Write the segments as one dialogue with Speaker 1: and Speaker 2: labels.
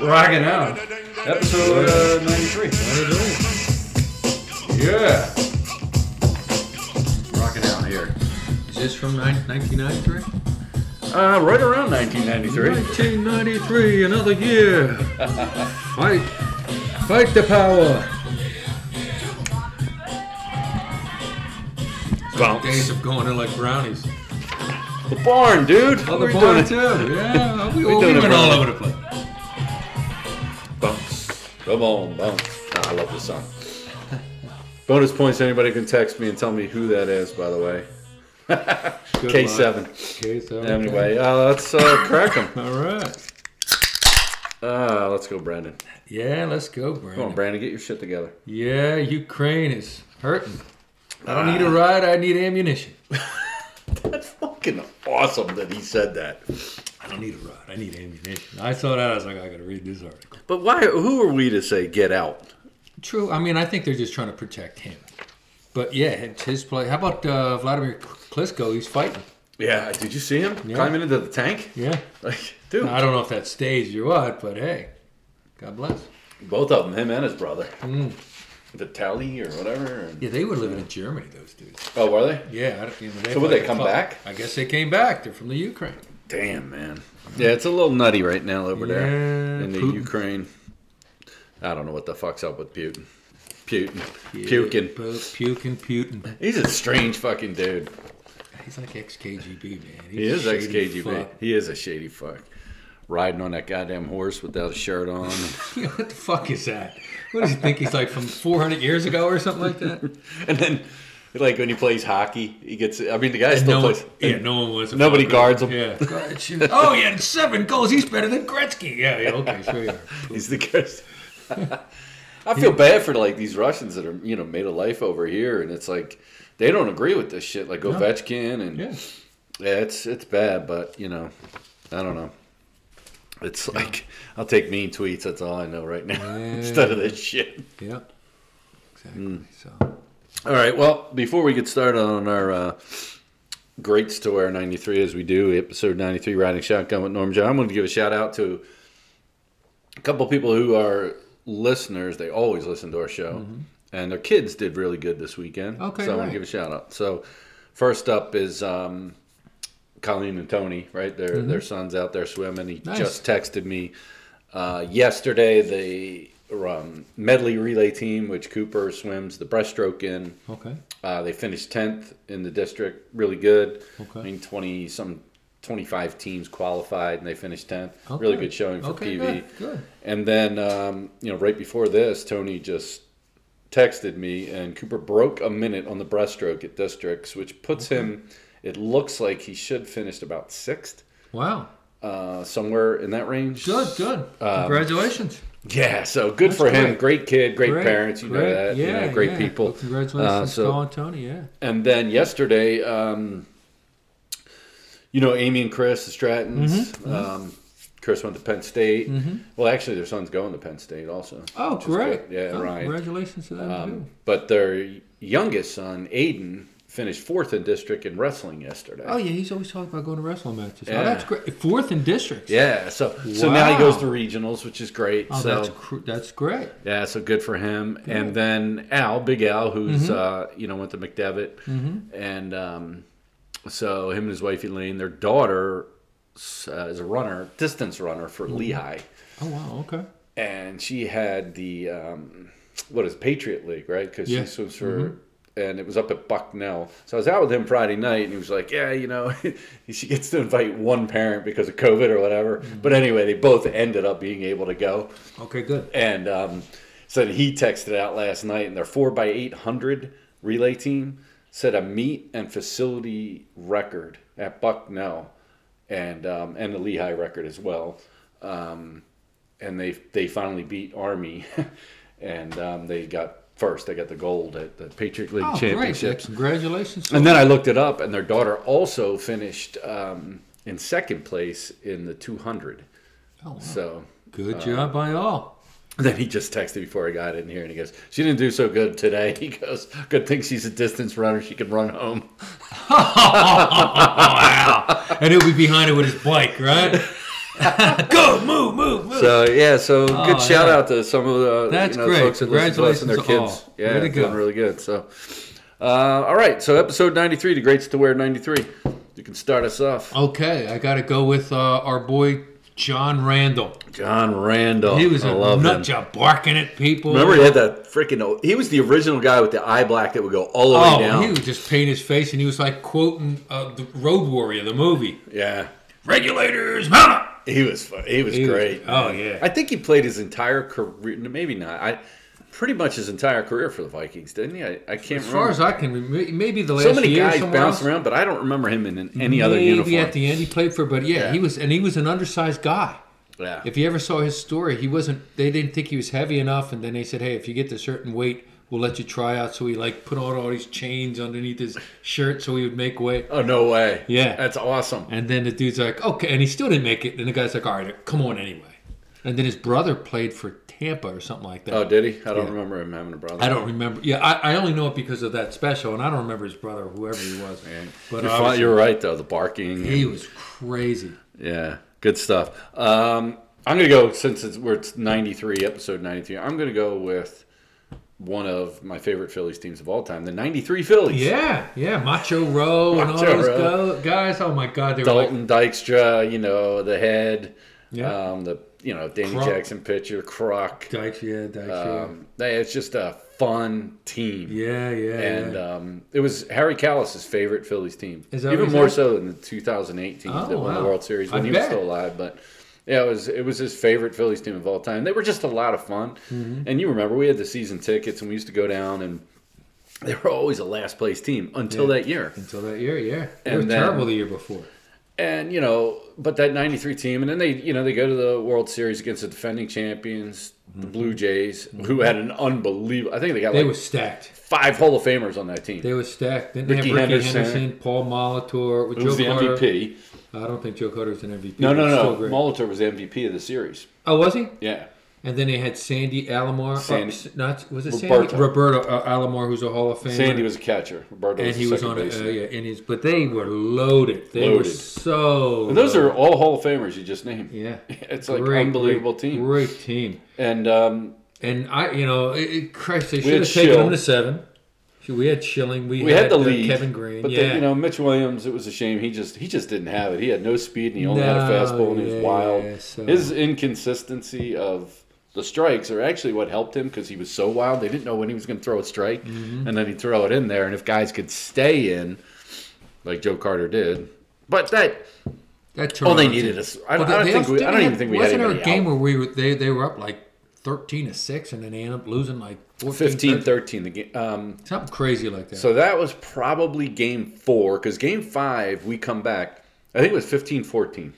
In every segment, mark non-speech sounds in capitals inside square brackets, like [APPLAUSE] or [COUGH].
Speaker 1: Rocking out.
Speaker 2: Episode uh, 93.
Speaker 1: Yeah.
Speaker 2: Rocking out here.
Speaker 3: Is this from nine- 1993?
Speaker 2: Uh, right around 1993.
Speaker 3: 1993, another year. fight, fight the power. Days
Speaker 2: Bounce.
Speaker 3: of going in like brownies.
Speaker 2: The barn, dude.
Speaker 3: Oh,
Speaker 2: We're
Speaker 3: the
Speaker 2: doing
Speaker 3: barn
Speaker 2: it.
Speaker 3: too. Yeah, we,
Speaker 2: We're
Speaker 3: we
Speaker 2: doing it
Speaker 3: went all
Speaker 2: brownies.
Speaker 3: over the place.
Speaker 2: Bounce. Come on, bounce. Ah, I love this song. [LAUGHS] Bonus points, anybody can text me and tell me who that is, by the way. K7.
Speaker 3: K7.
Speaker 2: Anyway, uh, let's uh, crack them.
Speaker 3: All right.
Speaker 2: Uh, let's go, Brandon.
Speaker 3: Yeah, let's go, Brandon.
Speaker 2: Come on, Brandon, get your shit together.
Speaker 3: Yeah, Ukraine is hurting. I don't need a ride. I need ammunition.
Speaker 2: That's fucking awesome that he said that.
Speaker 3: I don't need a ride. I need ammunition. I saw that. I was like, I gotta read this article.
Speaker 2: But why? Who are we to say get out?
Speaker 3: True. I mean, I think they're just trying to protect him. But yeah, it's his play. How about uh, Vladimir Klitschko? He's fighting.
Speaker 2: Yeah, did you see him
Speaker 3: Yeah.
Speaker 2: climbing into the tank? [LAUGHS]
Speaker 3: Yeah.
Speaker 2: Like, dude,
Speaker 3: I don't know if that's staged or what, but hey, God bless.
Speaker 2: both of them, him and his brother, Vitali or whatever. and-
Speaker 3: Yeah, they were living in Germany. Those dudes.
Speaker 2: Oh, were they?
Speaker 3: Yeah. I don't, you know,
Speaker 2: So would
Speaker 3: like
Speaker 2: they
Speaker 3: a
Speaker 2: come
Speaker 3: club.
Speaker 2: back?
Speaker 3: I guess they came back. They're from the Ukraine.
Speaker 2: Damn, man. Yeah, it's a little nutty right now over there
Speaker 3: Yeah,
Speaker 2: in the
Speaker 3: Putin.
Speaker 2: Ukraine. I don't know what the fuck's up with Putin. Putin.
Speaker 3: Yeah,
Speaker 2: Pukin.
Speaker 3: bu- Puking, Putin.
Speaker 2: He's a strange fucking dude.
Speaker 3: He's like ex KGB man.
Speaker 2: He is
Speaker 3: He's shady
Speaker 2: ex KGB.
Speaker 3: fuck. [LAUGHS]
Speaker 2: He is a shady fuck. Riding on that goddamn horse without a shirt on. [LAUGHS]
Speaker 3: Yeah, what the fuck is that? What does he think he's like from 400 years ago or something like that?
Speaker 2: and then, like, when he plays hockey, he gets. I mean, the guy
Speaker 3: And
Speaker 2: still
Speaker 3: no
Speaker 2: [LAUGHS]
Speaker 3: one,
Speaker 2: plays.
Speaker 3: yeah, no one was. a
Speaker 2: Nobody
Speaker 3: fucking-
Speaker 2: guards him.
Speaker 3: Yeah. God, shoot. oh, he had seven goals. He's better than Gretzky. Yeah, yeah. Okay, sure. Yeah.
Speaker 2: He's the ghost. [LAUGHS] I feel bad for like these Russians that are you know made a life over here, and it's like they don't agree with this shit. Like Ovechkin and
Speaker 3: Yeah.
Speaker 2: [LAUGHS] yeah, it's it's bad, but you know, I don't know. It's like I'll take mean tweets. That's all I know right now [LAUGHS] instead of this shit.
Speaker 3: Yeah. Hmm. Exactly. So.
Speaker 2: All right. Well, before we get started on our uh, greats to our 93 as we do episode 93 riding shotgun with norm john i'm going to give a shout out to a couple people who are listeners they always listen to our show and their kids did really good this weekend
Speaker 3: Mm-hmm. Okay,
Speaker 2: so i want
Speaker 3: right.
Speaker 2: to give a shout out so first up is um, colleen and tony right their, their son's out there swimming he
Speaker 3: Mm-hmm. Nice.
Speaker 2: just texted me uh, yesterday the um, medley relay team which cooper swims the breaststroke in
Speaker 3: Okay.
Speaker 2: uh, they finished tenth in the district, really good.
Speaker 3: Okay.
Speaker 2: I mean, twenty some, twenty five teams qualified, and they finished tenth.
Speaker 3: Okay.
Speaker 2: Really good showing for
Speaker 3: Oh, Okay,
Speaker 2: PV.
Speaker 3: good, good.
Speaker 2: And then um, you know, right before this, Tony just texted me, and Cooper broke a minute on the breaststroke at districts, which puts him. It looks like he should finish about sixth,
Speaker 3: Wow.
Speaker 2: uh, somewhere in that range.
Speaker 3: Good. Good.
Speaker 2: Um,
Speaker 3: Congratulations.
Speaker 2: Yeah, so good for him.
Speaker 3: great.
Speaker 2: Great kid, great,
Speaker 3: Great,
Speaker 2: parents. You know
Speaker 3: great.
Speaker 2: that. you know, great people.
Speaker 3: Well, congratulations,
Speaker 2: Uh, so-
Speaker 3: Paul and Tony. Yeah.
Speaker 2: And then yesterday, um, you know, Amy and Chris, the Strattons.
Speaker 3: Mm-hmm.
Speaker 2: Um, Chris went to Penn State. Well, actually, their son's going to Penn State also.
Speaker 3: Oh,
Speaker 2: which is
Speaker 3: great.
Speaker 2: good. Yeah,
Speaker 3: Oh,
Speaker 2: right.
Speaker 3: Congratulations to them
Speaker 2: Um,
Speaker 3: too.
Speaker 2: but their youngest son, Aiden, finished fourth in district in wrestling yesterday.
Speaker 3: Oh yeah, he's always talking about going to wrestling matches.
Speaker 2: Yeah.
Speaker 3: Oh, that's great. Fourth in districts.
Speaker 2: Yeah, so so now he
Speaker 3: Wow.
Speaker 2: goes to regionals, which is great.
Speaker 3: Oh,
Speaker 2: so
Speaker 3: that's cr- that's great.
Speaker 2: Yeah, so good for him. And then Al, Big Al, who's uh, you know went to McDevitt, and um, so him and his wife Elaine, their daughter uh, is a runner, distance runner for Lehigh,
Speaker 3: Oh wow, okay.
Speaker 2: and she had the um, what is it, Patriot League, right? Because
Speaker 3: Yeah.
Speaker 2: she swims for. And it was up at Bucknell. So I was out with him Friday night, and he was like, "Yeah, you know, [LAUGHS] she gets to invite one parent because of COVID or whatever." But anyway, they both ended up being able to go.
Speaker 3: Okay, good.
Speaker 2: And um, so he texted out last night, and their four by eight hundred relay team set a meet and facility record at Bucknell, and um, and the Lehigh record as well. Um, and they they finally beat Army, [LAUGHS] and um, they got first. They got the gold at the Patriot League
Speaker 3: Oh, great.
Speaker 2: championships.
Speaker 3: yeah, Congratulations.
Speaker 2: And then I looked it up, and their daughter also finished um, in second place in the 200.
Speaker 3: Oh, wow.
Speaker 2: So
Speaker 3: Good job by all.
Speaker 2: then he just texted before I got in here and he goes, She didn't do so good today. [LAUGHS] He goes, Good thing she's a distance runner. She can run
Speaker 3: [LAUGHS]
Speaker 2: home.
Speaker 3: And he'll be behind it with his bike, right? [LAUGHS] Go, move, move, move.
Speaker 2: So yeah, so
Speaker 3: Oh,
Speaker 2: good shout
Speaker 3: yeah.
Speaker 2: out to some of the
Speaker 3: That's
Speaker 2: you know,
Speaker 3: great.
Speaker 2: folks that listen to us and their
Speaker 3: Congratulations
Speaker 2: kids.
Speaker 3: to all.
Speaker 2: Yeah,
Speaker 3: Way to
Speaker 2: it's
Speaker 3: go.
Speaker 2: doing really good. So, uh, all right, so episode ninety three, the greats to wear ninety three. You can start us off,
Speaker 3: okay, I got to go with uh, our boy John Randall.
Speaker 2: John Randall.
Speaker 3: He was
Speaker 2: Oh, I
Speaker 3: a
Speaker 2: love
Speaker 3: nut
Speaker 2: him.
Speaker 3: job barking at people.
Speaker 2: Remember, he had that freaking. He was the original guy with the eye black that would go all the way
Speaker 3: Oh,
Speaker 2: down.
Speaker 3: he would just paint his face, and he was like quoting uh, the Road Warrior, the movie.
Speaker 2: yeah,
Speaker 3: Regulators, mount up.
Speaker 2: he was. fu- He was
Speaker 3: He was-
Speaker 2: great.
Speaker 3: oh, yeah.
Speaker 2: I think he played his entire career. Maybe not. I pretty much his entire career for the Vikings, didn't he? I, I can't
Speaker 3: As
Speaker 2: remember.
Speaker 3: far as I can, remember, maybe the last
Speaker 2: so many
Speaker 3: year
Speaker 2: guys
Speaker 3: somewhere
Speaker 2: bounce
Speaker 3: else.
Speaker 2: around, but I don't remember him in an- any other
Speaker 3: maybe
Speaker 2: uniform.
Speaker 3: at the end he played for, but yeah,
Speaker 2: Yeah.
Speaker 3: he was, and he was an undersized guy.
Speaker 2: yeah.
Speaker 3: If you ever saw his story, he wasn't. They didn't think he was heavy enough, and then they said, "Hey, if you get to a certain weight, we'll let you try out." So he like put on all these chains underneath his shirt so he would make weight.
Speaker 2: oh no way.
Speaker 3: Yeah.
Speaker 2: That's awesome.
Speaker 3: And then the dude's like, "Okay," and he still didn't make it. And the guy's like, "All right, come on anyway." And then his brother played for Tampa or something like that.
Speaker 2: Oh, did he? I don't remember him having a brother.
Speaker 3: I don't remember. Yeah, I, I only know it because of that special, and I don't remember his brother, whoever he was. But
Speaker 2: You're, fi-
Speaker 3: obviously,
Speaker 2: you're right though. The barking.
Speaker 3: he was crazy.
Speaker 2: yeah. Good stuff. Um, I'm gonna go since it's we're it's 93 episode 93. I'm gonna go with one of my favorite Phillies teams of all time, the 93 Phillies.
Speaker 3: Yeah, yeah, Macho Row and all
Speaker 2: Macho
Speaker 3: those
Speaker 2: Rowe.
Speaker 3: go- guys. Oh my God, they were like
Speaker 2: Dalton Dykstra, you know the head.
Speaker 3: Yeah.
Speaker 2: Um, the you know Danny
Speaker 3: Kroc.
Speaker 2: Jackson pitcher Croc.
Speaker 3: Dykes, yeah, Dykes,
Speaker 2: Um, they, it's just a fun team.
Speaker 3: yeah, yeah, yeah.
Speaker 2: and
Speaker 3: yeah.
Speaker 2: um, it was Harry Callis's favorite Phillies team,
Speaker 3: Is that what
Speaker 2: even
Speaker 3: he
Speaker 2: more
Speaker 3: said?
Speaker 2: so than the 2018 team that
Speaker 3: Oh,
Speaker 2: won the
Speaker 3: wow.
Speaker 2: World Series when
Speaker 3: I
Speaker 2: he was
Speaker 3: bet.
Speaker 2: still alive. But yeah, it was it was his favorite Phillies team of all time. They were just a lot of fun,
Speaker 3: Mm-hmm.
Speaker 2: and you remember we had the season tickets and we used to go down and they were always a last place team until
Speaker 3: Yeah.
Speaker 2: that year.
Speaker 3: Until that year, yeah, they
Speaker 2: and
Speaker 3: were
Speaker 2: then-
Speaker 3: terrible the year before.
Speaker 2: And you know, but that '93 team, and then they you know they go to the World Series against the defending champions. The Blue Jays, who had an unbelievable—I think they got
Speaker 3: Mm-hmm. They
Speaker 2: like
Speaker 3: were stacked.
Speaker 2: five Hall of Famers on that team.
Speaker 3: They were stacked. Didn't
Speaker 2: Ricky
Speaker 3: they have Ricky
Speaker 2: Henderson.
Speaker 3: Henderson, Paul Molitor,
Speaker 2: Who was the
Speaker 3: Carter.
Speaker 2: MVP?
Speaker 3: I don't think Joe Carter was an MVP.
Speaker 2: No,
Speaker 3: but
Speaker 2: no,
Speaker 3: he's still
Speaker 2: no.
Speaker 3: great.
Speaker 2: Molitor was MVP of the series.
Speaker 3: oh, was he?
Speaker 2: Yeah.
Speaker 3: And then they had Sandy Alomar.
Speaker 2: Sandy-
Speaker 3: uh, not was it
Speaker 2: Roberto.
Speaker 3: Sandy Roberto uh, Alomar, who's a Hall of Famer.
Speaker 2: Sandy was a catcher. Roberto
Speaker 3: and
Speaker 2: was
Speaker 3: he
Speaker 2: a
Speaker 3: was
Speaker 2: second
Speaker 3: on a, uh,
Speaker 2: baseman.
Speaker 3: yeah, and he's but they were loaded. They were
Speaker 2: Loaded.
Speaker 3: so.
Speaker 2: And those
Speaker 3: loaded.
Speaker 2: are all Hall of Famers you just named.
Speaker 3: uh, yeah.
Speaker 2: [LAUGHS] It's like
Speaker 3: Great,
Speaker 2: unbelievable
Speaker 3: great,
Speaker 2: team.
Speaker 3: Great team.
Speaker 2: And um,
Speaker 3: And I, you know, it, it, Christ, they should
Speaker 2: had
Speaker 3: have taken
Speaker 2: Schill.
Speaker 3: him to seven. Shoot, We had Schilling. We,
Speaker 2: we had, the
Speaker 3: uh,
Speaker 2: lead,
Speaker 3: Kevin Green.
Speaker 2: but
Speaker 3: yeah.
Speaker 2: then, you know Mitch Williams. It was a shame. He just he just didn't have it. He had no speed, and he only had a
Speaker 3: No,
Speaker 2: fastball, and he
Speaker 3: yeah,
Speaker 2: was wild.
Speaker 3: yeah, so-
Speaker 2: His inconsistency of the strikes are actually what helped him because he was so wild. They didn't know when he was going to throw a strike,
Speaker 3: Mm-hmm.
Speaker 2: and then he'd throw it in there. And if guys could stay in, like Joe Carter did, but that
Speaker 3: that
Speaker 2: All they
Speaker 3: Toronto
Speaker 2: needed
Speaker 3: team.
Speaker 2: is I,
Speaker 3: Well,
Speaker 2: I don't
Speaker 3: they
Speaker 2: think
Speaker 3: also
Speaker 2: we, I
Speaker 3: didn't
Speaker 2: don't even
Speaker 3: have-
Speaker 2: think we had
Speaker 3: Wasn't there
Speaker 2: anybody
Speaker 3: a game where we were, they they were up like thirteen to six, and then they ended up losing like 14,
Speaker 2: out. 15
Speaker 3: 13,
Speaker 2: 13 the game um,
Speaker 3: something crazy like that.
Speaker 2: so that was probably game 4 cuz game 5 we come back I think it was 15 14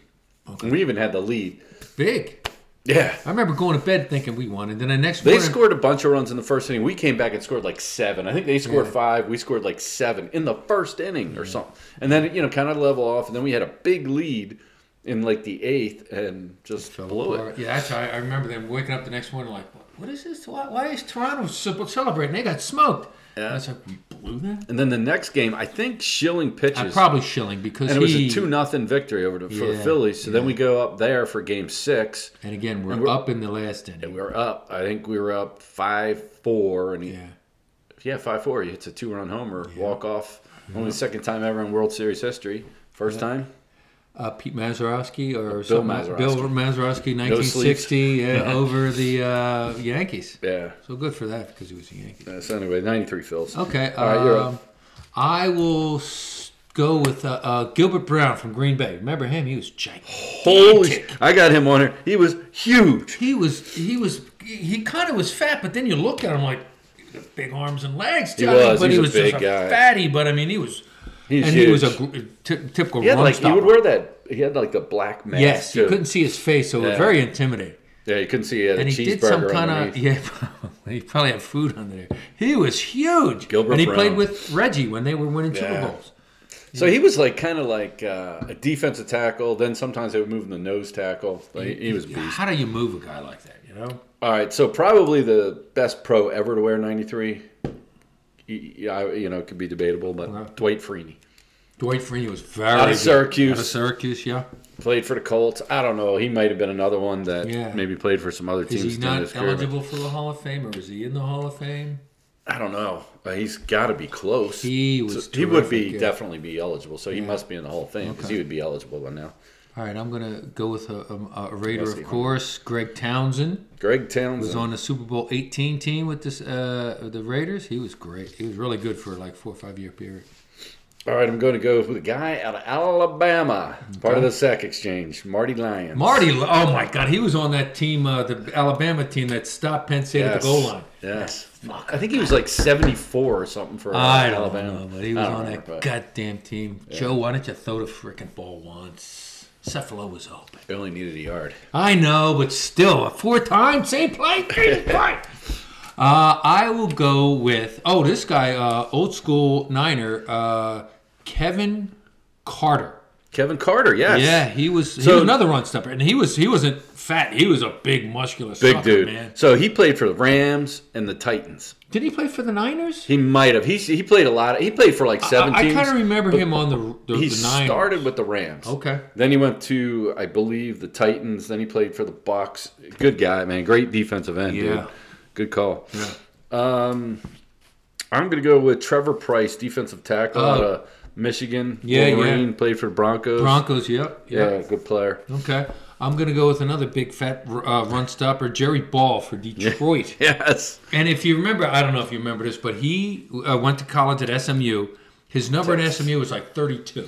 Speaker 2: and we even had the lead
Speaker 3: Big.
Speaker 2: yeah
Speaker 3: I remember going to bed thinking we won, and then the next
Speaker 2: they
Speaker 3: morning,
Speaker 2: scored a bunch of runs in the first inning. We came back and scored like seven. I think they scored
Speaker 3: Yeah.
Speaker 2: five. We scored like seven in the first inning or something. And then you know, kind of level off. And then we had a big lead in like the eighth, and just
Speaker 3: fell
Speaker 2: blew it.
Speaker 3: apart. Yeah, that's how I, I remember them waking up the next morning like, what is this? Why, why is Toronto ce- celebrating? They got smoked.
Speaker 2: Yeah.
Speaker 3: And I was like, we blew that.
Speaker 2: And then the next game, I think Schilling
Speaker 3: I
Speaker 2: pitches.
Speaker 3: probably Schilling because
Speaker 2: and it was
Speaker 3: he
Speaker 2: a two nothing victory over the, for the
Speaker 3: Yeah,
Speaker 2: Phillies. So then we go up there for Game Six,
Speaker 3: And again, we're,
Speaker 2: we're-
Speaker 3: up in the last inning.
Speaker 2: and we were up. I think we were up five four, and he, yeah,
Speaker 3: yeah.
Speaker 2: five four. He hits a two run homer, walk off. Only the second time ever in World Series history. First time.
Speaker 3: Uh, Pete Mazeroski or Bill
Speaker 2: Mazeroski.
Speaker 3: Bill
Speaker 2: [LAUGHS]
Speaker 3: Mazeroski, 1960, yeah, over the uh, Yankees.
Speaker 2: Yeah.
Speaker 3: So good for that because he was a Yankee.
Speaker 2: Uh, so anyway, ninety three Phils.
Speaker 3: Okay.
Speaker 2: All right, you're up.
Speaker 3: um, I will s- go with uh, uh, Gilbert Brown from Green Bay. Remember him? He was gigantic.
Speaker 2: Holy! sh- I got him on here. He was huge.
Speaker 3: He was he was he kind of was fat, but then you look at him like the big arms and legs. He
Speaker 2: was,
Speaker 3: but
Speaker 2: he
Speaker 3: he
Speaker 2: was
Speaker 3: was
Speaker 2: a big
Speaker 3: just
Speaker 2: guy.
Speaker 3: a fatty. But I mean, he was
Speaker 2: He's
Speaker 3: and
Speaker 2: huge.
Speaker 3: he was a gr- ty- typical
Speaker 2: he had
Speaker 3: run
Speaker 2: like he
Speaker 3: stopper.
Speaker 2: would wear that. He had like the black mask.
Speaker 3: yes,
Speaker 2: too.
Speaker 3: you couldn't see his face, so it
Speaker 2: Yeah.
Speaker 3: was very intimidating.
Speaker 2: Yeah, you couldn't see. He had
Speaker 3: and
Speaker 2: a
Speaker 3: he
Speaker 2: cheeseburger
Speaker 3: did some kind
Speaker 2: underneath.
Speaker 3: of yeah, [LAUGHS] probably. he probably had food under there. He was huge.
Speaker 2: Gilbert
Speaker 3: and he
Speaker 2: Brown.
Speaker 3: played with Reggie when they were winning Super
Speaker 2: Yeah.
Speaker 3: Bowls.
Speaker 2: So he was like kind of like uh, a defensive tackle. Then sometimes they would move him to nose tackle. Like, he was a beast.
Speaker 3: How do you move a guy like that? You know,
Speaker 2: All right, so probably the best pro ever to wear ninety three. You know, it could be debatable, but
Speaker 3: Wow.
Speaker 2: Dwight Freeney.
Speaker 3: Dwight Freeney was very
Speaker 2: Out of
Speaker 3: good.
Speaker 2: Syracuse.
Speaker 3: Out of Syracuse, yeah.
Speaker 2: Played for the Colts. I don't know. He might have been another one that
Speaker 3: Yeah.
Speaker 2: maybe played for some other
Speaker 3: Is
Speaker 2: teams.
Speaker 3: he
Speaker 2: during
Speaker 3: not
Speaker 2: his career, but
Speaker 3: eligible for the Hall of Fame, or is he in the Hall of Fame?
Speaker 2: I don't know. Uh, He's got to be close.
Speaker 3: He was.
Speaker 2: he would
Speaker 3: terrific,
Speaker 2: be
Speaker 3: yeah.
Speaker 2: definitely be eligible. So he must be in the Hall of Fame because
Speaker 3: Okay.
Speaker 2: he would be eligible by now.
Speaker 3: All right, I'm gonna go with a, a, a Raider,
Speaker 2: Must be
Speaker 3: of course. Greg Townsend
Speaker 2: Greg
Speaker 3: was
Speaker 2: Townsend.
Speaker 3: on the Super Bowl 18 team with this uh, the Raiders. He was great. He was really good for like four or five year period.
Speaker 2: All right, I'm going to go with a guy out of Alabama, part of
Speaker 3: Okay.
Speaker 2: the Sack Exchange, Marty Lyons.
Speaker 3: Marty, oh my God, he was on that team, uh, the Alabama team that stopped Penn State at the goal line.
Speaker 2: Yes. I think he was like 74 or something for uh,
Speaker 3: I don't
Speaker 2: Alabama.
Speaker 3: know, but he
Speaker 2: I
Speaker 3: was
Speaker 2: don't
Speaker 3: on that
Speaker 2: remember, but
Speaker 3: goddamn team. Joe, why don't you throw the freaking ball once? Cephalo was open.
Speaker 2: He only needed a yard.
Speaker 3: I know, but still, a four time same play, three
Speaker 2: [LAUGHS]
Speaker 3: play. Uh, I will go with oh, this guy, uh, old school Niner, uh, Kevin Carter.
Speaker 2: Kevin Carter, yes. [LAUGHS]
Speaker 3: Yeah, he was he
Speaker 2: So-
Speaker 3: was another run stopper, and he was he wasn't fat. He was a big, muscular,
Speaker 2: Big
Speaker 3: sucker,
Speaker 2: dude.
Speaker 3: man.
Speaker 2: So he played for the Rams and the Titans.
Speaker 3: Did he play for the Niners?
Speaker 2: He might have. He, he played a lot. Of, he played for like seven
Speaker 3: I, I
Speaker 2: teams.
Speaker 3: kind of remember
Speaker 2: but
Speaker 3: him on the the,
Speaker 2: he
Speaker 3: the Niners.
Speaker 2: started with the Rams.
Speaker 3: Okay.
Speaker 2: Then he went to, I believe, the Titans. Then he played for the Bucks. Good guy, man. Great defensive end, dude.
Speaker 3: Yeah.
Speaker 2: Good call.
Speaker 3: Yeah.
Speaker 2: Um, I'm going to go with Trevor Price, defensive tackle out of Michigan.
Speaker 3: Oh. Yeah, yeah.
Speaker 2: Wolverine, Played for the Broncos.
Speaker 3: Broncos. Yep.
Speaker 2: yeah,
Speaker 3: Yep.
Speaker 2: good player.
Speaker 3: Okay. I'm gonna go with another big fat uh, run stopper, Jerry Ball for
Speaker 2: [LAUGHS]
Speaker 3: Detroit.
Speaker 2: Yes.
Speaker 3: And if you remember, I don't know if you remember this, but he uh, went to college at SMU. His number at SMU was like 32.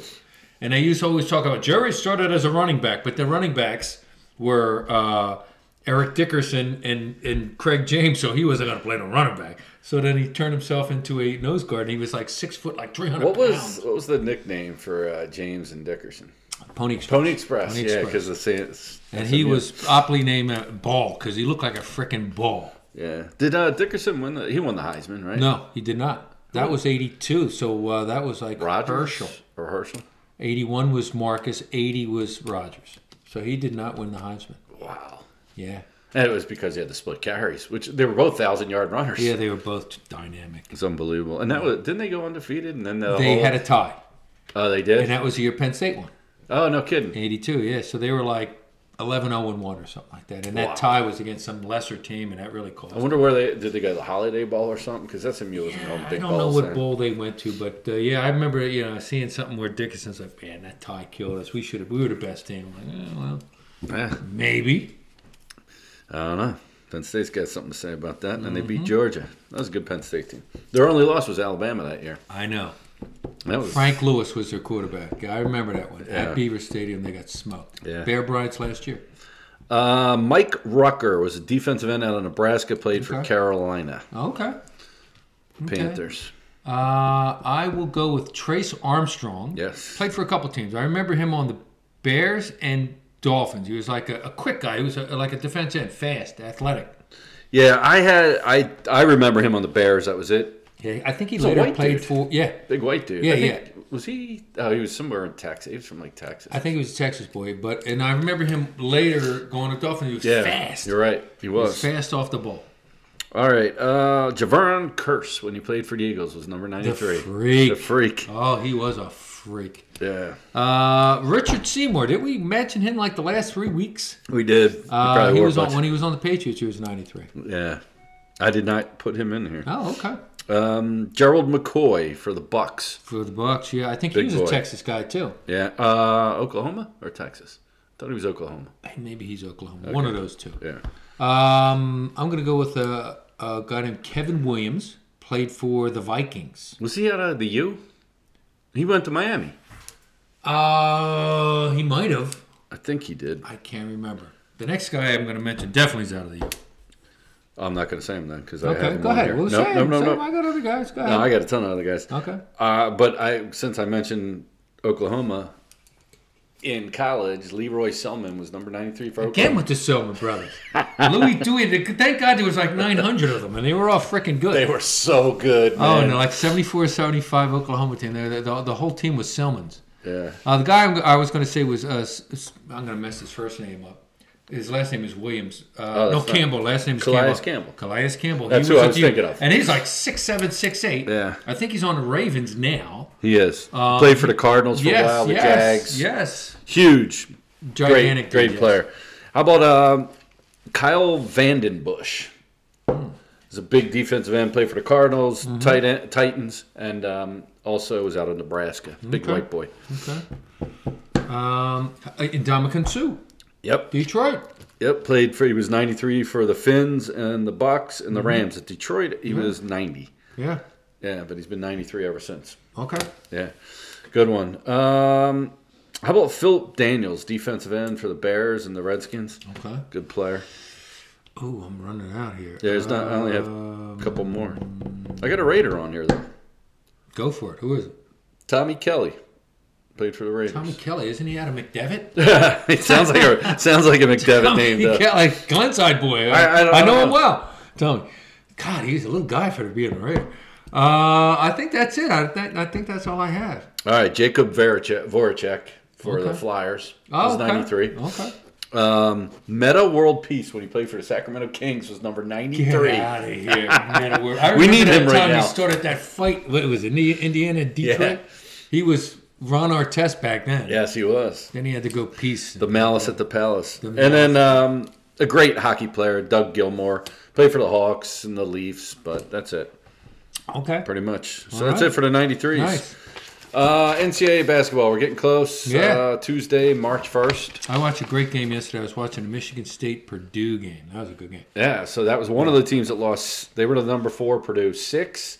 Speaker 3: And they used to always talk about Jerry started as a running back, but the running backs were uh, Eric Dickerson and, and Craig James, so he wasn't going to play no running back. So then he turned himself into a nose guard, and he was like six foot, like 300
Speaker 2: What was
Speaker 3: pounds.
Speaker 2: what was the nickname for uh, James and Dickerson?
Speaker 3: Pony Express.
Speaker 2: Pony Express.
Speaker 3: Pony
Speaker 2: yeah,
Speaker 3: Express.
Speaker 2: because the Saints.
Speaker 3: And he was aptly named uh, Ball because he looked like a freaking ball.
Speaker 2: Yeah. Did uh, Dickerson win the? He won the Heisman, right?
Speaker 3: No, he did not. That was 82, so uh, that was like
Speaker 2: Rogers
Speaker 3: Herschel.
Speaker 2: or Herschel.
Speaker 3: 81 was Marcus, 80 was Rogers. So he did not win the Heisman.
Speaker 2: Wow.
Speaker 3: Yeah.
Speaker 2: And it was because they had the split carries, which they were both thousand yard runners.
Speaker 3: Yeah, they were both dynamic.
Speaker 2: It's unbelievable. And that was didn't they go undefeated? And then the
Speaker 3: They
Speaker 2: whole-
Speaker 3: had a tie,
Speaker 2: oh they did.
Speaker 3: and that was the year Penn State won.
Speaker 2: oh no kidding.
Speaker 3: 82, yeah. So they were like 11 0 1 or something like that. And that
Speaker 2: Wow.
Speaker 3: tie was against some lesser team, and that really caused
Speaker 2: I wonder where they did they go to the Holiday Bowl or something because that's a mule wasn't on
Speaker 3: I
Speaker 2: big
Speaker 3: don't know
Speaker 2: balls
Speaker 3: what
Speaker 2: then.
Speaker 3: bowl they went to, but uh, yeah, I remember you know seeing something where Dickinson's like, "Man, that tie killed us. We should have. We were the best team." I'm like, eh, well,
Speaker 2: Yeah,
Speaker 3: maybe.
Speaker 2: I don't know. Penn State's got something to say about that, and they
Speaker 3: Mm-hmm.
Speaker 2: beat Georgia. That was a good Penn State team. Their only loss was Alabama that year.
Speaker 3: I know.
Speaker 2: That was
Speaker 3: Frank Lewis was their quarterback. I remember that one
Speaker 2: Yeah.
Speaker 3: at Beaver Stadium. They got smoked.
Speaker 2: Yeah.
Speaker 3: Bear Bryant's last year.
Speaker 2: Uh, Mike Rucker was a defensive end out of Nebraska. Played for
Speaker 3: Okay.
Speaker 2: Carolina
Speaker 3: Okay. Okay.
Speaker 2: Panthers.
Speaker 3: Uh, I will go with Trace Armstrong.
Speaker 2: Yes.
Speaker 3: Played for a couple teams. I remember him on the Bears and Dolphins. He was like a, a quick guy. He was a, like a defense end, fast, athletic.
Speaker 2: Yeah, I had I I remember him on the Bears. That was it.
Speaker 3: Yeah, I think he
Speaker 2: a
Speaker 3: later
Speaker 2: white
Speaker 3: played
Speaker 2: dude.
Speaker 3: for. Yeah,
Speaker 2: Big white dude.
Speaker 3: Yeah,
Speaker 2: I think, yeah. Was he? Oh, he was somewhere in Texas. He was from like Texas.
Speaker 3: I think he was a Texas boy. But and I remember him later going to Dolphins. He was
Speaker 2: yeah,
Speaker 3: fast.
Speaker 2: You're right. He
Speaker 3: He
Speaker 2: was.
Speaker 3: was fast off the ball.
Speaker 2: All right. Uh, Javon Curse, when he played for the Eagles, was number
Speaker 3: The
Speaker 2: 93.
Speaker 3: freak.
Speaker 2: The freak.
Speaker 3: Oh, he was a freak.
Speaker 2: Yeah.
Speaker 3: Uh, Richard Seymour. Did we mention him like the last three weeks?
Speaker 2: We did.
Speaker 3: Uh, he
Speaker 2: wore a
Speaker 3: was on,
Speaker 2: bunch.
Speaker 3: when he was on the Patriots. He was ninety three.
Speaker 2: Yeah. I did not put him in here.
Speaker 3: Oh, okay.
Speaker 2: Um, Gerald McCoy for the Bucks.
Speaker 3: For the Bucks, yeah, I think
Speaker 2: Big
Speaker 3: he was
Speaker 2: boy.
Speaker 3: a Texas guy too.
Speaker 2: Yeah. Uh, Oklahoma or Texas? thought he was Oklahoma.
Speaker 3: Maybe he's Oklahoma. One of those two.
Speaker 2: Yeah.
Speaker 3: Um, I'm gonna go with a, a guy named Kevin Williams. Played for the Vikings.
Speaker 2: Was he out of the U? He went to Miami.
Speaker 3: Uh, he might have.
Speaker 2: I think he did.
Speaker 3: I can't remember. The next guy I'm gonna mention definitely is out of the U.
Speaker 2: I'm not going to say him then because I have
Speaker 3: Okay,
Speaker 2: him
Speaker 3: go
Speaker 2: on
Speaker 3: ahead.
Speaker 2: Here.
Speaker 3: We'll
Speaker 2: no,
Speaker 3: say
Speaker 2: no,
Speaker 3: him.
Speaker 2: no,
Speaker 3: Say
Speaker 2: no,
Speaker 3: him. I got other guys. Go
Speaker 2: No, I
Speaker 3: ahead.
Speaker 2: got a ton of other guys.
Speaker 3: Oh. Okay.
Speaker 2: Uh, but I, since I mentioned Oklahoma in college, Leroy Selman was number 93 for
Speaker 3: Again
Speaker 2: Oklahoma.
Speaker 3: with the
Speaker 2: [LAUGHS]
Speaker 3: Selma brothers. Louis Dewey. they- Thank God there was like 900 of them, and they were all freaking good.
Speaker 2: They were so good,
Speaker 3: Oh,
Speaker 2: man.
Speaker 3: no, like 74, 75 Oklahoma team. They, the, the, the whole team was Selmans.
Speaker 2: Yeah.
Speaker 3: Uh, the guy I'm, I was going to say was, uh, S- S- I'm going to mess his first name up. His last name is Williams. Uh,
Speaker 2: Oh,
Speaker 3: no,
Speaker 2: that's not-
Speaker 3: Campbell. Last name is
Speaker 2: Calais
Speaker 3: Campbell.
Speaker 2: Campbell.
Speaker 3: Calais Campbell.
Speaker 2: That's
Speaker 3: he
Speaker 2: who I
Speaker 3: with
Speaker 2: was
Speaker 3: you.
Speaker 2: thinking of.
Speaker 3: And he's like six seven, six eight.
Speaker 2: Yeah.
Speaker 3: I think he's on the Ravens now.
Speaker 2: He is.
Speaker 3: Um,
Speaker 2: Played for the Cardinals for
Speaker 3: yes,
Speaker 2: a while, the
Speaker 3: yes,
Speaker 2: Jags.
Speaker 3: yes.
Speaker 2: Huge.
Speaker 3: Gigantic,
Speaker 2: great, great
Speaker 3: yes.
Speaker 2: player. How about um, Kyle Vandenbush?
Speaker 3: Hmm.
Speaker 2: He's a big defensive end, played for the Cardinals,
Speaker 3: Mm-hmm.
Speaker 2: tight end, Titans, and um, also was out of Nebraska. Big
Speaker 3: Okay.
Speaker 2: white boy.
Speaker 3: Okay. Um, Indomitian Sue,
Speaker 2: Yep,
Speaker 3: Detroit.
Speaker 2: yep. Played for. He was 93 for the Finns and the Bucks and the
Speaker 3: Mm-hmm.
Speaker 2: Rams at Detroit. He was 90.
Speaker 3: Yeah.
Speaker 2: Yeah, but he's been 93 ever since.
Speaker 3: Okay.
Speaker 2: Yeah, good one. Um, how about Philip Daniels, defensive end for the Bears and the Redskins?
Speaker 3: Okay.
Speaker 2: Good player.
Speaker 3: Oh, I'm running out here. Uh,
Speaker 2: There's not. I only have a
Speaker 3: Um,
Speaker 2: couple more. I got a Raider on here though.
Speaker 3: Go for it. Who is it?
Speaker 2: Tommy Kelly played for the Raiders. [LAUGHS]
Speaker 3: Tommy Kelly. Isn't he out of McDevitt?
Speaker 2: it sounds like a sounds
Speaker 3: [LAUGHS]
Speaker 2: like a McDevitt
Speaker 3: Tommy
Speaker 2: name. though.
Speaker 3: Kelly, Glenside boy. I,
Speaker 2: uh, I- I don't-
Speaker 3: I
Speaker 2: I
Speaker 3: know
Speaker 2: don't
Speaker 3: him
Speaker 2: know.
Speaker 3: well. Tommy. God, he's a little guy for being a Raider. Uh, I think that's it. I, th- I think that's all I have.
Speaker 2: All right, Jacob Voracek, Voracek for the
Speaker 3: Okay.
Speaker 2: Flyers.
Speaker 3: Oh,
Speaker 2: was
Speaker 3: okay.
Speaker 2: 93.
Speaker 3: Okay.
Speaker 2: Um, Meta World Peace when he played for the Sacramento Kings was number 93.
Speaker 3: Get out of here, [LAUGHS] man. We're- I
Speaker 2: We
Speaker 3: remember
Speaker 2: need
Speaker 3: that
Speaker 2: him right
Speaker 3: time
Speaker 2: now.
Speaker 3: He started that fight. What was it? Indi- Indiana, Detroit. He was Ron Artest back then.
Speaker 2: Yes, he was.
Speaker 3: Then he had to go peace.
Speaker 2: The Malice at the Palace.
Speaker 3: The
Speaker 2: and then um, a great hockey player, Doug Gilmore, played for the Hawks and the Leafs, but that's it,
Speaker 3: okay.
Speaker 2: pretty much. So
Speaker 3: All
Speaker 2: that's
Speaker 3: right.
Speaker 2: it for the 93s.
Speaker 3: Nice.
Speaker 2: Uh, NCAA basketball, we're getting close.
Speaker 3: Yeah.
Speaker 2: Uh, Tuesday, March 1st.
Speaker 3: I watched a great game yesterday. I was watching a Michigan State Purdue game. That was a good game.
Speaker 2: Yeah, so that was one of the teams that lost. They were the number four Purdue. Six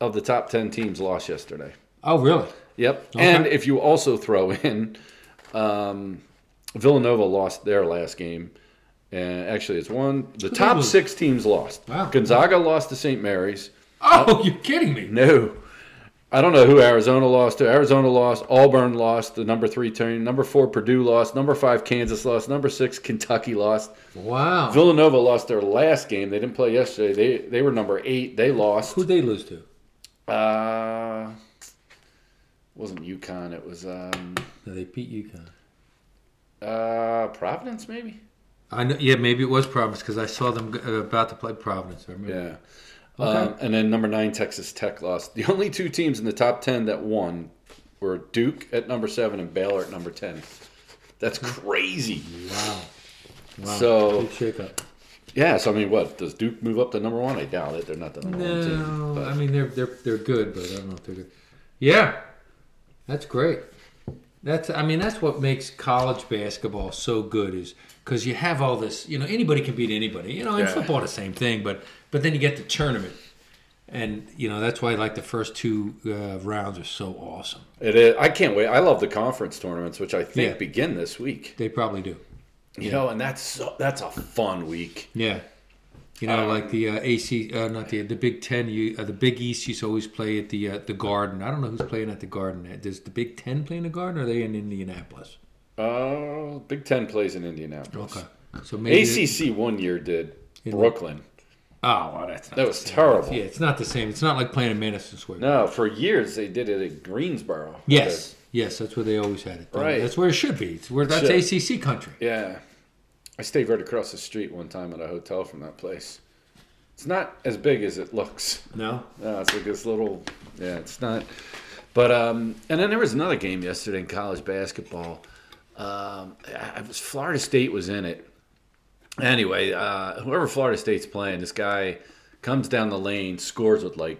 Speaker 2: of the top 10 teams lost yesterday.
Speaker 3: Oh, really?
Speaker 2: Yep.
Speaker 3: Okay.
Speaker 2: And if you also throw in, um, Villanova lost their last game. And actually, it's one. The top
Speaker 3: was-
Speaker 2: six teams lost.
Speaker 3: Wow.
Speaker 2: Gonzaga lost to St. Mary's.
Speaker 3: Oh, [LAUGHS] you're kidding me.
Speaker 2: No. I don't know who Arizona lost to. Arizona lost. Auburn lost. The number three team. Number four, Purdue lost. Number five, Kansas lost. Number six, Kentucky lost.
Speaker 3: Wow.
Speaker 2: Villanova lost their last game. They didn't play yesterday. They they were number eight. They lost.
Speaker 3: Who'd they lose to?
Speaker 2: Uh, wasn't UConn. It was um,
Speaker 3: No, they beat UConn.
Speaker 2: uh, Providence, maybe.
Speaker 3: I know, yeah, maybe it was Providence because I saw them uh, about to play Providence. I remember.
Speaker 2: Yeah.
Speaker 3: Okay.
Speaker 2: Um, and then number nine, Texas Tech lost. The only two teams in the top ten that won were Duke at number seven and Baylor at number ten. That's
Speaker 3: Hmm.
Speaker 2: crazy.
Speaker 3: Wow. Wow.
Speaker 2: So-
Speaker 3: Big shakeup.
Speaker 2: Yeah, so I mean, what does Duke move up to number one? I doubt it. They're not the number one team.
Speaker 3: No,
Speaker 2: but-
Speaker 3: I mean they're they're they're good, but I don't know if they're good. Yeah, that's great. That's I mean that's what makes college basketball so good is because you have all this. You know anybody can beat anybody. You know
Speaker 2: Yeah.
Speaker 3: in football the same thing, but but then you get the tournament, and you know that's why like the first two uh, rounds are so awesome.
Speaker 2: It is. I can't wait. I love the conference tournaments, which I think
Speaker 3: Yeah.
Speaker 2: begin this week.
Speaker 3: They probably do.
Speaker 2: You know, and that's so, that's a fun week.
Speaker 3: Yeah. You know,
Speaker 2: Um,
Speaker 3: like the uh, AC, uh, not the the Big Ten, you, uh, the Big East used to always play at the uh, the Garden. I don't know who's playing at the Garden. Uh, Does the Big Ten play in the Garden? or Are they in Indianapolis?
Speaker 2: Uh, Big Ten plays in Indianapolis.
Speaker 3: Okay, so maybe
Speaker 2: ACC one year did
Speaker 3: In-
Speaker 2: Brooklyn.
Speaker 3: Oh, well, that's not
Speaker 2: That
Speaker 3: the
Speaker 2: was
Speaker 3: same.
Speaker 2: terrible.
Speaker 3: Yeah, it's not the same. It's not like playing in Madison Square.
Speaker 2: No, for years they did it at Greensboro.
Speaker 3: Yes, yes, that's where they always had it.
Speaker 2: Right.
Speaker 3: that's where it should be. It's where that's
Speaker 2: should.
Speaker 3: ACC country.
Speaker 2: Yeah. I stayed right across the street one time at a hotel from that place. It's not as big as it looks.
Speaker 3: No,
Speaker 2: No, it's like this little. Yeah, it's not. But um, and then there was another game yesterday in college basketball. Um, I I was Florida State was in it. Anyway, uh, whoever Florida State's playing, this guy comes down the lane, scores with like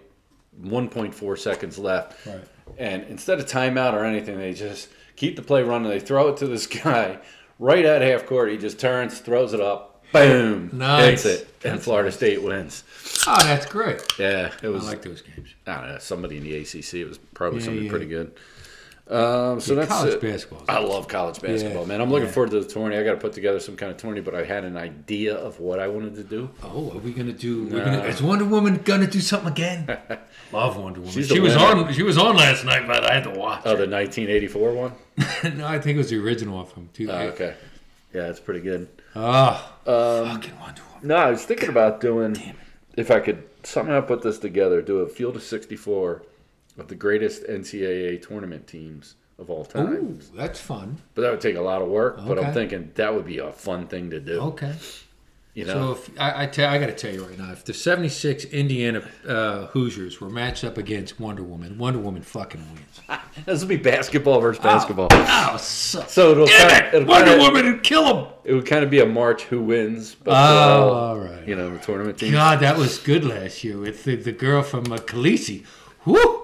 Speaker 2: 1.4 seconds left,
Speaker 3: Right.
Speaker 2: and instead of timeout or anything, they just keep the play running. They throw it to this [LAUGHS] guy right at half court. He just turns, throws it up, boom,
Speaker 3: Nice.
Speaker 2: hits it, and Florida State wins. Ah.
Speaker 3: oh, that's great.
Speaker 2: Yeah, it
Speaker 3: I
Speaker 2: was
Speaker 3: like those games.
Speaker 2: I don't know, somebody in the ACC. It was probably
Speaker 3: Yeah,
Speaker 2: somebody
Speaker 3: yeah.
Speaker 2: pretty good. Um, so that's
Speaker 3: college
Speaker 2: it.
Speaker 3: basketball. is
Speaker 2: I love college basketball,
Speaker 3: Yeah,
Speaker 2: man. I'm looking
Speaker 3: yeah.
Speaker 2: forward to the tourney. I got to put together some kind of tourney, but I had an idea of what I wanted to do.
Speaker 3: Oh, are we gonna do? We're gonna, is Wonder Woman gonna do something again? [LAUGHS] Love Wonder Woman.
Speaker 2: She's the
Speaker 3: she was
Speaker 2: winner.
Speaker 3: on. She was on last night, but I had to watch.
Speaker 2: Oh, the 1984 one.
Speaker 3: [LAUGHS] no, I think it was the original one from two.
Speaker 2: Oh, okay, Um, yeah, that's pretty good.
Speaker 3: Ah, fucking Wonder Woman.
Speaker 2: No, I was thinking about doing if I could somehow put this together, do a field of 64 of the greatest NCAA tournament teams of all time.
Speaker 3: Ooh, that's fun.
Speaker 2: But that would take a lot of work. But I'm
Speaker 3: Okay.
Speaker 2: thinking that would be a fun thing to do.
Speaker 3: Okay.
Speaker 2: you
Speaker 3: So
Speaker 2: know,
Speaker 3: if, I, I, tell, I got to tell you right now, if the '76 Indiana uh, Hoosiers were matched up against Wonder Woman, Wonder Woman fucking wins.
Speaker 2: this would be basketball versus basketball.
Speaker 3: Oh, so,
Speaker 2: So Ah, it'll
Speaker 3: damn
Speaker 2: kind
Speaker 3: it!
Speaker 2: it'll
Speaker 3: Wonder
Speaker 2: kinda-
Speaker 3: Woman would kill him.
Speaker 2: it would kind of be a march who wins. But uh,
Speaker 3: Oh, all right.
Speaker 2: you know the tournament team.
Speaker 3: God, that was good last year with the, the girl from uh, Khaleesi.
Speaker 2: [LAUGHS]
Speaker 3: Woo!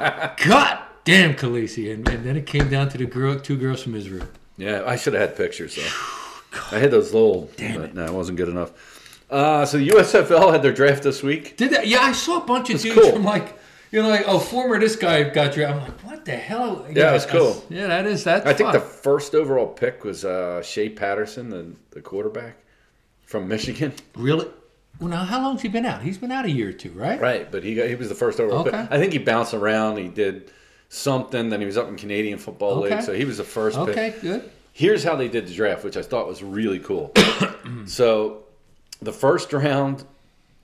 Speaker 3: God damn Khaleesi, and, and then it came down to the girl, two girls from Israel.
Speaker 2: Yeah, I should have had pictures though. I had those little, but no, it wasn't good enough. Uh, so the USFL had their draft this week.
Speaker 3: Did that? Yeah, I saw a bunch of dudes
Speaker 2: cool.
Speaker 3: from like, you know, like oh, former this guy got drafted. I'm like, what the hell? Yeah,
Speaker 2: it's
Speaker 3: that's-
Speaker 2: cool.
Speaker 3: Yeah, that is that.
Speaker 2: I think the first overall pick was uh, Shea Patterson, the, the quarterback from Michigan.
Speaker 3: really. Well, now how long's he been out? He's been out a year or two, right?
Speaker 2: Right, but he got, he was the first overall
Speaker 3: Okay.
Speaker 2: pick. I think he bounced around. He did something. Then he was up in Canadian Football
Speaker 3: Okay.
Speaker 2: League, so he was the first pick.
Speaker 3: Okay, good.
Speaker 2: Here's how they did the draft, which I thought was really
Speaker 3: [COUGHS]
Speaker 2: cool. so, the first round,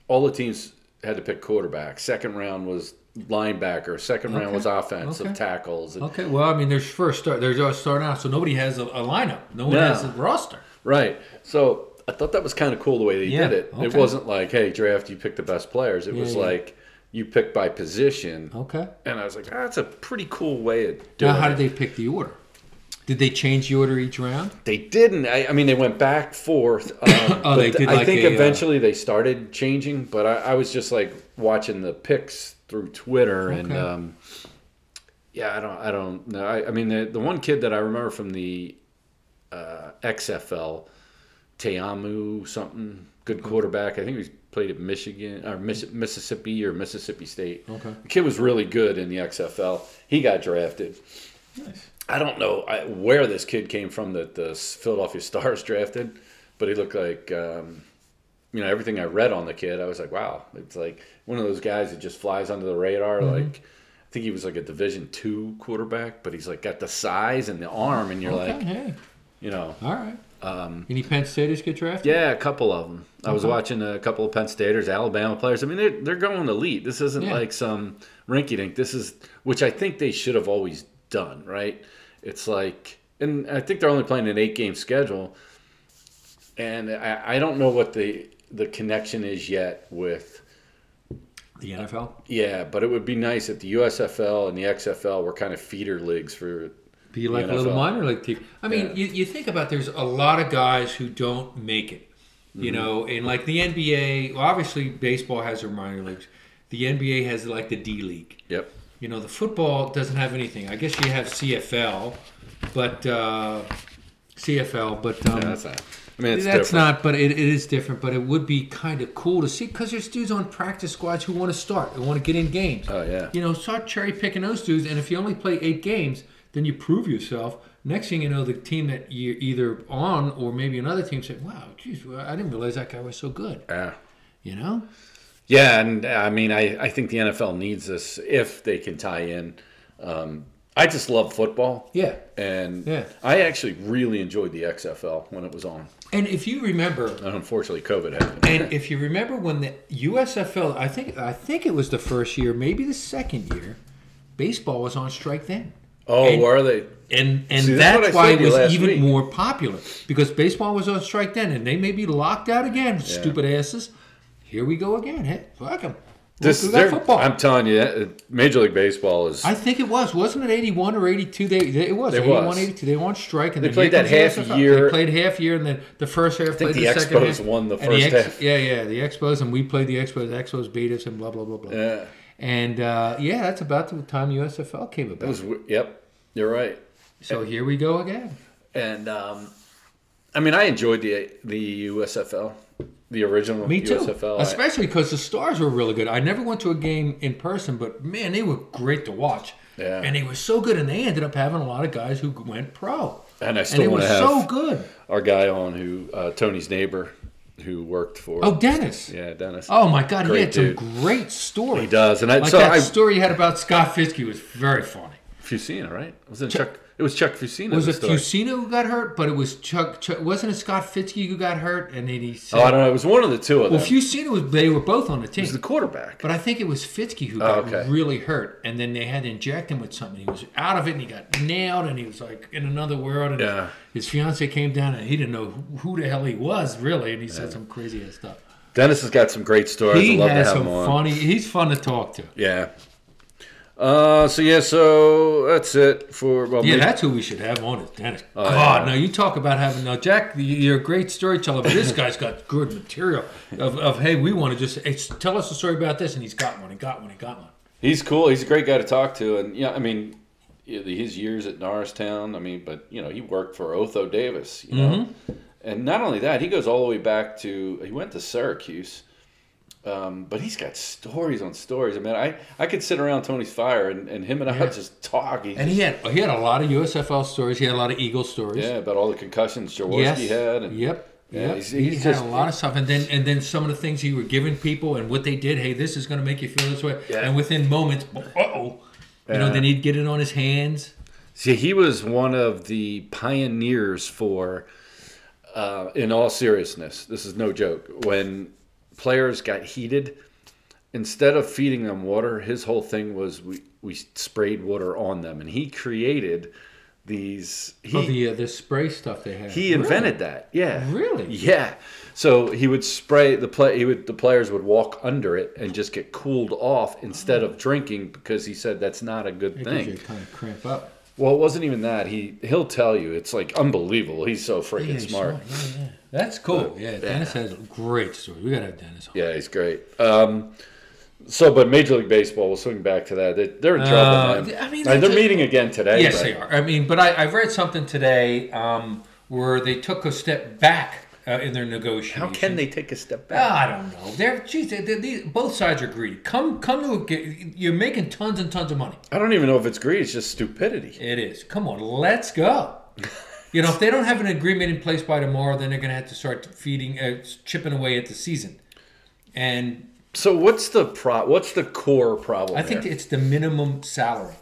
Speaker 2: all the teams had to pick quarterback. Second round was linebacker. Second round
Speaker 3: Okay.
Speaker 2: was offensive
Speaker 3: Okay. Oh.
Speaker 2: tackles.
Speaker 3: Okay, well, I mean, there's first start. There's all starting out, so nobody has a, a lineup. No one
Speaker 2: No.
Speaker 3: has a roster.
Speaker 2: Right. So I thought that was kind of cool the way they
Speaker 3: Yeah,
Speaker 2: did it. It
Speaker 3: okay.
Speaker 2: wasn't like, hey, draft, you pick the best players. It was
Speaker 3: yeah.
Speaker 2: like you pick by position.
Speaker 3: Okay.
Speaker 2: And I was like, "Ah, that's a pretty cool way of doing
Speaker 3: Now, how
Speaker 2: it.
Speaker 3: did they pick the order? Did they change the order each round?
Speaker 2: They didn't. I, I mean, they went back forth. Um,
Speaker 3: [COUGHS]
Speaker 2: but
Speaker 3: they
Speaker 2: th-
Speaker 3: did
Speaker 2: I
Speaker 3: like
Speaker 2: think
Speaker 3: a, uh,
Speaker 2: eventually they started changing, but I, I was just like watching the picks through Twitter and.
Speaker 3: Okay.
Speaker 2: Um, yeah, I don't. I don't know. I, I mean, the, the one kid that I remember from the uh, XFL, Teamu something, good
Speaker 3: Hmm.
Speaker 2: quarterback. I think he played at Michigan or Miss, Mississippi or Mississippi State.
Speaker 3: Okay.
Speaker 2: the kid was really good in the XFL. He got drafted.
Speaker 3: Nice.
Speaker 2: I don't know I, where this kid came from that the Philadelphia Stars [LAUGHS] drafted, but he looked like, um, you know, everything I read on the kid, I was like, wow, it's like one of those guys that just flies under the radar.
Speaker 3: Mm-hmm.
Speaker 2: Like, I think he was like a Division two quarterback, but he's like got the size and the arm, and you're
Speaker 3: Okay,
Speaker 2: like,
Speaker 3: Oh, hey,
Speaker 2: you know,
Speaker 3: all right. Um, Any Penn Staters get drafted?
Speaker 2: yeah, a couple of them. I was watching a couple of Penn Staters, Alabama players. I mean, they're they're going elite. This isn't
Speaker 3: Yeah.
Speaker 2: like some rinky dink. This is which I think they should have always done, right? It's like, and I think they're only playing an eight game schedule, and I, I don't know what the the connection is yet with.
Speaker 3: The NFL?
Speaker 2: Yeah, but it would be nice if the USFL and the XFL were kind of feeder leagues for.
Speaker 3: Be like a little
Speaker 2: NFL.
Speaker 3: minor league team. I mean,
Speaker 2: Yeah.
Speaker 3: you, you think about there's a lot of guys who don't make it, you
Speaker 2: Mm-hmm.
Speaker 3: know, and like the NBA, well, obviously baseball has their minor leagues. The NBA has like the D League.
Speaker 2: Yep.
Speaker 3: You know, the football doesn't have anything. I guess you have CFL, but uh, CFL, but um,
Speaker 2: Yeah, that's not. I mean, it's
Speaker 3: That's
Speaker 2: different.
Speaker 3: not, but it, it is different. But it would be kind of cool to see because there's dudes on practice squads who want to start, who want to get in games.
Speaker 2: Oh, yeah.
Speaker 3: You know, start cherry picking those dudes, and if you only play eight games, then you prove yourself. Next thing you know, the team that you're either on or maybe another team said, "Wow, geez, well, I didn't realize that guy was so good."
Speaker 2: Yeah.
Speaker 3: You know,
Speaker 2: Yeah, and uh, I mean, I, I think the NFL needs this if they can tie in. Um, I just love football.
Speaker 3: yeah.
Speaker 2: And
Speaker 3: Yeah.
Speaker 2: I actually really enjoyed the XFL when it was on.
Speaker 3: And if you remember,
Speaker 2: And unfortunately, COVID happened.
Speaker 3: and if you remember when the USFL, I think I think it was the first year, maybe the second year, baseball was on strike then.
Speaker 2: Oh,
Speaker 3: and-
Speaker 2: were they?
Speaker 3: And and
Speaker 2: See, that's
Speaker 3: that's,
Speaker 2: what I said
Speaker 3: why it
Speaker 2: to you last
Speaker 3: was even
Speaker 2: week.
Speaker 3: more popular because baseball was on strike then, and they may be locked out again. Stupid asses! Here we go again. Hey, fuck them.
Speaker 2: This,
Speaker 3: Look, we got
Speaker 2: they're-
Speaker 3: football.
Speaker 2: I'm telling you, uh, Major League Baseball is. uh,
Speaker 3: I think it was, wasn't it? Eighty-one or eighty-two? They, they it was
Speaker 2: It was.
Speaker 3: 81, 82. They were on strike, and
Speaker 2: They
Speaker 3: then
Speaker 2: played
Speaker 3: here
Speaker 2: that
Speaker 3: comes
Speaker 2: half
Speaker 3: USFL.
Speaker 2: year.
Speaker 3: They played half year, and then the first half. I
Speaker 2: think
Speaker 3: played
Speaker 2: the
Speaker 3: second
Speaker 2: Expos
Speaker 3: half.
Speaker 2: won the
Speaker 3: And the
Speaker 2: first
Speaker 3: Ex-
Speaker 2: half.
Speaker 3: Yeah, yeah, the Expos, and we played the Expos. The Expos beat us, and blah blah blah blah.
Speaker 2: yeah,
Speaker 3: And uh, yeah, that's about the time USFL came
Speaker 2: it
Speaker 3: about.
Speaker 2: was, w- yep, you're right.
Speaker 3: so here we go again.
Speaker 2: And um, I mean, I enjoyed the the USFL, the original
Speaker 3: Me too.
Speaker 2: USFL. I-
Speaker 3: Especially because the stars were really good. I never went to a game in person, but man, they were great to watch.
Speaker 2: Yeah.
Speaker 3: And they were so good, and they ended up having a lot of guys who went pro.
Speaker 2: and I
Speaker 3: And
Speaker 2: still
Speaker 3: it
Speaker 2: want
Speaker 3: was
Speaker 2: to have
Speaker 3: so good.
Speaker 2: our guy on who uh, Tony's neighbor, who worked for.
Speaker 3: Oh, Dennis.
Speaker 2: Yeah, Dennis.
Speaker 3: Oh my God,
Speaker 2: Great
Speaker 3: he had
Speaker 2: dude.
Speaker 3: some great stories.
Speaker 2: He does, and I,
Speaker 3: Like
Speaker 2: so
Speaker 3: that
Speaker 2: I,
Speaker 3: story you had about Scott Fiske was very funny.
Speaker 2: Fusina, right? Was it Chuck? It was Chuck Fusino.
Speaker 3: Was
Speaker 2: who
Speaker 3: it
Speaker 2: started.
Speaker 3: Fusino who got hurt? But it was Chuck. Chuck wasn't it Scott Fitzky who got hurt? And then he said,
Speaker 2: Oh, I don't know. It was one of the two of them.
Speaker 3: "Well, Fusino was. They were both on the
Speaker 2: He
Speaker 3: team,
Speaker 2: was the quarterback.
Speaker 3: but I think it was Fitzky who got
Speaker 2: Oh, okay.
Speaker 3: really hurt. And then they had to inject him with something. He was out of it, and he got nailed, and he was like in another world. And
Speaker 2: Yeah.
Speaker 3: his fiance came down, and he didn't know who, who the hell he was really, and he said some crazy ass stuff.
Speaker 2: Dennis has got some great stories.
Speaker 3: He
Speaker 2: I'd love
Speaker 3: has
Speaker 2: to have
Speaker 3: some
Speaker 2: him on.
Speaker 3: funny. He's fun to talk to.
Speaker 2: Yeah. Uh, so yeah, so that's it for well,
Speaker 3: Yeah,
Speaker 2: maybe-
Speaker 3: that's who we should have on it, Dennis.
Speaker 2: Oh,
Speaker 3: God,
Speaker 2: yeah.
Speaker 3: now you talk about having now, Jack. you- You're a great storyteller, but
Speaker 2: [LAUGHS]
Speaker 3: this guy's got good material. Of, of hey, we want to just hey, s- tell us a story about this, and he's got one, and got one, and got one.
Speaker 2: he's cool. He's a great guy to talk to, and yeah, I mean, yeah, his years at Norristown. I mean, but you know, he worked for Otho Davis. You know,
Speaker 3: Mm-hmm.
Speaker 2: and not only that, he goes all the way back to he went to Syracuse. Um, but he's got stories on stories. I mean, I, I could sit around Tony's fire and, and him and I
Speaker 3: Yeah.
Speaker 2: just talk. He
Speaker 3: And he had he had a lot of USFL stories. He had a lot of Eagle stories.
Speaker 2: yeah, about all the concussions Jaworski
Speaker 3: yes.
Speaker 2: had. And,
Speaker 3: yep.
Speaker 2: Yeah,
Speaker 3: yep.
Speaker 2: he's-
Speaker 3: he
Speaker 2: he's
Speaker 3: had
Speaker 2: just-
Speaker 3: a lot of stuff, and then and then some of the things he were giving people, and what they did. Hey, this is going to make you feel this way,
Speaker 2: Yeah.
Speaker 3: and within moments, uh oh, you know,
Speaker 2: Yeah.
Speaker 3: then he'd get it on his hands.
Speaker 2: See, he was one of the pioneers for, uh, in all seriousness, this is no joke, when players got heated, instead of feeding them water, his whole thing was we, we sprayed water on them. And he created these. He,
Speaker 3: of the uh, the spray stuff they had.
Speaker 2: he invented that. Yeah.
Speaker 3: Really?
Speaker 2: Yeah. So he would spray the play. He would the players would walk under it and just get cooled off instead of drinking because he said that's not a good
Speaker 3: Uh-huh. It
Speaker 2: thing.
Speaker 3: gives you kind of cramp up.
Speaker 2: Well, it wasn't even that. He he'll tell you. It's like unbelievable. He's so freaking
Speaker 3: Yeah, he's
Speaker 2: smart.
Speaker 3: smart. Yeah, yeah. That's cool. Yeah, Dennis has a great story. We gotta have Dennis on.
Speaker 2: Yeah, he's great. Um, so, but Major League Baseball. We'll swing back to that. They, they're in trouble.
Speaker 3: Uh,
Speaker 2: man.
Speaker 3: I
Speaker 2: Like,
Speaker 3: mean, that's
Speaker 2: they're
Speaker 3: a-
Speaker 2: meeting again today.
Speaker 3: Yes,
Speaker 2: but-
Speaker 3: they are. I mean, but I, I've read something today um, where they took a step back uh, in their negotiations.
Speaker 2: How can they take a step
Speaker 3: Ah,
Speaker 2: back?
Speaker 3: I don't know. They're, geez, they, they, they- both sides are greedy. Come, come to a, ge- you're making tons and tons of money.
Speaker 2: I don't even know if it's greed. It's just stupidity.
Speaker 3: It is. Come on, let's go. You know, if they don't have an agreement in place by tomorrow, then they're going to have to start feeding, uh, chipping away at the season. And
Speaker 2: So, what's the pro? What's the core problem?
Speaker 3: I think
Speaker 2: here?
Speaker 3: it's the minimum salary,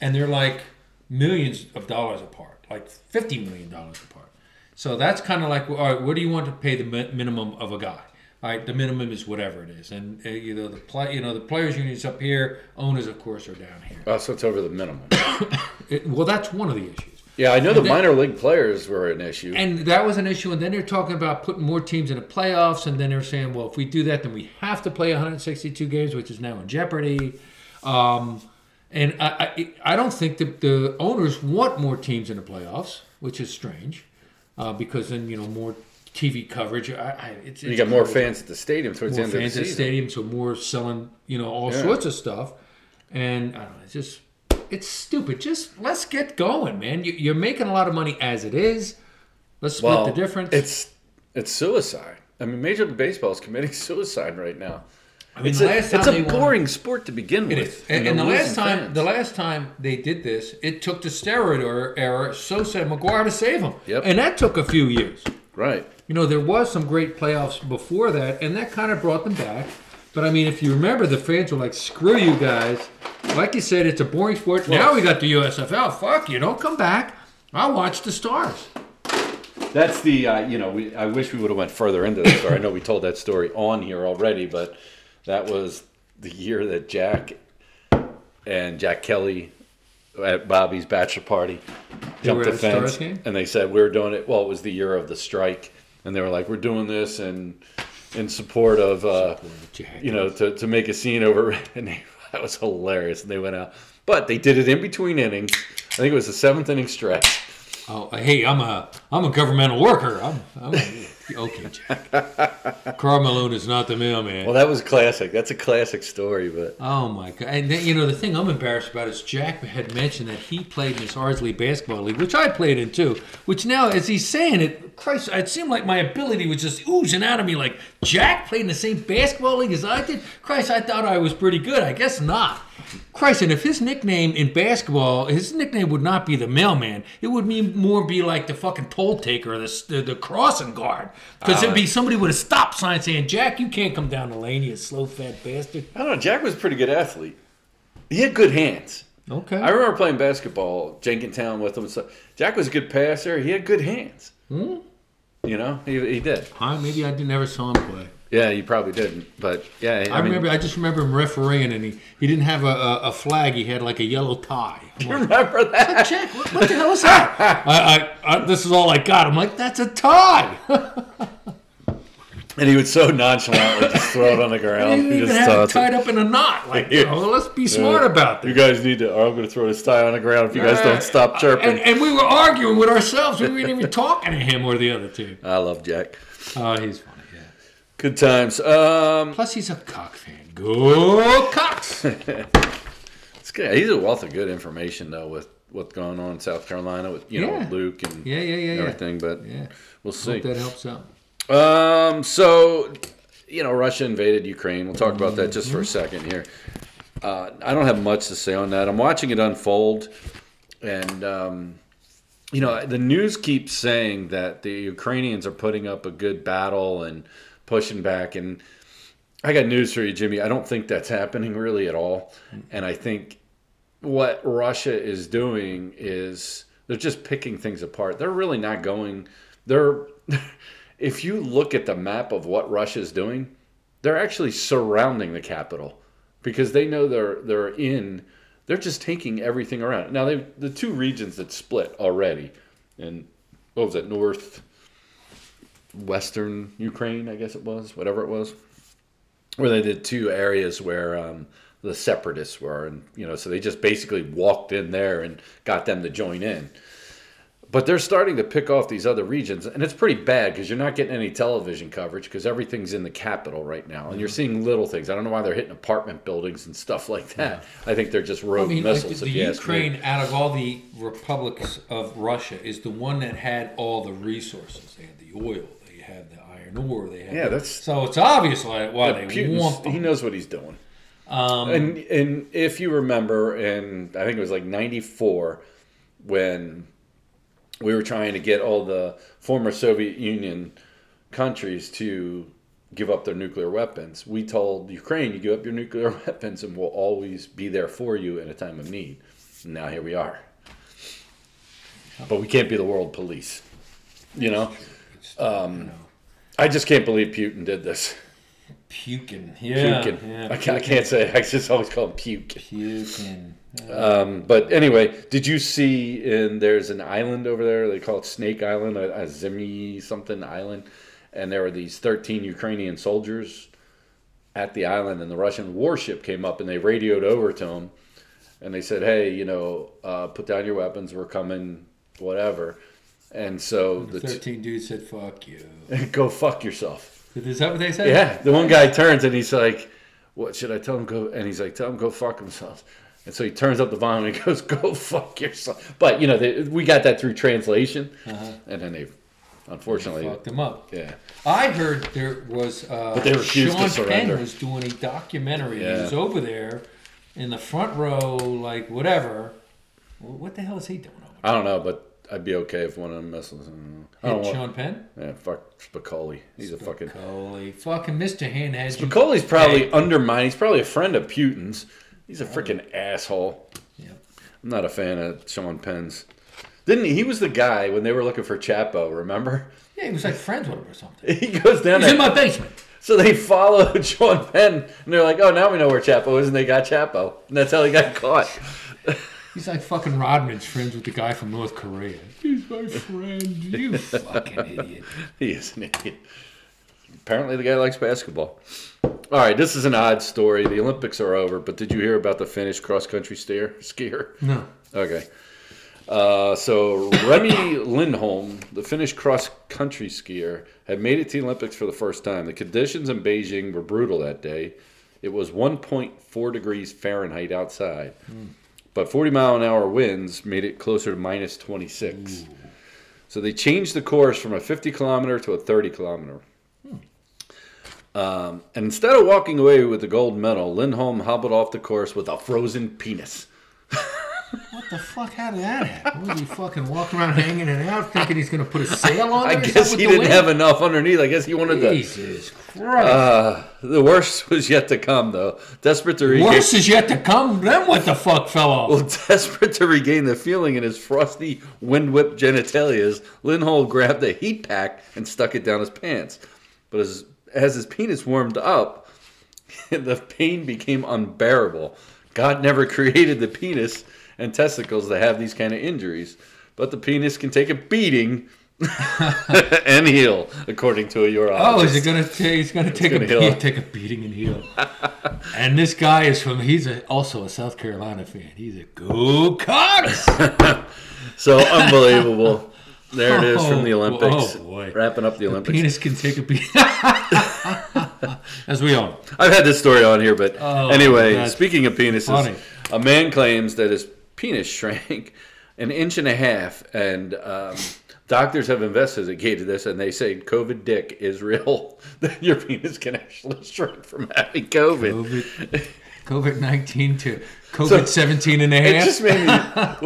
Speaker 3: and they're like millions of dollars apart, like fifty million dollars apart. So that's kind of like, all right, what do you want to pay the mi- minimum of a guy? All right, the minimum is whatever it is, and uh, you know the play, you know the players' unions up here, owners of course are down here.
Speaker 2: oh, so it's over the minimum.
Speaker 3: It- well, that's one of the issues,
Speaker 2: yeah, I know the
Speaker 3: then-
Speaker 2: minor league players were an issue.
Speaker 3: and that was an issue. And then they're talking about putting more teams in the playoffs, and then they're saying, well, if we do that, then we have to play 162 games, which is now in jeopardy. Um, and I, I, I don't think that the owners want more teams in the playoffs, which is strange, uh, because then you know more TV coverage. I, I, it's,
Speaker 2: you
Speaker 3: it's
Speaker 2: got more
Speaker 3: crazy.
Speaker 2: fans at the stadium towards
Speaker 3: more
Speaker 2: the end
Speaker 3: fans
Speaker 2: of
Speaker 3: at
Speaker 2: the
Speaker 3: the
Speaker 2: season.
Speaker 3: stadium, so more selling, you know, all
Speaker 2: Yeah.
Speaker 3: sorts of stuff. And I don't know, it's just it's stupid. Just let's get going, man. You, you're making a lot of money as it is. Let's split
Speaker 2: Well,
Speaker 3: the difference.
Speaker 2: It's it's suicide. I mean, Major League Baseball is committing [LAUGHS] suicide right now.
Speaker 3: I mean,
Speaker 2: it's
Speaker 3: the
Speaker 2: a,
Speaker 3: last time
Speaker 2: it's a
Speaker 3: they won-
Speaker 2: boring sport to begin with.
Speaker 3: It is. And, and the
Speaker 2: they're
Speaker 3: last
Speaker 2: losing
Speaker 3: time,
Speaker 2: fans.
Speaker 3: the last time they did this, it took the steroid or error, so said McGuire to save him,
Speaker 2: Yep.
Speaker 3: and that took a few years.
Speaker 2: right?
Speaker 3: You know, there was some great playoffs before that, and that kind of brought them back. But I mean, if you remember, the fans were like, "Screw you guys!" Like you said, it's a boring sport. now we got the USFL. Fuck you! Don't come back. I watch the stars.
Speaker 2: That's the uh, you know. We, I wish we would have went further into this story. I know we told that story on here already, but that was the year that Jack and Jack Kelly at Bobby's bachelor party
Speaker 3: were
Speaker 2: jumped the
Speaker 3: at a
Speaker 2: fence,
Speaker 3: Stars game?
Speaker 2: and they said we are doing it. Well, it was the year of the strike, and they were like, "We're doing this and in support of." Uh, you know, to, to make a scene over [LAUGHS] it. And they, that was hilarious. And they went out, but they did it in between innings. I think it was the seventh inning stretch.
Speaker 3: Oh, hey, I'm a I'm a governmental worker. I'm, I'm a, okay, Jack. Carl Malone is not the mailman.
Speaker 2: Well, that was classic. That's a classic story, but
Speaker 3: Oh my god! And then, you know the thing I'm embarrassed about is Jack had mentioned that he played in this Ardsley basketball league, which I played in too. Which now, as he's saying it, Christ, it seemed like my ability was just oozing out of me. Like Jack played in the same basketball league as I did. Christ, I thought I was pretty good. I guess not. Christ, and if his nickname in basketball, his nickname would not be the mailman. It would be more be like the fucking toll taker, or the the, the crossing guard, because it'd be somebody with a stop sign saying, "Jack, you can't come down the lane, you slow fat bastard."
Speaker 2: I don't know. Jack was a pretty good athlete. He had good hands.
Speaker 3: Okay.
Speaker 2: I remember playing basketball, Jenkintown with him. and stuff. Jack was a good passer. He had good hands.
Speaker 3: Hmm?
Speaker 2: You know, he, he did.
Speaker 3: Huh, maybe I did, never saw him play.
Speaker 2: Yeah, he probably didn't. But yeah,
Speaker 3: I, remember. I just remember him refereeing, and he, he didn't have a, a, a flag. He had like a yellow tie. I'm like,
Speaker 2: [LAUGHS] Remember that?
Speaker 3: [LAUGHS] Jack, what, what the hell is that? I, [LAUGHS] I, I, this is all I got. I'm like, that's a tie. [LAUGHS]
Speaker 2: And he would so nonchalantly just throw it on the
Speaker 3: I
Speaker 2: ground.
Speaker 3: didn't
Speaker 2: He
Speaker 3: even
Speaker 2: just
Speaker 3: have it
Speaker 2: tossed it.
Speaker 3: tied up in a knot. Like, you know, let's be smart about
Speaker 2: You
Speaker 3: this. Uh,
Speaker 2: guys need to. Or I'm going to throw this tie on the ground if you guys don't stop chirping.
Speaker 3: And, and we were arguing with ourselves. We weren't even talking to him or the other [LAUGHS] two.
Speaker 2: I love Jack.
Speaker 3: Oh, he's funny. Yeah.
Speaker 2: Good times. Um,
Speaker 3: Plus, he's a cock fan. Go [LAUGHS] Cox.
Speaker 2: it's good. He's a wealth of good information though with what's going on in South Carolina with you
Speaker 3: Yeah.
Speaker 2: know Luke and
Speaker 3: Yeah, yeah, yeah, yeah.
Speaker 2: everything. But
Speaker 3: Yeah.
Speaker 2: we'll
Speaker 3: Hope
Speaker 2: see.
Speaker 3: that helps out.
Speaker 2: Um, so you know Russia invaded Ukraine. We'll talk about that just for a second here. Uh, I don't have much to say on that. I'm watching it unfold, and um, you know the news keeps saying that the Ukrainians are putting up a good battle and pushing back and. I got news for you, Jimmy. I don't think that's [LAUGHS] happening really at all. And I think what Russia is doing is they're just picking things apart. They're really not going. They're [LAUGHS] if you look at the map of what Russia's doing, they're actually surrounding the capital because they know they're they're in. They're just taking everything around. Now they the two regions that split already, and what was it? North, western Ukraine, I guess it was, whatever it was where they did two areas where um, the separatists were, and you know, so they just basically walked in there and got them to join in. But they're starting to pick off these other regions, and it's pretty bad because you're not getting any television coverage because everything's in the capital right now, and you're
Speaker 3: Mm-hmm.
Speaker 2: seeing little things. I don't know why they're hitting apartment buildings and stuff like that. I think they're just rogue
Speaker 3: I mean, like,
Speaker 2: missiles.
Speaker 3: the
Speaker 2: if you ask me.
Speaker 3: Ukraine, out of all the republics of Russia, is the one that had all the resources. They had the oil, they had the iron ore, they had.
Speaker 2: Yeah,
Speaker 3: the-
Speaker 2: that's-
Speaker 3: so it's obvious why, why they
Speaker 2: Putin's-
Speaker 3: want
Speaker 2: he
Speaker 3: them. Um,
Speaker 2: knows what he's doing. and and if you remember, in I think it was like '94 when we were trying to get all the former Soviet Union countries to give up their nuclear weapons. We told Ukraine, "You give up your nuclear [LAUGHS] weapons, and we'll always be there for you in a time of need." And now here we are, but we can't be the world police. You know, um,
Speaker 3: you know,
Speaker 2: I just can't believe Putin did this.
Speaker 3: puking. Yeah,
Speaker 2: Putin.
Speaker 3: yeah,
Speaker 2: I, can't, I can't say. I just always call him Puke.
Speaker 3: puking.
Speaker 2: Um, but anyway, did you see? And there's an island over there. They call it Snake Island, a, a Zimy something island. And there were these 13 Ukrainian soldiers at the island, and the Russian warship came up, and they radioed over to them, and they said, "Hey, you know, uh, put down your weapons. We're coming. Whatever." And so the t-
Speaker 3: Thirteen dudes said, "Fuck you."
Speaker 2: [LAUGHS] go fuck yourself.
Speaker 3: Is that what they said?
Speaker 2: Yeah, the one guy turns and he's like, "What should I tell him?" Go and he's like, "Tell him go fuck himself." And so he turns up the volume and [LAUGHS] he goes, "Go fuck yourself." But you know, they, we got that through translation,
Speaker 3: Uh-huh.
Speaker 2: and then they, unfortunately,
Speaker 3: Fucked them up.
Speaker 2: yeah,
Speaker 3: I heard there was uh,
Speaker 2: But they refused to
Speaker 3: Sean
Speaker 2: surrender.
Speaker 3: Penn was doing a documentary. He
Speaker 2: Yeah.
Speaker 3: was over there in the front row, like whatever. Well, what the hell is he doing over
Speaker 2: I don't know, but I'd be okay if one of them missiles. I don't know. I
Speaker 3: there?
Speaker 2: don't want,
Speaker 3: Sean Penn?
Speaker 2: yeah, fuck Spicoli. He's a Oh, fucking
Speaker 3: Holy fucking Mr. Handhead.
Speaker 2: Spicoli's probably undermined. He's probably a friend of Putin's. He's a freaking asshole.
Speaker 3: Yeah.
Speaker 2: I'm not a fan of Sean Penn's. Didn't he? He was the guy when they were looking for Chapo. Remember? [LAUGHS]
Speaker 3: yeah, he was like friends with him or something.
Speaker 2: He goes down.
Speaker 3: He's
Speaker 2: there-
Speaker 3: in my basement.
Speaker 2: So they [LAUGHS] followed Sean Penn, and they're like, "Oh, now we know where Chapo is," and they got Chapo, and that's how he got caught.
Speaker 3: He's like fucking Rodman's friends with the guy from North Korea. He's my
Speaker 2: [LAUGHS]
Speaker 3: friend. You fucking idiot.
Speaker 2: He is an idiot. Apparently, the guy likes basketball. All right, this is an odd story. The Olympics are over, but did you hear about the Finnish cross-country steer, [LAUGHS] skier?
Speaker 3: No.
Speaker 2: Okay. Uh, so Remy Lindholm, the Finnish cross-country skier, had made it to the Olympics for the first time. The conditions in Beijing were brutal that day. It was 1.4 degrees Fahrenheit outside, but 40 mile an hour winds made it closer to minus 26. So they changed the course from a 50 kilometer to a 30 kilometer. Um, and instead of walking away with the gold medal, Lindholm hobbled off the course with a frozen penis.
Speaker 3: What the fuck? How did that happen? Was he fucking walking around hanging it out, thinking he's gonna put a sail on?
Speaker 2: I
Speaker 3: it or
Speaker 2: guess
Speaker 3: something
Speaker 2: he
Speaker 3: with the
Speaker 2: didn't
Speaker 3: wind?
Speaker 2: have enough underneath. I guess he wanted to.
Speaker 3: Jesus Christ!
Speaker 2: Uh, the worst was yet to come, though. Desperate to regain,
Speaker 3: Worse is yet to come. Then what the fuck fell
Speaker 2: [LAUGHS]
Speaker 3: off?
Speaker 2: Well, desperate to regain the feeling in his frosty, wind-whipped genitalias, Lindholm grabbed a heat pack and stuck it down his pants. But as, as his penis warmed up, [LAUGHS] the pain became unbearable. God never [LAUGHS] created the penis and testicles to have these kind of injuries, but the penis can take a beating [LAUGHS] and heal, according to a urologist.
Speaker 3: Oh, is it gonna? ta- he's gonna take
Speaker 2: gonna
Speaker 3: a
Speaker 2: heal.
Speaker 3: beat, take a beating and
Speaker 2: [LAUGHS]
Speaker 3: heal. and this guy is from. He's a, also a South Carolina fan. He's a go
Speaker 2: [LAUGHS]
Speaker 3: Cubs.
Speaker 2: So unbelievable. There it is from the
Speaker 3: [LAUGHS] Oh,
Speaker 2: Olympics.
Speaker 3: oh, boy.
Speaker 2: Wrapping up the Olympics.
Speaker 3: Penis can take a beat. [LAUGHS] As we all. know.
Speaker 2: I've had this story on here, but
Speaker 3: Oh,
Speaker 2: anyway,
Speaker 3: that's
Speaker 2: speaking of penises,
Speaker 3: funny.
Speaker 2: a man claims that his penis [LAUGHS] shrank an inch and a half, and um, doctors have investigated this, and they say COVID dick is real. [LAUGHS] That your penis can actually shrink from having COVID.
Speaker 3: COVID, COVID nineteen to COVID seventeen and a
Speaker 2: It
Speaker 3: half.
Speaker 2: just made
Speaker 3: [LAUGHS]
Speaker 2: me.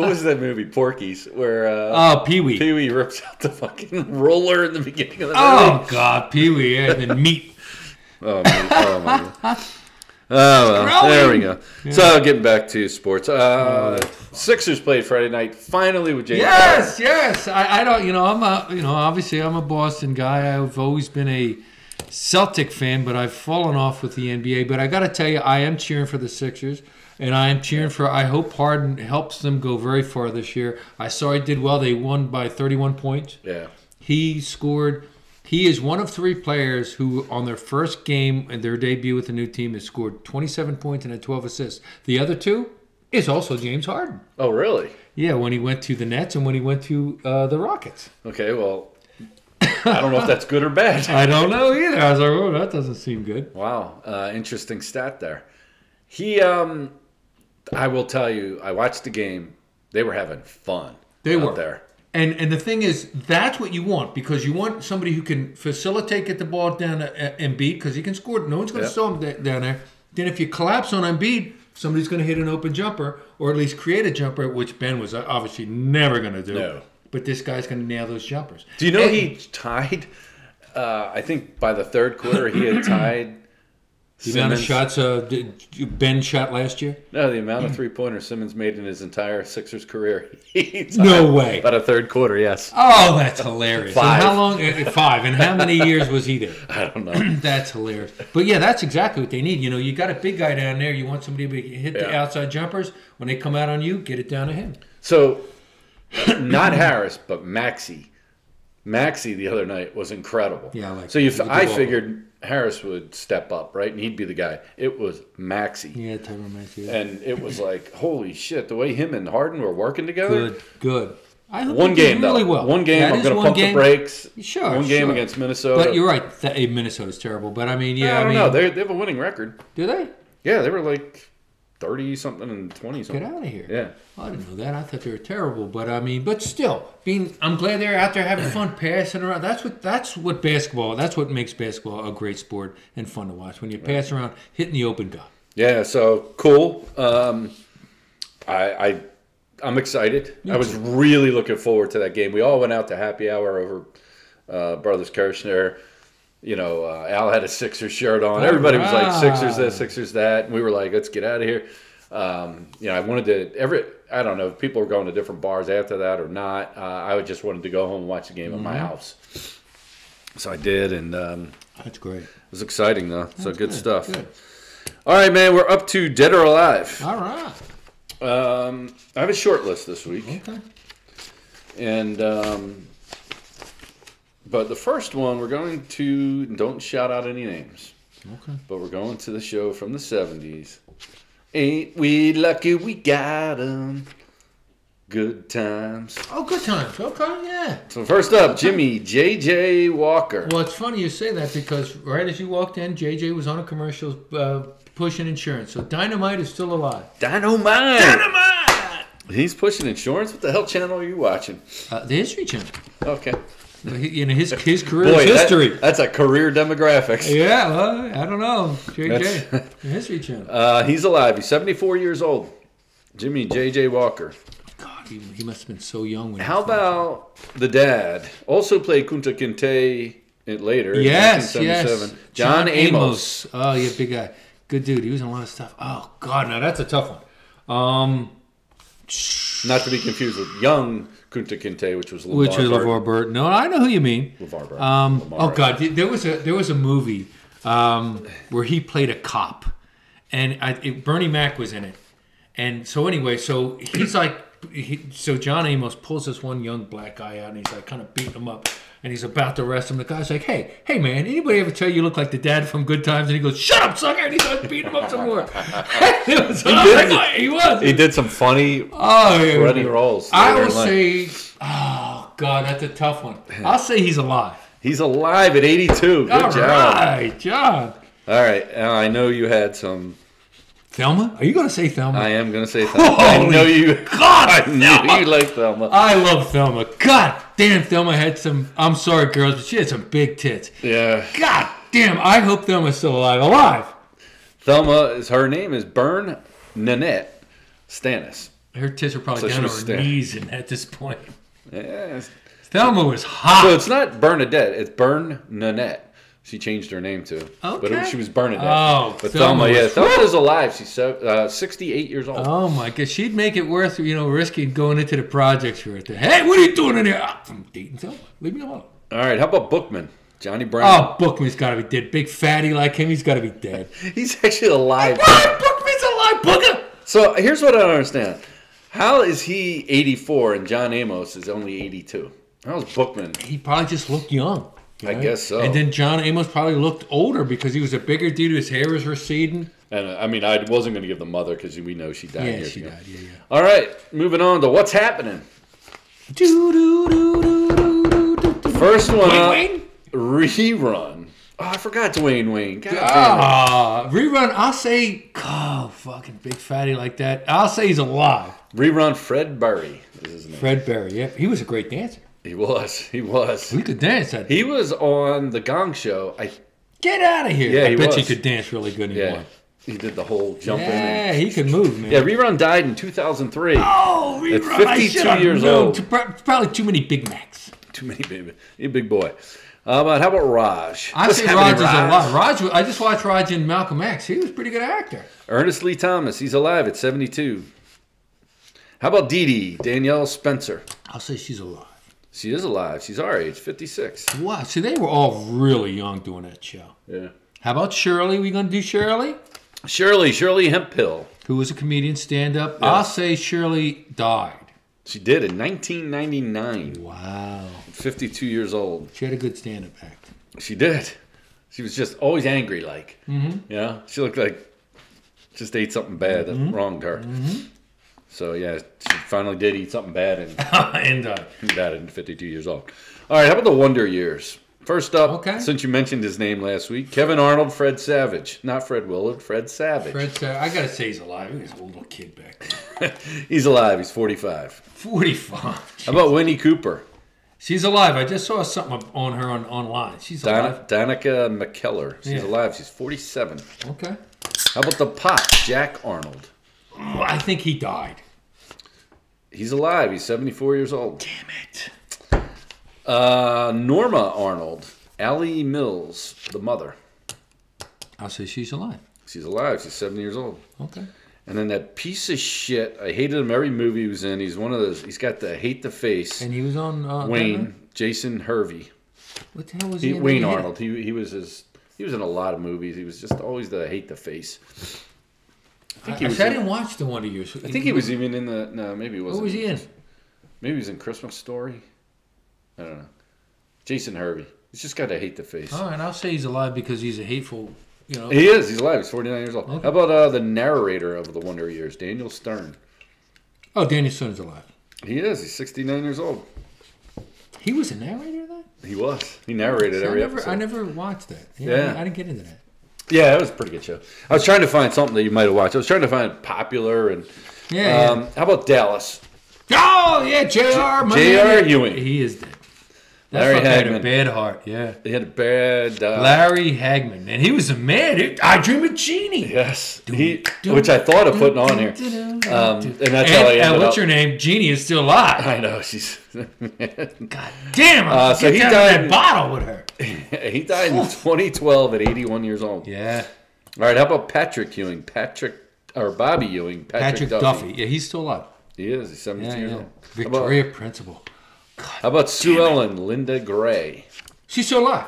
Speaker 2: What was that movie, Porky's, where uh,
Speaker 3: oh, Pee Wee.
Speaker 2: Pee Wee rips out the fucking [LAUGHS] roller in the beginning of the movie?
Speaker 3: Oh God, Pee Wee and then meat.
Speaker 2: Oh my, oh my God. Oh,
Speaker 3: [LAUGHS]
Speaker 2: well, there we go. So getting back to sports. Uh, Sixers played Friday night finally with James. Harden.
Speaker 3: Oh. Yes, yes. I, I don't. You know, I'm a. You know, obviously, I'm a Boston guy. I've always been a Celtic fan, but I've fallen off with the NBA. But I got to tell you, I am cheering for the Sixers, and I am cheering for. I hope Harden helps them go very far this year. I saw he did well. They won by 31 points.
Speaker 2: Yeah.
Speaker 3: He scored. He is one of three players who, on their first game and their debut with the new team, has scored 27 points and had 12 assists. The other two is also James Harden.
Speaker 2: Oh, really?
Speaker 3: Yeah, when he went to the Nets and when he went to uh, the Rockets.
Speaker 2: Okay. Well, I don't know if that's good or bad.
Speaker 3: [LAUGHS] I don't know either. I was like, oh, that doesn't seem good.
Speaker 2: Wow. Uh, interesting stat there. He, um, I will tell you, I watched the game. They were having fun.
Speaker 3: They
Speaker 2: out
Speaker 3: were.
Speaker 2: there.
Speaker 3: And and the thing is, that's what you want because you want somebody who can facilitate, get the ball down to uh, Embiid because he can score. No one's going to
Speaker 2: Yep.
Speaker 3: slow him da- down there. Then if you collapse on Embiid, somebody's going to hit an open jumper or at least create a jumper, which Ben was uh, obviously never going to do.
Speaker 2: No.
Speaker 3: But this guy's going to nail those jumpers.
Speaker 2: Do you know
Speaker 3: And-
Speaker 2: he tied? Uh, I think by the third quarter he
Speaker 3: [CLEARS THROAT]
Speaker 2: had tied.
Speaker 3: the amount of
Speaker 2: Simmons-
Speaker 3: shots uh, d- Ben shot last year?
Speaker 2: No, the amount of three pointers Simmons made in his entire Sixers career. [LAUGHS] He's
Speaker 3: No way.
Speaker 2: About a third quarter, yes.
Speaker 3: Oh, that's hilarious.
Speaker 2: Five.
Speaker 3: And how long? uh, Five. And how many years was he there? [CLEARS THROAT]
Speaker 2: I don't know.
Speaker 3: That's hilarious. But yeah, that's exactly what they need. You know, you got a big guy down there. You want somebody to be- hit the
Speaker 2: Yeah.
Speaker 3: outside jumpers. When they come out on you, get it down to him.
Speaker 2: So, [CLEARS THROAT] not Harris, but Maxi. Maxi the other night was incredible.
Speaker 3: Yeah, I like
Speaker 2: so you,
Speaker 3: that. He's a good
Speaker 2: I
Speaker 3: ball
Speaker 2: figured Harris would step up, right, and he'd be the guy. It was Maxi,
Speaker 3: Yeah, Tyron Matthew.
Speaker 2: and it was like, holy shit, the way him and Harden were working together.
Speaker 3: Good, good. I hope
Speaker 2: One
Speaker 3: they do
Speaker 2: game
Speaker 3: really
Speaker 2: though.
Speaker 3: well.
Speaker 2: One game.
Speaker 3: That
Speaker 2: I'm
Speaker 3: is
Speaker 2: going to
Speaker 3: one
Speaker 2: pump
Speaker 3: game.
Speaker 2: the brakes.
Speaker 3: Sure,
Speaker 2: One game
Speaker 3: sure.
Speaker 2: against Minnesota.
Speaker 3: But you're right. That, hey, Minnesota's terrible. But I mean, yeah,
Speaker 2: I
Speaker 3: I,
Speaker 2: don't
Speaker 3: mean,
Speaker 2: know. They they have a winning record.
Speaker 3: do they
Speaker 2: Yeah, they were like thirty something and twenty
Speaker 3: get
Speaker 2: something.
Speaker 3: out of here?
Speaker 2: Yeah.
Speaker 3: I didn't know that. I thought they were terrible, but I mean, but still, being I'm glad they're out there having [CLEARS THROAT] fun, passing around. That's what that's what basketball. That's what makes basketball a great sport and fun to watch. When you pass around, hitting the open guy.
Speaker 2: Yeah, so cool. Um, I, I I'm excited. I was really looking forward to that game. We all went out to happy hour over uh, Brothers Kirshner. You know, uh, Al had a Sixers shirt on. Everybody was like Sixers this, Sixers that, and we were like, let's get out of here. Um, you know, I wanted to every. I don't know if people were going to different bars after that or not. Uh, I would just wanted to go home and watch the game at my house. So I did, and um,
Speaker 3: That's great.
Speaker 2: it was exciting though. so good, stuff.
Speaker 3: good.
Speaker 2: All right, man, we're up to dead or alive.
Speaker 3: All right.
Speaker 2: Um, I have a short list this week,
Speaker 3: Okay.
Speaker 2: and um, but the first one we're going to don't shout out any names,
Speaker 3: Okay.
Speaker 2: but we're going to the show from the '70s. Ain't we lucky we got 'em? Good times.
Speaker 3: Oh, good times. Okay, yeah.
Speaker 2: So first up, Jimmy J.J. Walker.
Speaker 3: Well, it's funny you say that because right as you walked in, JJ was on a commercial uh, pushing insurance. So Dynamite is still alive.
Speaker 2: Dynamite. Dynamite. He's pushing insurance. What the hell channel are you watching?
Speaker 3: Uh, the History Channel.
Speaker 2: Okay.
Speaker 3: Well, he- You know his his career
Speaker 2: Boy,
Speaker 3: is
Speaker 2: that-
Speaker 3: history.
Speaker 2: that's a career demographics.
Speaker 3: [LAUGHS] yeah, well, I don't know. JJ,
Speaker 2: That's-
Speaker 3: the History Channel.
Speaker 2: Uh, he's alive. He's 74 years old. Jimmy J.J. Walker.
Speaker 3: He, he must have been so young when. he
Speaker 2: How
Speaker 3: was watching.
Speaker 2: about the dad? Also played Kunta Kinte in- later. in
Speaker 3: Yes, yes.
Speaker 2: 1977. John, Amos.
Speaker 3: Oh, yeah, big guy. Good dude. He was in a lot of stuff. Oh God, now that's a tough one. Um,
Speaker 2: Not to be confused with young Kunta Kinte, which was LeVar
Speaker 3: which is
Speaker 2: Burton.
Speaker 3: LeVar Burton. No, I know who you mean.
Speaker 2: LeVar Burton.
Speaker 3: Um,
Speaker 2: Lamar.
Speaker 3: oh God, th- there was a there was a movie um, where he played a cop, and I, it, Bernie Mac was in it. And so anyway, so he's like, he, so John Amos pulls this one young black guy out, and he's like kind of beating him up, and he's about to arrest him. The guy's like, hey, hey man, anybody ever tell you you look like the dad from Good Times? And he goes, shut up, sucker! And he starts beating him up some more. [LAUGHS] It was- I was like, "Oh, he was.
Speaker 2: He did some funny
Speaker 3: oh, yeah.
Speaker 2: running roles. later
Speaker 3: I will
Speaker 2: in life.
Speaker 3: say, oh god, that's a tough one. I'll say he's alive.
Speaker 2: he's alive at 82. Good
Speaker 3: All right,
Speaker 2: job.
Speaker 3: John.
Speaker 2: All right. Now, I know you had some.
Speaker 3: Thelma? Are you gonna say Thelma?
Speaker 2: I am going to say Thelma. I
Speaker 3: Holy
Speaker 2: know you.
Speaker 3: God,
Speaker 2: [LAUGHS] I knew you like Thelma.
Speaker 3: I love Thelma. God damn, Thelma had some. I'm sorry, girls, but she had some big tits.
Speaker 2: yeah.
Speaker 3: God damn, I hope Thelma's still alive. Alive.
Speaker 2: Thelma is her name is Bern Nanette Stannis.
Speaker 3: Her tits are probably
Speaker 2: So she
Speaker 3: down to
Speaker 2: was
Speaker 3: her
Speaker 2: staring.
Speaker 3: knees in- at this point.
Speaker 2: Yes.
Speaker 3: Thelma was
Speaker 2: So
Speaker 3: hot.
Speaker 2: it's not Bernadette, it's Bern Nanette. She changed her name to. But
Speaker 3: Okay.
Speaker 2: it, she was Bernadette.
Speaker 3: Oh,
Speaker 2: but
Speaker 3: Thelma
Speaker 2: Thelma, yeah.
Speaker 3: was-
Speaker 2: Thelma's alive. She's so, uh, 68 years old.
Speaker 3: Oh my god, she'd make it worth you know risking going into the projects for it. Hey, what are you doing in there? "Ah, I'm dating Thelma. Leave me alone.
Speaker 2: All right. How about Bookman? Johnny Brown.
Speaker 3: Oh, Bookman's got to be dead. Big fatty like him, he's got to be dead.
Speaker 2: He's actually alive.
Speaker 3: What? Bookman's alive, Booker.
Speaker 2: so here's what I don't understand. How is he 84 and John Amos is only 82? How is Bookman?
Speaker 3: He probably just looked young.
Speaker 2: I guess so.
Speaker 3: And then John Amos probably looked older because he was a bigger dude. His hair was receding.
Speaker 2: And uh, I mean, I wasn't going to give the mother because we know she died.
Speaker 3: Yeah,
Speaker 2: years
Speaker 3: she
Speaker 2: ago.
Speaker 3: died. Yeah, yeah.
Speaker 2: All right, moving on to what's happening.
Speaker 3: Do, do, do, do, do, do, do, do. Uh,
Speaker 2: First one
Speaker 3: Wayne
Speaker 2: up,
Speaker 3: Wayne?
Speaker 2: rerun. Oh, I forgot Dwayne Wayne. God damn it.
Speaker 3: Ah, rerun. I'll say, oh, fucking big fatty like that. I'll say he's alive.
Speaker 2: Rerun Fred Burry is his name.
Speaker 3: Fred Berry. Yeah, he was a great dancer.
Speaker 2: He was. He was.
Speaker 3: We could dance that.
Speaker 2: He was on the Gong Show. I
Speaker 3: Get out of here.
Speaker 2: Yeah,
Speaker 3: I
Speaker 2: he
Speaker 3: bet you
Speaker 2: was.
Speaker 3: could dance really good
Speaker 2: yeah.
Speaker 3: anymore.
Speaker 2: He did the whole jump in.
Speaker 3: Yeah,
Speaker 2: And,
Speaker 3: he could move, man.
Speaker 2: yeah, rerun died in 2003.
Speaker 3: Oh, rerun.
Speaker 2: At 52 years old.
Speaker 3: Too, pro- probably too many Big Macs.
Speaker 2: Too many baby. He a big boy. Uh, but how about Raj?
Speaker 3: I
Speaker 2: What's
Speaker 3: say
Speaker 2: happening,
Speaker 3: Raj is
Speaker 2: Raj?
Speaker 3: alive. Raj, was- I just watched Raj in Malcolm X. He was a pretty good actor.
Speaker 2: Ernest Lee Thomas. He's alive at 72. How about Dee Dee? Danielle Spencer.
Speaker 3: I'll say she's alive.
Speaker 2: She is alive. She's our age, 56.
Speaker 3: Wow. See, they were all really young doing that show.
Speaker 2: Yeah.
Speaker 3: How about Shirley? We gonna do Shirley?
Speaker 2: Shirley, Shirley Hemphill.
Speaker 3: Who was a comedian, stand up. I'll say Shirley died.
Speaker 2: She did in 1999,
Speaker 3: Wow.
Speaker 2: 52 years old.
Speaker 3: She had a good stand up act.
Speaker 2: She did. She was just always angry, like. Mm-hmm. Yeah. She looked like just ate something bad that
Speaker 3: Mm-hmm.
Speaker 2: wronged her. So, yeah, she finally did eat something bad and
Speaker 3: [LAUGHS]
Speaker 2: [LAUGHS]
Speaker 3: and uh,
Speaker 2: died at 52 years old. All right, how about the Wonder Years? First up,
Speaker 3: Okay.
Speaker 2: since you mentioned his name last week, Kevin Arnold, Fred Savage. Not Fred Willard, Fred Savage.
Speaker 3: Fred said, uh, I gotta say he's alive. He was a little kid back [LAUGHS] then.
Speaker 2: [LAUGHS] He's alive. He's 45.
Speaker 3: 45.
Speaker 2: How about Winnie Cooper?
Speaker 3: She's alive. I just saw something on her on online. She's alive.
Speaker 2: Don, Danica McKellar. She's
Speaker 3: Yeah.
Speaker 2: alive. She's 47.
Speaker 3: Okay.
Speaker 2: How about the pop, Jack Arnold?
Speaker 3: Oh, I think he died.
Speaker 2: He's alive. He's 74 years old.
Speaker 3: Damn it.
Speaker 2: Uh, Norma Arnold. Allie Mills, the mother.
Speaker 3: I'll say she's alive.
Speaker 2: She's alive. She's 70 years old.
Speaker 3: Okay.
Speaker 2: And then that piece of shit. I hated him every movie he was in. He's one of those. He's got the hate the face.
Speaker 3: And he was on uh, Batman?
Speaker 2: Wayne, Jason Hervey.
Speaker 3: What the hell was he?
Speaker 2: He,
Speaker 3: in?
Speaker 2: Wayne
Speaker 3: He had-
Speaker 2: Arnold. He, he was his. He was in a lot of movies. He was just always the hate the face.
Speaker 3: I,
Speaker 2: he
Speaker 3: I
Speaker 2: was
Speaker 3: said I
Speaker 2: in-
Speaker 3: didn't watch the Wonder Years.
Speaker 2: I think he was even in the. No, maybe he wasn't.
Speaker 3: What was he in?
Speaker 2: Maybe he's in Christmas Story. I don't know. Jason Hervey. He's just got to hate the face.
Speaker 3: All right, I'll say he's alive because he's a hateful. You know,
Speaker 2: He is. He's alive. He's 49 years old. How about uh, the narrator of The Wonder Years, Daniel Stern?
Speaker 3: oh, Daniel Stern's alive.
Speaker 2: He is. He's 69 years old.
Speaker 3: He was a narrator of that.
Speaker 2: He was. He narrated
Speaker 3: See, I
Speaker 2: every
Speaker 3: never,
Speaker 2: episode.
Speaker 3: I never watched that. Yeah,
Speaker 2: Yeah.
Speaker 3: I, I didn't get into that.
Speaker 2: Yeah, that was a pretty good show. I was trying to find something that you might have watched. I was trying to find popular and.
Speaker 3: Yeah.
Speaker 2: Um, how about Dallas?
Speaker 3: yeah. Oh yeah, Jr. my
Speaker 2: J.R.
Speaker 3: man.
Speaker 2: Ewing.
Speaker 3: He is dead.
Speaker 2: Larry
Speaker 3: fucker had a
Speaker 2: Hagman.
Speaker 3: bad heart. Yeah.
Speaker 2: He had a bad. Uh,
Speaker 3: Larry Hagman, and he was a man. It- I dream of Genie.
Speaker 2: Yes, he, which I thought of putting on here, um, and that's how I
Speaker 3: And,
Speaker 2: ended
Speaker 3: uh, what's
Speaker 2: up.
Speaker 3: your name? Genie is still alive.
Speaker 2: [LAUGHS] I know
Speaker 3: [LAUGHS]
Speaker 2: she's. [LAUGHS]
Speaker 3: God damn! I
Speaker 2: Uh,
Speaker 3: uh,
Speaker 2: so
Speaker 3: so
Speaker 2: he
Speaker 3: down
Speaker 2: died in-
Speaker 3: died that bottle with her.
Speaker 2: he died in 2012 at 81 years old.
Speaker 3: Yeah,
Speaker 2: All right, how about Patrick Ewing? Patrick or Bobby Ewing?
Speaker 3: Patrick Duffy. Yeah, he's still alive.
Speaker 2: He is. He's 72
Speaker 3: Yeah,
Speaker 2: years
Speaker 3: yeah.
Speaker 2: old. How about-
Speaker 3: Victoria Principal.
Speaker 2: How about Sue Ellen, Linda Gray?
Speaker 3: She's still alive.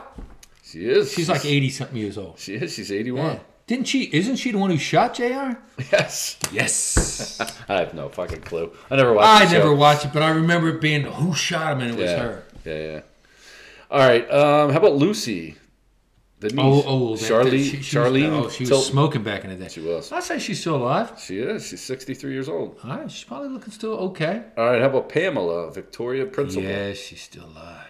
Speaker 2: She is.
Speaker 3: She's like eighty something years old.
Speaker 2: She is. She's 81.
Speaker 3: Yeah. Didn't she? Isn't she the one who shot Jr?
Speaker 2: [LAUGHS] Yes.
Speaker 3: Yes.
Speaker 2: I have no fucking clue. I never watched.
Speaker 3: [LAUGHS] I
Speaker 2: the
Speaker 3: never
Speaker 2: show.
Speaker 3: watched it, but I remember it being who shot him, and it was
Speaker 2: yeah.
Speaker 3: her.
Speaker 2: Yeah, yeah. All right. Um, how about Lucy? The niece.
Speaker 3: Oh, oh, that- that-
Speaker 2: Charlie,
Speaker 3: she- she was-
Speaker 2: Charlene.
Speaker 3: oh, she was
Speaker 2: Tilton.
Speaker 3: smoking back in the day.
Speaker 2: She was.
Speaker 3: I say she's still alive.
Speaker 2: She is. She's 63 years old.
Speaker 3: All right, she's probably looking still okay.
Speaker 2: All right. How about Pamela, Victoria Principal?
Speaker 3: Yeah, she's still alive.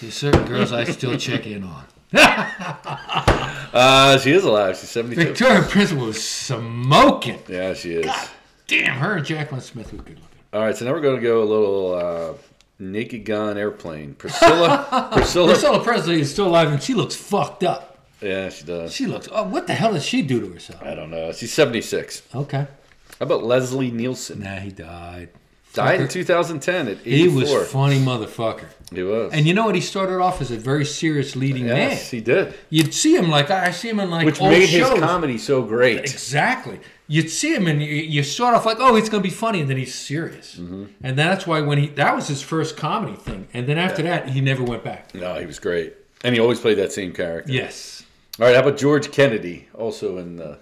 Speaker 3: There's certain girls I still check in on.
Speaker 2: Uh, she is alive. She's 72.
Speaker 3: Victoria Principal was smoking.
Speaker 2: Yeah, she is.
Speaker 3: Damn, her and Jacqueline Smith were good looking.
Speaker 2: All right. So now we're going to go a little uh, naked gun airplane.
Speaker 3: [LAUGHS]
Speaker 2: Priscilla. Priscilla.
Speaker 3: Priscilla Presley is still alive, and she looks fucked up.
Speaker 2: Yeah, she does.
Speaker 3: She looks. Oh, what the hell did she do to herself?
Speaker 2: I don't know. She's 76.
Speaker 3: Okay.
Speaker 2: How about Leslie Nielsen?
Speaker 3: Nah, he died.
Speaker 2: Died in
Speaker 3: Fucker.
Speaker 2: 2010 at 84.
Speaker 3: He was funny motherfucker.
Speaker 2: He was.
Speaker 3: And you know what? He started off as a very serious leading
Speaker 2: yes,
Speaker 3: man.
Speaker 2: he did.
Speaker 3: You'd see him like I I see him in like
Speaker 2: Which
Speaker 3: old
Speaker 2: made
Speaker 3: shows.
Speaker 2: his comedy so great.
Speaker 3: Exactly. You'd see him and you, you start off like, oh, it's gonna be funny, and then he's serious.
Speaker 2: Mm-hmm.
Speaker 3: And that's why when he that was his first comedy thing, and then after that he never went back.
Speaker 2: No, he was great. And he always played that same character.
Speaker 3: Yes.
Speaker 2: All right, how about George Kennedy? Also in the.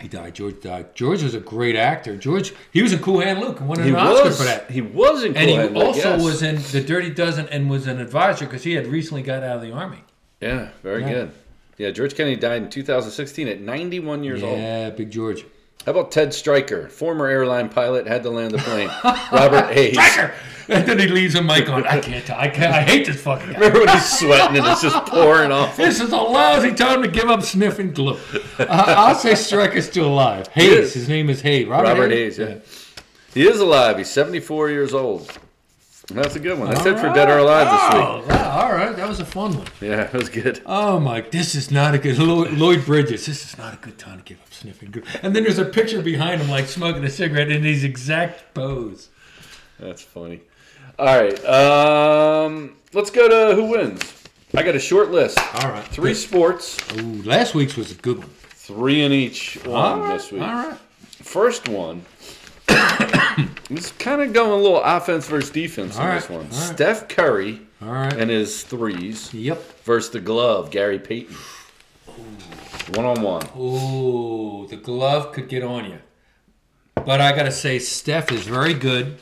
Speaker 3: He died. George died. George was a great actor. George, he was in Cool Hand Luke and won an
Speaker 2: He
Speaker 3: Oscar
Speaker 2: was.
Speaker 3: for that.
Speaker 2: He was in
Speaker 3: And he
Speaker 2: Cool Hand Luke,
Speaker 3: also
Speaker 2: yes.
Speaker 3: was in The Dirty Dozen and was an advisor because he had recently got out of the army.
Speaker 2: Yeah, very
Speaker 3: Yeah.
Speaker 2: good. Yeah, George Kennedy died in 2016 at 91 years old.
Speaker 3: Yeah, Big George.
Speaker 2: How about Ted Stryker, former airline pilot, had to land the plane. [LAUGHS] Robert Hayes.
Speaker 3: Tiger! And then he leaves a mic on. I can't. I can't. I hate this fucking guy.
Speaker 2: Remember when he's sweating and it's just pouring off? him?
Speaker 3: This is a lousy time to give up sniffing glue. Uh, I'll say Stryker's still alive. Hayes,
Speaker 2: is.
Speaker 3: his name is Hayes. Robert,
Speaker 2: Robert Hayes, yeah. He is alive. He's 74 years old. That's a good one. That's it for Dead or Alive this week.
Speaker 3: Oh, wow, all right, that was a fun one.
Speaker 2: Yeah, that was good.
Speaker 3: Oh my, this is not a good Lloyd, Lloyd Bridges. This is not a good time to give up sniffing glue. And then there's a picture behind him, like smoking a cigarette in his exact pose.
Speaker 2: That's funny. All right. Um, let's go to who wins. I got a short list.
Speaker 3: All right,
Speaker 2: Three sports,
Speaker 3: Ooh, last week's was a good one.
Speaker 2: three in each one
Speaker 3: All right,
Speaker 2: this week.
Speaker 3: All right.
Speaker 2: First one. [COUGHS] it's kind of going a little offense versus defense in
Speaker 3: All
Speaker 2: this
Speaker 3: right,
Speaker 2: one.
Speaker 3: all right.
Speaker 2: Steph Curry
Speaker 3: All right.
Speaker 2: and his threes
Speaker 3: yep.
Speaker 2: versus the glove, Gary Payton. One on one.
Speaker 3: Ooh, the glove could get on you. But I gotta say, Steph is very good.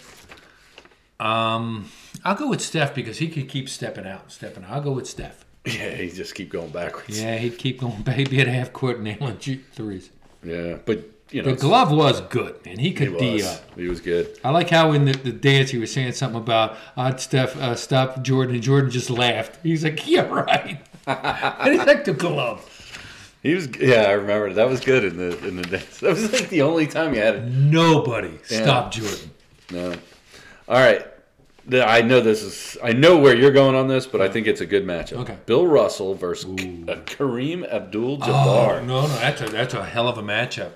Speaker 3: Um, I'll go with Steph because he could keep stepping out, stepping. Out. I'll go with Steph.
Speaker 2: Yeah, he just keep going backwards.
Speaker 3: Yeah, he'd keep going, [LAUGHS] baby, at half court and nailing shoot threes.
Speaker 2: Yeah, but you know,
Speaker 3: The glove was good, man. He
Speaker 2: he
Speaker 3: could D
Speaker 2: was
Speaker 3: up.
Speaker 2: he was good.
Speaker 3: I like how in the, the dance he was saying something about I'd Steph uh, stop Jordan, and Jordan just laughed. He's like, "Yeah, right." [LAUGHS] and he's like the glove.
Speaker 2: He was yeah, I remember that was good in the in the dance. [LAUGHS] That was like the only time he had it.
Speaker 3: Nobody stopped Jordan.
Speaker 2: No. All right. The- I know this is. I know where you're going on this, but I think it's a good matchup.
Speaker 3: Okay.
Speaker 2: Bill Russell versus K- uh, Kareem
Speaker 3: Oh,
Speaker 2: Abdul-Jabbar.
Speaker 3: no, no, that's a that's a hell of a matchup.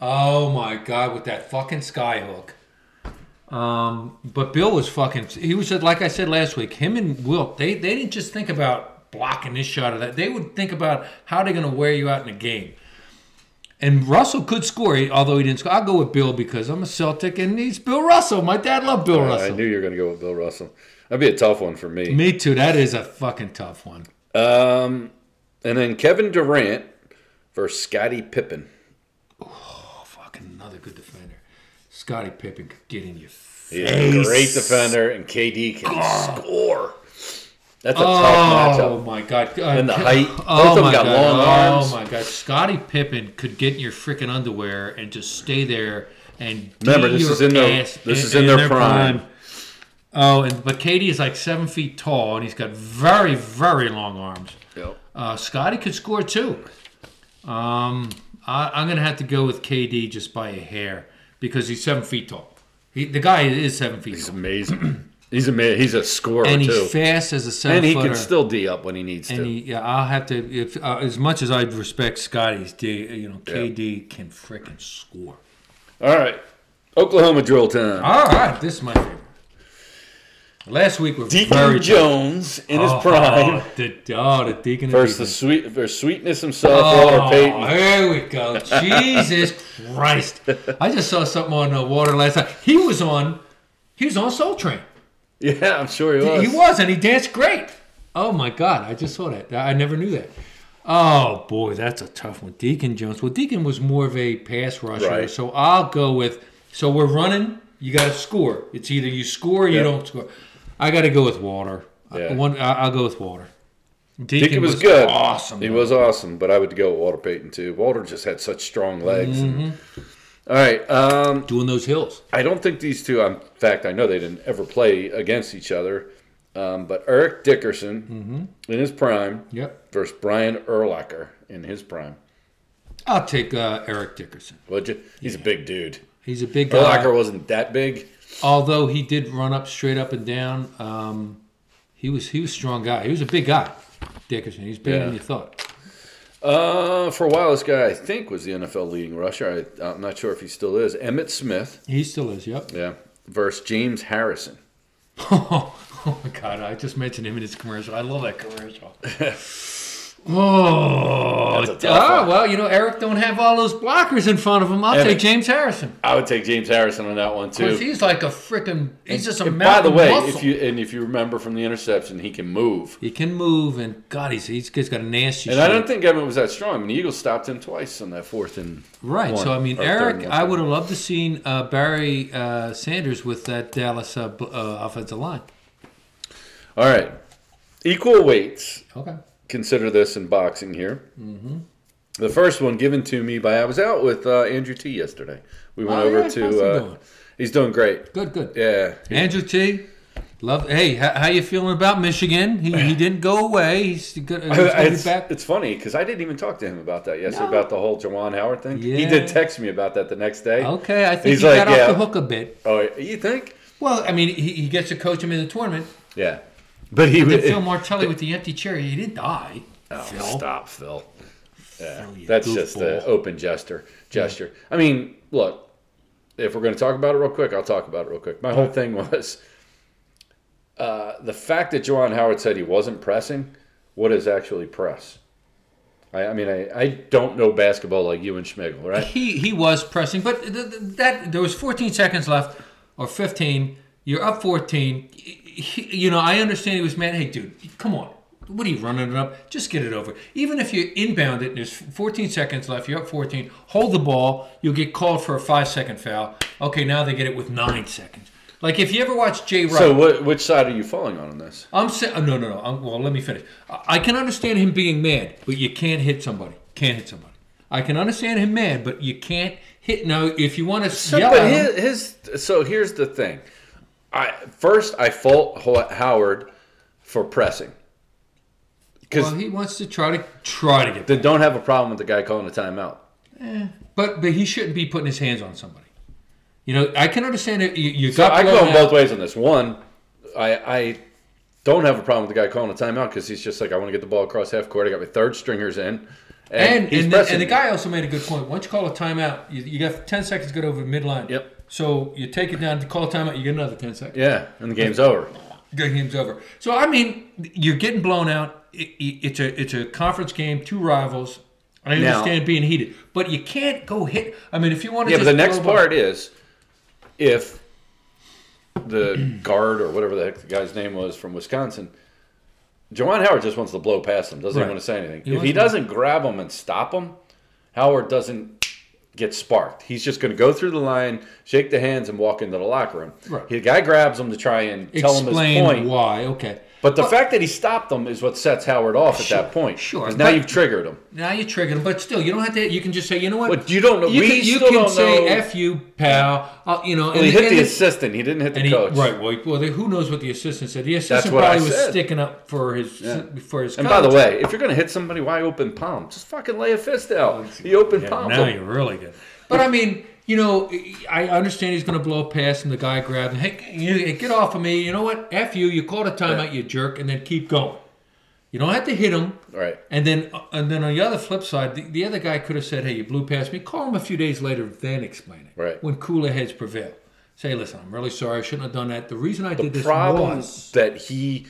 Speaker 3: Oh my god, with that fucking skyhook. Um, but Bill was fucking. He was like I said last week. Him and Wilt, they they didn't just think about blocking this shot or that. They would think about how they're going to wear you out in a game. And Russell could score, he- although he didn't score. I'll go with Bill because I'm a Celtic and he's Bill Russell. My dad loved Bill
Speaker 2: I
Speaker 3: Russell.
Speaker 2: knew you were going to go with Bill Russell. That'd be a tough one for me.
Speaker 3: Me too. That is a fucking tough one.
Speaker 2: Um, and then Kevin Durant versus Scottie Pippen.
Speaker 3: Oh, fucking another good defender. Scottie Pippen could get in your
Speaker 2: He's
Speaker 3: face.
Speaker 2: a great defender, and KD can score. That's a tough
Speaker 3: Ah. Oh
Speaker 2: matchup.
Speaker 3: my god! Uh,
Speaker 2: And the
Speaker 3: Ke-
Speaker 2: height. Both
Speaker 3: Oh
Speaker 2: of them
Speaker 3: my
Speaker 2: got
Speaker 3: god!
Speaker 2: long arms.
Speaker 3: Oh my god! Scottie Pippen could get in your freaking underwear and just stay there and
Speaker 2: Remember,
Speaker 3: beat
Speaker 2: this
Speaker 3: your
Speaker 2: is in their-
Speaker 3: ass
Speaker 2: this is in their prime.
Speaker 3: Oh, and but Katie is like seven feet tall and he's got very very long arms.
Speaker 2: Yep.
Speaker 3: Uh, Scotty could score too. Um, I, I'm gonna have to go with KD just by a hair because he's seven feet tall. He, the guy is seven feet.
Speaker 2: He's
Speaker 3: tall.
Speaker 2: amazing. [CLEARS THROAT] He's a man. He's a scorer
Speaker 3: and
Speaker 2: too,
Speaker 3: he's fast as a seven
Speaker 2: and he
Speaker 3: footer.
Speaker 2: can still d up when he needs
Speaker 3: and
Speaker 2: to.
Speaker 3: he, yeah, I'll have to. If uh, as much as I respect Scotty's D, you know, KD can frickin' score.
Speaker 2: All right, Oklahoma drill time.
Speaker 3: All right, this is my favorite. Last week we're
Speaker 2: Deacon
Speaker 3: very
Speaker 2: Jones in his
Speaker 3: Oh,
Speaker 2: prime
Speaker 3: Oh, [LAUGHS] the, oh, the Deacon and
Speaker 2: versus the
Speaker 3: Deacon.
Speaker 2: sweet versus sweetness himself, Walter Payton. [LAUGHS]
Speaker 3: Oh, here we go. Jesus Christ! I just saw something on the water last night. He was on. He was on Soul Train.
Speaker 2: Yeah, I'm sure he was.
Speaker 3: He was, and he danced great. Oh my God! I just saw that. I never knew that. Oh boy, that's a tough one. Deacon Jones. Well, Deacon was more of a pass rusher,
Speaker 2: Right.
Speaker 3: so I'll go with. So we're running. You got to score. It's either you score or you
Speaker 2: Yeah.
Speaker 3: don't score. I got to go with Water.
Speaker 2: Yeah.
Speaker 3: One, I, I'll go with Water. Deacon,
Speaker 2: Deacon was, good.
Speaker 3: Awesome.
Speaker 2: He was awesome, but I would go with Walter Payton too. Walter just had such strong legs. Mm-hmm. All right. Um,
Speaker 3: doing those hills.
Speaker 2: I don't think these two, in fact, I know they didn't ever play against each other, um, but Eric Dickerson in his prime
Speaker 3: Yep.
Speaker 2: versus Brian Urlacher in his prime.
Speaker 3: I'll take uh, Eric Dickerson.
Speaker 2: Would you? He's a big dude.
Speaker 3: He's a big guy.
Speaker 2: Urlacher wasn't that big.
Speaker 3: Although he did run up straight up and down, um, he was he was a strong guy. He was a big guy, Dickerson. He's bigger than
Speaker 2: Yeah.
Speaker 3: you thought.
Speaker 2: Uh, for a while, this guy, I think, was the NFL leading rusher. I, I'm not sure if he still is. Emmett Smith,
Speaker 3: He still is. Yep. [LAUGHS]
Speaker 2: yeah, versus James Harrison.
Speaker 3: Oh, my God! I just mentioned him in his commercial. I love that
Speaker 2: [LAUGHS]
Speaker 3: commercial. oh,
Speaker 2: That's a tough
Speaker 3: ah,
Speaker 2: one.
Speaker 3: well, you know Eric don't have all those blockers in front of him. I'll
Speaker 2: Evan.
Speaker 3: take James Harrison.
Speaker 2: I would take James Harrison on that one, too.
Speaker 3: 'Cause he's like a freaking. He's just a
Speaker 2: And by the
Speaker 3: mountain
Speaker 2: way,
Speaker 3: muscle.
Speaker 2: if you and if you remember from the interception, he can move.
Speaker 3: he can move, and God, he's he's he's got a nasty.
Speaker 2: And I
Speaker 3: shake.
Speaker 2: don't think Emmett was that strong. I mean, the Eagles stopped him twice on that fourth and
Speaker 3: Right.
Speaker 2: one,
Speaker 3: so I mean,
Speaker 2: or third
Speaker 3: Eric,
Speaker 2: and one.
Speaker 3: I would have loved to seen uh, Barry uh, Sanders with that Dallas uh, b- uh, offensive line.
Speaker 2: All right, equal weights.
Speaker 3: Okay.
Speaker 2: Consider this in boxing here.
Speaker 3: Mm-hmm.
Speaker 2: The first one given to me by I was out with uh, Andrew T yesterday. We went
Speaker 3: Oh,
Speaker 2: over
Speaker 3: yeah,
Speaker 2: to.
Speaker 3: how's he
Speaker 2: uh,
Speaker 3: doing?
Speaker 2: He's doing great.
Speaker 3: Good. Good.
Speaker 2: Yeah,
Speaker 3: Andrew T. Love. Hey, how, how you feeling about Michigan?
Speaker 2: [LAUGHS]
Speaker 3: He, he didn't go away. He's good. He's gonna be
Speaker 2: it's,
Speaker 3: back.
Speaker 2: it's funny because I didn't even talk to him about that yesterday
Speaker 3: No.
Speaker 2: about the whole Jawan Howard thing. He did
Speaker 3: Yeah.
Speaker 2: text me about that the next day.
Speaker 3: Okay. I think
Speaker 2: He's
Speaker 3: he
Speaker 2: like,
Speaker 3: got
Speaker 2: yeah.
Speaker 3: off the hook a bit.
Speaker 2: Oh, you think?
Speaker 3: Well, I mean, he, he gets to coach him in the tournament.
Speaker 2: Yeah, but he
Speaker 3: Then
Speaker 2: would. [LAUGHS]
Speaker 3: Phil Martelli with the empty chair. He didn't die.
Speaker 2: Oh,
Speaker 3: Phil.
Speaker 2: stop, Phil. Yeah,
Speaker 3: Phil, you
Speaker 2: that's just
Speaker 3: goofball.
Speaker 2: an open gesture. Gesture. I mean, look. If we're going to talk about it real quick, I'll talk about it real quick. My whole thing was uh, the fact that Jawan Howard said he wasn't pressing. What is actually press? I, I mean, I, I don't know basketball like you and Schmigel, [LAUGHS] right?
Speaker 3: He he was pressing, but th- th- that there was 14 seconds left or 15. You're up 14. He- you know, I understand he was mad. Hey, dude, come on. What are you running it up? Just get it over. Even if you inbound it and there's 14 seconds left, you're up 14. Hold the ball. You'll get called for a five second foul. Okay, now they get it with nine seconds. Like if you ever watch Jay Wright.
Speaker 2: So, what, which side are you falling on in this?
Speaker 3: I'm saying, no, no, no. i well, let me finish. I, I can understand him being mad, but you can't hit somebody. Can't hit somebody. I can understand him mad, but you can't hit. Now, if you want to yell
Speaker 2: but
Speaker 3: at him,
Speaker 2: his, his so here's the thing. I first I fault Ho- Howard for pressing because
Speaker 3: well, he wants to try to try to get.
Speaker 2: then don't have a problem with the guy calling a timeout.
Speaker 3: But but he shouldn't be putting his hands on somebody. You know, I can understand it. You, you
Speaker 2: So
Speaker 3: got
Speaker 2: I go in
Speaker 3: blown out.
Speaker 2: both ways on this. One, I, I don't have a problem with the guy calling a timeout because he's just like, I want to get the ball across half court. I got my third stringers in, and,
Speaker 3: And
Speaker 2: he's
Speaker 3: and the,
Speaker 2: pressing.
Speaker 3: and the guy also made a good point. Once you call a timeout, you, you got 10 seconds to get over the midline.
Speaker 2: Yep.
Speaker 3: So you take it down to call a timeout, you get another 10 seconds.
Speaker 2: yeah, and the game's over.
Speaker 3: Good game's over. So I mean, you're getting blown out. It, it, it's a it's a conference game, two rivals. I
Speaker 2: Now-
Speaker 3: understand being heated, but you can't go hit. I mean, if you want to,
Speaker 2: Yeah, but
Speaker 3: just
Speaker 2: the next
Speaker 3: blow by-
Speaker 2: part is if the guard or whatever the heck the guy's name was from Wisconsin, Jawan Howard just wants to blow past him. Doesn't
Speaker 3: Right.
Speaker 2: even want to say anything.
Speaker 3: He
Speaker 2: if he
Speaker 3: wants
Speaker 2: doesn't grab him and stop him, Howard doesn't get sparked. He's just going to go through the line, shake the hands, and walk into the locker room.
Speaker 3: Right.
Speaker 2: The guy grabs him to try and tell him his
Speaker 3: explain
Speaker 2: point.
Speaker 3: why. Okay,
Speaker 2: But the fact that he stopped him is what sets Howard off at that
Speaker 3: Sure,
Speaker 2: point.
Speaker 3: sure,
Speaker 2: 'Cause now
Speaker 3: but-
Speaker 2: you've triggered him.
Speaker 3: now you're triggering, but still, you don't have to. You can just say, you know what?
Speaker 2: But you don't know.
Speaker 3: you
Speaker 2: we
Speaker 3: can, you
Speaker 2: still
Speaker 3: can
Speaker 2: don't
Speaker 3: say
Speaker 2: know.
Speaker 3: "f you, pal." Uh, you know,
Speaker 2: Well, he hit
Speaker 3: and
Speaker 2: the assistant. He didn't hit the
Speaker 3: and he,
Speaker 2: coach.
Speaker 3: right. Well, well, they- who knows what the assistant said? The assistant
Speaker 2: what I
Speaker 3: probably was
Speaker 2: said.
Speaker 3: sticking up for his for his.
Speaker 2: And by the
Speaker 3: coach.
Speaker 2: way, if you're going to hit
Speaker 3: [LAUGHS]
Speaker 2: somebody, why open palm? Just fucking lay a fist out. The open palm.
Speaker 3: now you're really good. But I mean, you know, I understand he's going to blow a pass, and the guy grabbed him. Hey, you- get off of me! You know what? F you! You called a timeout, you jerk, and then keep going. You don't have to hit him.
Speaker 2: Right.
Speaker 3: And then, and then on the other flip side, the, the other guy could have said, "Hey, you blew past me." Call him a few days later, then explain it.
Speaker 2: Right.
Speaker 3: When cooler heads prevail, say, "Listen, I'm really sorry. I shouldn't have done that. The reason I did this
Speaker 2: problem
Speaker 3: was
Speaker 2: that he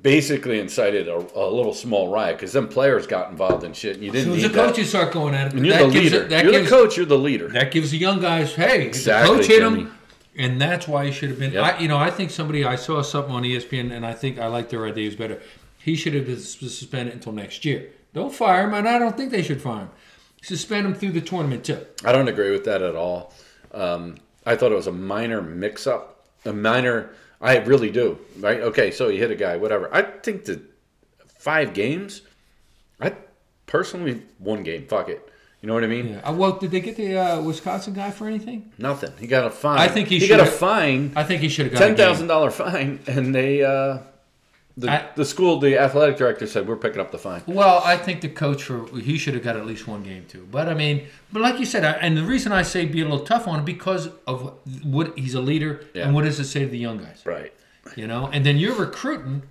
Speaker 2: basically incited a, a little small riot because then players got involved in shit and you
Speaker 3: as
Speaker 2: didn't
Speaker 3: soon as
Speaker 2: need
Speaker 3: the
Speaker 2: that.
Speaker 3: coaches start going at it,
Speaker 2: and you're
Speaker 3: that
Speaker 2: the
Speaker 3: gives
Speaker 2: leader.
Speaker 3: It, that
Speaker 2: you're
Speaker 3: gives,
Speaker 2: the coach. You're the leader.
Speaker 3: That gives the young guys, hey,
Speaker 2: Exactly,
Speaker 3: the coach hit
Speaker 2: Jimmy.
Speaker 3: him, and that's why he should have been.
Speaker 2: Yep.
Speaker 3: I, you know, I think somebody I saw something on E ESPN, and I think I like their ideas better. He should have been sus- suspended until next year. Don't fire him, and I don't think they should fire him. Suspend him through the tournament too.
Speaker 2: I don't agree with that at all. Um, I thought it was a minor mix-up, a minor. I really do. Right? Okay, so he hit a guy, whatever. I think the five games. I personally one game. Fuck it. You know what I mean?
Speaker 3: Yeah. Uh, Well, did they get the uh, Wisconsin guy for anything?
Speaker 2: Nothing. He got a fine.
Speaker 3: I think he
Speaker 2: he got a
Speaker 3: should've-
Speaker 2: fine,
Speaker 3: I think he should have got a
Speaker 2: ten
Speaker 3: game.
Speaker 2: thousand dollar fine, [LAUGHS] and they. Uh, the,
Speaker 3: I-
Speaker 2: the school, the athletic director said, "We're picking up the fine."
Speaker 3: Well, I think the coach for he should have got at least one game too. But I mean, but like you said, I, and the reason I say be a little tough on him because of what he's a leader
Speaker 2: Yeah.
Speaker 3: and what does it say to the young guys.
Speaker 2: Right.
Speaker 3: you know and then you're recruiting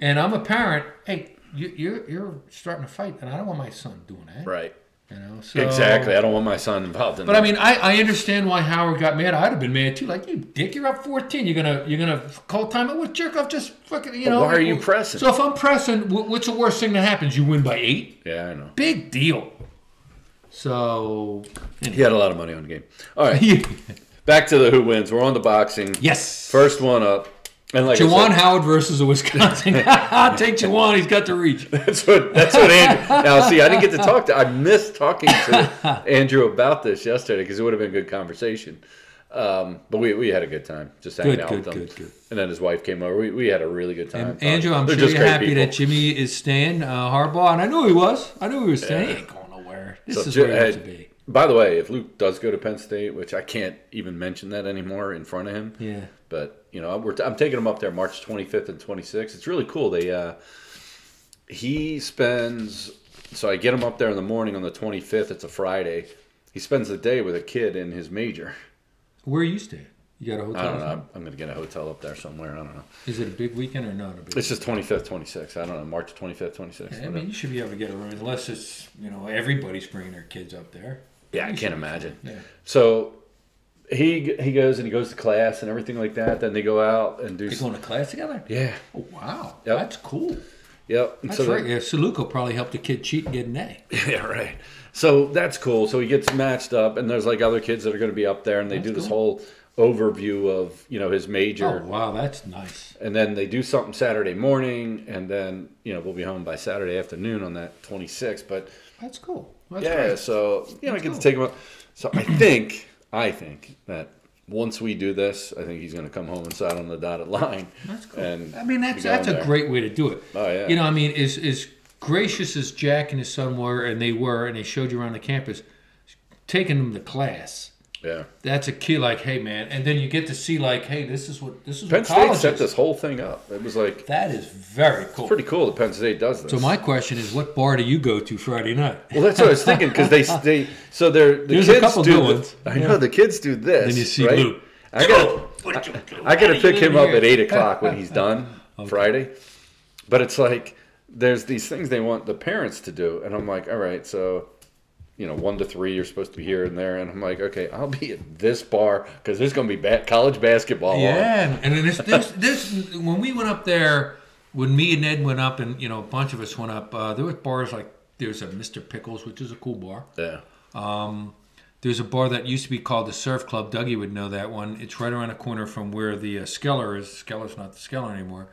Speaker 3: and i'm a parent hey you, you're you're starting a fight and i don't want my son doing that
Speaker 2: Right.
Speaker 3: you know so
Speaker 2: exactly. I don't want my son involved in
Speaker 3: Oh. but
Speaker 2: that.
Speaker 3: i mean I, I understand why howard got mad i'd have been mad too like you dick you're up 14 you're gonna you're gonna call timeout what jerk off just fucking you know
Speaker 2: why are you pressing?
Speaker 3: so if i'm pressing wh- what's the worst thing that happens you win by eight
Speaker 2: yeah, I know.
Speaker 3: big deal so [LAUGHS] anyway.
Speaker 2: He had a lot of money on the game. All right. Back to the who wins. We're on the boxing.
Speaker 3: yes
Speaker 2: First one up. And like I
Speaker 3: Jawan
Speaker 2: said,
Speaker 3: Howard versus a Wisconsin. [LAUGHS] I'll take Jawan. He's got the reach.
Speaker 2: that's what that's what Andrew. Now, see, I didn't get to talk to. I missed talking
Speaker 3: [LAUGHS]
Speaker 2: to Andrew about this yesterday because it would have been a good conversation. Um, but we, we had a good time just hanging
Speaker 3: Good,
Speaker 2: out
Speaker 3: good,
Speaker 2: with him.
Speaker 3: good, good.
Speaker 2: And then his wife came over. We, we had a really good time. talking.
Speaker 3: Andrew, I'm
Speaker 2: They're
Speaker 3: sure
Speaker 2: just
Speaker 3: you're
Speaker 2: great
Speaker 3: happy
Speaker 2: people.
Speaker 3: that Jimmy is staying uh, Harbaugh, and I knew he was. I knew he was staying. He ain't going nowhere. This
Speaker 2: So, uh,
Speaker 3: is
Speaker 2: Ju-
Speaker 3: where he wants
Speaker 2: hey,
Speaker 3: to be.
Speaker 2: By the way, if Luke does go to Penn State, which I can't even mention that anymore in front of him,
Speaker 3: Yeah.
Speaker 2: But you know, we're, I'm taking him up there March 25th and 26th. It's really cool. They uh, he spends so I get him up there in the morning on the 25th. It's a Friday. He spends the day with a kid in his major.
Speaker 3: Where are you staying? You got a hotel?
Speaker 2: I don't
Speaker 3: or
Speaker 2: know.
Speaker 3: something?
Speaker 2: I'm, I'm gonna get a hotel up there somewhere. I don't know.
Speaker 3: Is it a big weekend or not a big?
Speaker 2: It's just 25th, 26th. I don't know. March 25th, 26th.
Speaker 3: I
Speaker 2: whatever.
Speaker 3: mean, you should be able to get a room unless it's you know everybody's bringing their kids up there.
Speaker 2: Yeah, I
Speaker 3: You
Speaker 2: can't
Speaker 3: should-
Speaker 2: imagine.
Speaker 3: Yeah.
Speaker 2: So he he goes and he goes to class and everything like that. Then they go out and do.
Speaker 3: They're going to class together.
Speaker 2: yeah.
Speaker 3: Oh, wow,
Speaker 2: Yep.
Speaker 3: that's cool.
Speaker 2: Yep. And
Speaker 3: That's
Speaker 2: so they-
Speaker 3: right. Yeah, Saluko probably helped a kid cheat and get an A.
Speaker 2: [LAUGHS] Yeah, right. So that's cool. So he gets matched up, and there's like other kids that are going to be up there, and they
Speaker 3: That's
Speaker 2: do this whole
Speaker 3: cool.
Speaker 2: overview of you know his
Speaker 3: Oh
Speaker 2: major,
Speaker 3: wow, that's nice.
Speaker 2: and then they do something Saturday morning, and then you know we'll be home by Saturday afternoon on that 26th. But
Speaker 3: That's cool. That's
Speaker 2: yeah,
Speaker 3: great.
Speaker 2: so you know I get
Speaker 3: That's
Speaker 2: to
Speaker 3: cool.
Speaker 2: take him up. So I think I think that once we do this, I think he's going to come home and sign on the dotted line.
Speaker 3: That's cool.
Speaker 2: And
Speaker 3: I mean, that's
Speaker 2: we go
Speaker 3: that's a
Speaker 2: in there.
Speaker 3: great way to do it.
Speaker 2: Oh, yeah.
Speaker 3: You know, I mean, as as gracious as Jack and his son were, and they were, and they showed you around the campus, taking them to class.
Speaker 2: yeah.
Speaker 3: That's a key. Like, hey, man, and then you get to see, like, hey, this is what this is.
Speaker 2: Penn
Speaker 3: what college
Speaker 2: State set
Speaker 3: is.
Speaker 2: this whole thing up. It was like
Speaker 3: That is very cool.
Speaker 2: pretty cool that Penn State does this.
Speaker 3: so my question is, what bar do you go to Friday night?
Speaker 2: Well, that's what I was thinking because they they so they're the
Speaker 3: There's a
Speaker 2: kids
Speaker 3: couple
Speaker 2: do
Speaker 3: new
Speaker 2: the-
Speaker 3: ones.
Speaker 2: I know the kids do this.
Speaker 3: Then you see
Speaker 2: right?
Speaker 3: Luke.
Speaker 2: I
Speaker 3: [LAUGHS]
Speaker 2: gotta I gotta pick him up at eight o'clock when he's done Friday, but it's like there's these things they want the parents to do, and I'm like, all right, so you know one to three you're supposed to be here and there, and I'm like, okay, I'll be at this bar because there's gonna be ba- college basketball. on.
Speaker 3: Yeah, and then this, this, this, when we went up there, when me and Ed went up, and you know, a bunch of us went up. Uh, there was bars like there's a Mr. Pickles, which is a cool bar.
Speaker 2: yeah,
Speaker 3: There's a bar that used to be called the Surf Club. Dougie would know that one. It's right around the corner from where the uh, Skeller is. Skeller's not the Skeller anymore,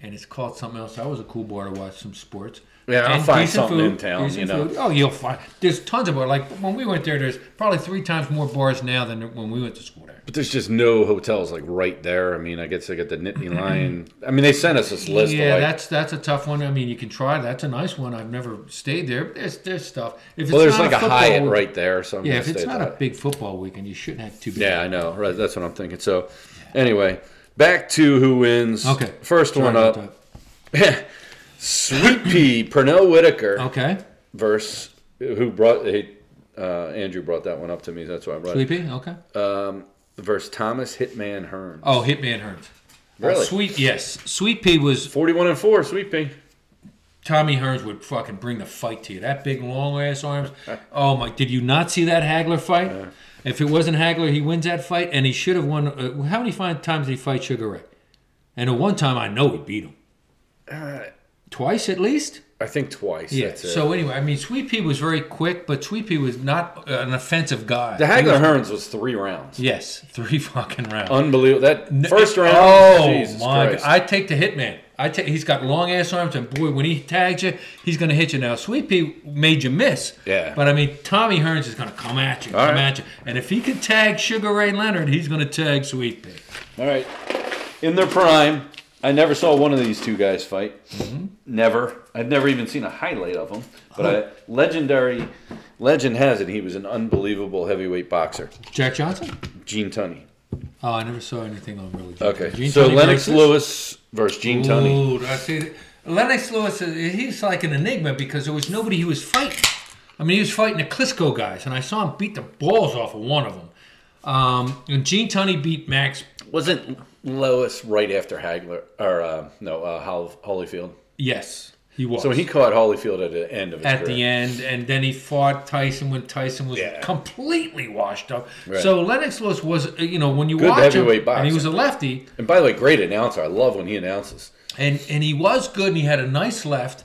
Speaker 3: and it's called something else. That was a cool bar to watch some sports.
Speaker 2: Yeah, I'll
Speaker 3: And
Speaker 2: find
Speaker 3: decent
Speaker 2: something in town,
Speaker 3: decent
Speaker 2: you know.
Speaker 3: food. Oh, you'll find. There's tons of bars. Like when we went there, there's probably three times more bars now than when we went to school there.
Speaker 2: but there's just no hotels like right there. I mean, I guess I got the
Speaker 3: [CLEARS THROAT]
Speaker 2: Nittany Lion. I mean, they sent us this list.
Speaker 3: yeah,
Speaker 2: of like,
Speaker 3: that's that's a tough one. I mean, you can try. That's a nice one. I've never stayed there. But there's there's stuff. If it's
Speaker 2: well, there's
Speaker 3: not
Speaker 2: like a,
Speaker 3: football
Speaker 2: Hyatt
Speaker 3: week-
Speaker 2: right there, so I'm
Speaker 3: Yeah,
Speaker 2: gonna
Speaker 3: if it's
Speaker 2: stay at
Speaker 3: not
Speaker 2: the
Speaker 3: a big football weekend, you shouldn't have too big.
Speaker 2: Yeah, I know. Right, that's what I'm thinking. So, anyway, back to who wins.
Speaker 3: Okay.
Speaker 2: First
Speaker 3: Sorry
Speaker 2: one
Speaker 3: about
Speaker 2: up. [LAUGHS] Sweet Pea Pernell Whitaker
Speaker 3: that. Okay.
Speaker 2: versus who brought. He, Uh, Andrew brought that one up to me. That's why I brought it.
Speaker 3: Sleepy? Okay.
Speaker 2: Uh, Versus Thomas Hitman Hearn.
Speaker 3: Oh, Hitman Hearns.
Speaker 2: Really?
Speaker 3: Sweet, yes. Sweet Pea was
Speaker 2: 41 and 4, Sweet Pea.
Speaker 3: Tommy Hearns would fucking bring the fight to you. That big long ass
Speaker 2: [LAUGHS]
Speaker 3: arms. Oh my! Did you not see that Hagler fight? If it wasn't Hagler, he wins that fight, and he should have won. Uh, how many fi- times did he fight Sugar Ray? And the one time I know he beat him. Twice at least.
Speaker 2: I think twice.
Speaker 3: Yeah.
Speaker 2: Uh, That's it.
Speaker 3: So anyway, I mean, Sweet Pea was very quick, but Sweet Pea was not uh, an offensive guy.
Speaker 2: the
Speaker 3: He was-
Speaker 2: Hagler Hearns was three rounds.
Speaker 3: Yes, three [LAUGHS] fucking rounds.
Speaker 2: Unbelievable. That first round.
Speaker 3: Oh
Speaker 2: Jesus
Speaker 3: my!
Speaker 2: Christ.
Speaker 3: God. I take the hitman. I take. He's got long ass arms, and boy, when he tags you, he's gonna hit you. Now, Sweet Pea made you miss.
Speaker 2: Yeah.
Speaker 3: But I mean, Tommy Hearns is gonna come at you,
Speaker 2: All
Speaker 3: come
Speaker 2: right.
Speaker 3: at you, and if he could tag Sugar Ray Leonard, he's gonna tag Sweet Pea.
Speaker 2: All right. In their prime, I never saw one of these two guys fight. Never. I've never even seen a highlight of them. But I, legendary, legend has it he was an unbelievable heavyweight boxer.
Speaker 3: Jack Johnson?
Speaker 2: Gene Tunney.
Speaker 3: Oh, I never saw anything on really.
Speaker 2: Okay.
Speaker 3: Gene
Speaker 2: so
Speaker 3: Tunney
Speaker 2: Lennox
Speaker 3: versus-
Speaker 2: Lewis versus Gene Tunney.
Speaker 3: Ooh, I see. Lennox Lewis, uh, he's like an enigma because there was nobody he was fighting. I mean, he was fighting the Klitschko guys, and I saw him beat the balls off of one of them. Um, and Gene Tunney beat Max.
Speaker 2: Wasn't Lewis right after Hagler or uh, no uh, Hol- Holyfield?
Speaker 3: Yes, he was.
Speaker 2: So he caught Holyfield at the end of his
Speaker 3: at
Speaker 2: career.
Speaker 3: the end, and then he fought Tyson when Tyson was
Speaker 2: Yeah.
Speaker 3: completely washed up.
Speaker 2: Right.
Speaker 3: So Lennox Lewis was, uh, you know, when you
Speaker 2: Good
Speaker 3: watch him,
Speaker 2: heavyweight
Speaker 3: and he
Speaker 2: boxer.
Speaker 3: was a lefty.
Speaker 2: And by the way, great announcer. I love when he announces.
Speaker 3: and and he was good and he had a nice left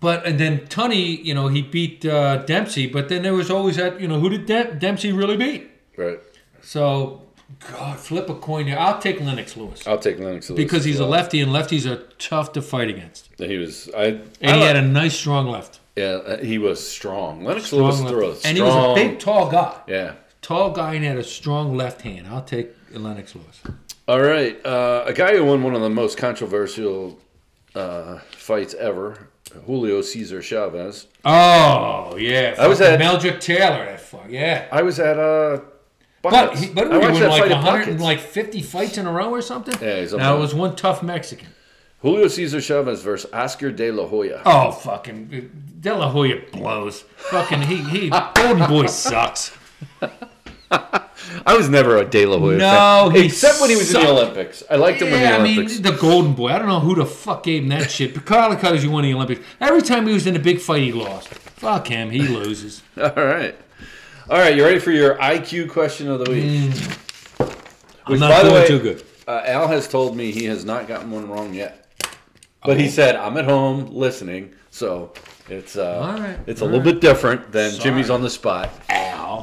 Speaker 3: but and then Tunney, you know, he beat uh, Dempsey, but then there was always that, you know, who did Dem- Dempsey really beat?
Speaker 2: Right.
Speaker 3: So, God, flip a coin here. I'll take Lennox Lewis
Speaker 2: I'll take Lennox Lewis
Speaker 3: because
Speaker 2: as
Speaker 3: he's a
Speaker 2: well.
Speaker 3: lefty, and lefties are tough to fight against.
Speaker 2: He was. I.
Speaker 3: And
Speaker 2: I
Speaker 3: he
Speaker 2: like-
Speaker 3: had a nice, strong left.
Speaker 2: Yeah, uh, he was strong. Lennox
Speaker 3: Strong
Speaker 2: Lewis
Speaker 3: left.
Speaker 2: throws
Speaker 3: and he was a
Speaker 2: strong.
Speaker 3: big, tall guy.
Speaker 2: yeah.
Speaker 3: Tall guy, and he had a strong left hand. I'll take Lennox Lewis.
Speaker 2: All right, uh, a guy who won one of the most controversial uh, fights ever, Julio Cesar Chavez.
Speaker 3: Oh, yeah.
Speaker 2: I was
Speaker 3: fucking
Speaker 2: at-
Speaker 3: Meldrick Taylor, that fuck, yeah.
Speaker 2: I was at uh,
Speaker 3: But
Speaker 2: Buckets.
Speaker 3: he, but
Speaker 2: I
Speaker 3: we were
Speaker 2: watched
Speaker 3: doing
Speaker 2: that
Speaker 3: like
Speaker 2: fight at
Speaker 3: 100 and
Speaker 2: Buckets.
Speaker 3: like 50 fights in a row or something.
Speaker 2: Yeah, he's up
Speaker 3: now
Speaker 2: there.
Speaker 3: it was one tough Mexican.
Speaker 2: Julio Cesar Chavez versus Oscar De La Hoya.
Speaker 3: Oh fucking De La Hoya blows. Fucking he he Golden [LAUGHS] Boy sucks.
Speaker 2: I was never a De La Hoya.
Speaker 3: No,
Speaker 2: fan.
Speaker 3: he
Speaker 2: except when he was in the
Speaker 3: sucked.
Speaker 2: Olympics. I liked him in the
Speaker 3: Yeah, I mean
Speaker 2: Olympics. [LAUGHS]
Speaker 3: the Golden Boy. I don't know who the fuck gave him that shit. But Carla Cutters, you won the Olympics. Every time he was in a big fight, he lost. Fuck him, he loses.
Speaker 2: All right, all right. You ready for your IQ question of the week?
Speaker 3: Hmm. I'm
Speaker 2: Which,
Speaker 3: not
Speaker 2: by the
Speaker 3: doing
Speaker 2: way-
Speaker 3: too good.
Speaker 2: Uh, Al has told me he has not gotten one wrong yet, but
Speaker 3: Oh.
Speaker 2: he said I'm at home listening, so it's uh,
Speaker 3: All right,
Speaker 2: it's a
Speaker 3: all
Speaker 2: little
Speaker 3: right.
Speaker 2: bit different than
Speaker 3: Sorry.
Speaker 2: Jimmy's on the spot. [LAUGHS]
Speaker 3: Al.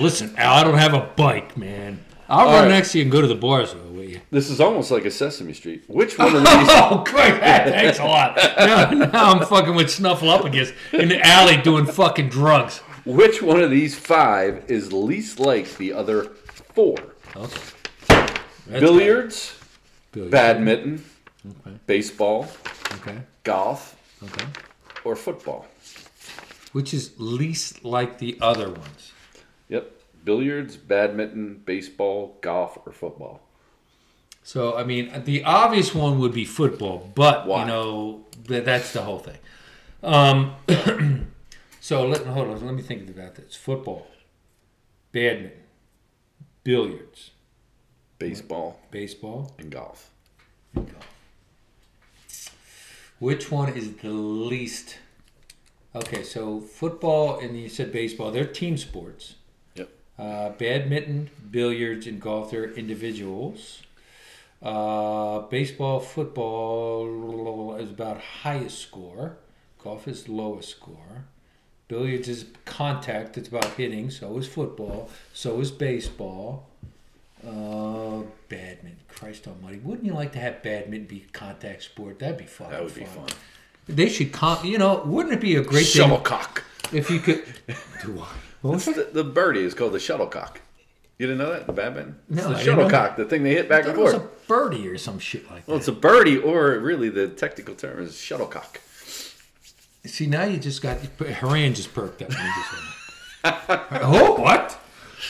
Speaker 3: Listen, Al, I don't have a bike, man. I'll run
Speaker 2: right.
Speaker 3: next to you and go to the bars though, will you?
Speaker 2: This is almost like a Sesame Street. Which one
Speaker 3: [LAUGHS]
Speaker 2: of these?
Speaker 3: Oh, great. Thanks a lot. Now, now I'm fucking with Snuffleupagus in the alley doing fucking drugs.
Speaker 2: Which one of these five is least like the other four?
Speaker 3: Okay. That's
Speaker 2: Billiards,
Speaker 3: bad.
Speaker 2: badminton,
Speaker 3: Okay.
Speaker 2: baseball,
Speaker 3: Okay.
Speaker 2: golf,
Speaker 3: Okay.
Speaker 2: or football.
Speaker 3: Which is least like the other ones?
Speaker 2: Yep. Billiards, badminton, baseball, golf, or football.
Speaker 3: So, I mean, the obvious one would be football, but,
Speaker 2: Why?
Speaker 3: you know, th- that's the whole thing. Um, [CLEARS THROAT] so, let, hold on. Let me think about this. Football, badminton, billiards,
Speaker 2: Baseball
Speaker 3: baseball,
Speaker 2: and golf.
Speaker 3: Which one is the least? Okay, so football and you said baseball, they're team sports.
Speaker 2: Yep.
Speaker 3: Uh, badminton, billiards, and golf, they're individuals. Uh, baseball, football is about highest score. Golf is lowest score. Billiards is contact, it's about hitting. So is football. So is baseball. Uh, badminton. Christ almighty. Wouldn't you like to have badminton be a contact sport? That'd be fucking
Speaker 2: That would be fun.
Speaker 3: They should, con- you know, wouldn't it be a great thing
Speaker 2: Shuttlecock.
Speaker 3: if you could. [LAUGHS] Do I? What was that?
Speaker 2: The, the birdie is called the shuttlecock. You didn't know that? The Batman?
Speaker 3: No,
Speaker 2: It's
Speaker 3: I
Speaker 2: the
Speaker 3: didn't know
Speaker 2: shuttlecock, the thing they hit back and
Speaker 3: It was
Speaker 2: forth.
Speaker 3: a birdie or some shit like
Speaker 2: Well,
Speaker 3: that.
Speaker 2: it's a birdie, or really the technical term is shuttlecock.
Speaker 3: See, now you just got Haran just perked up. when you just went- oh, what?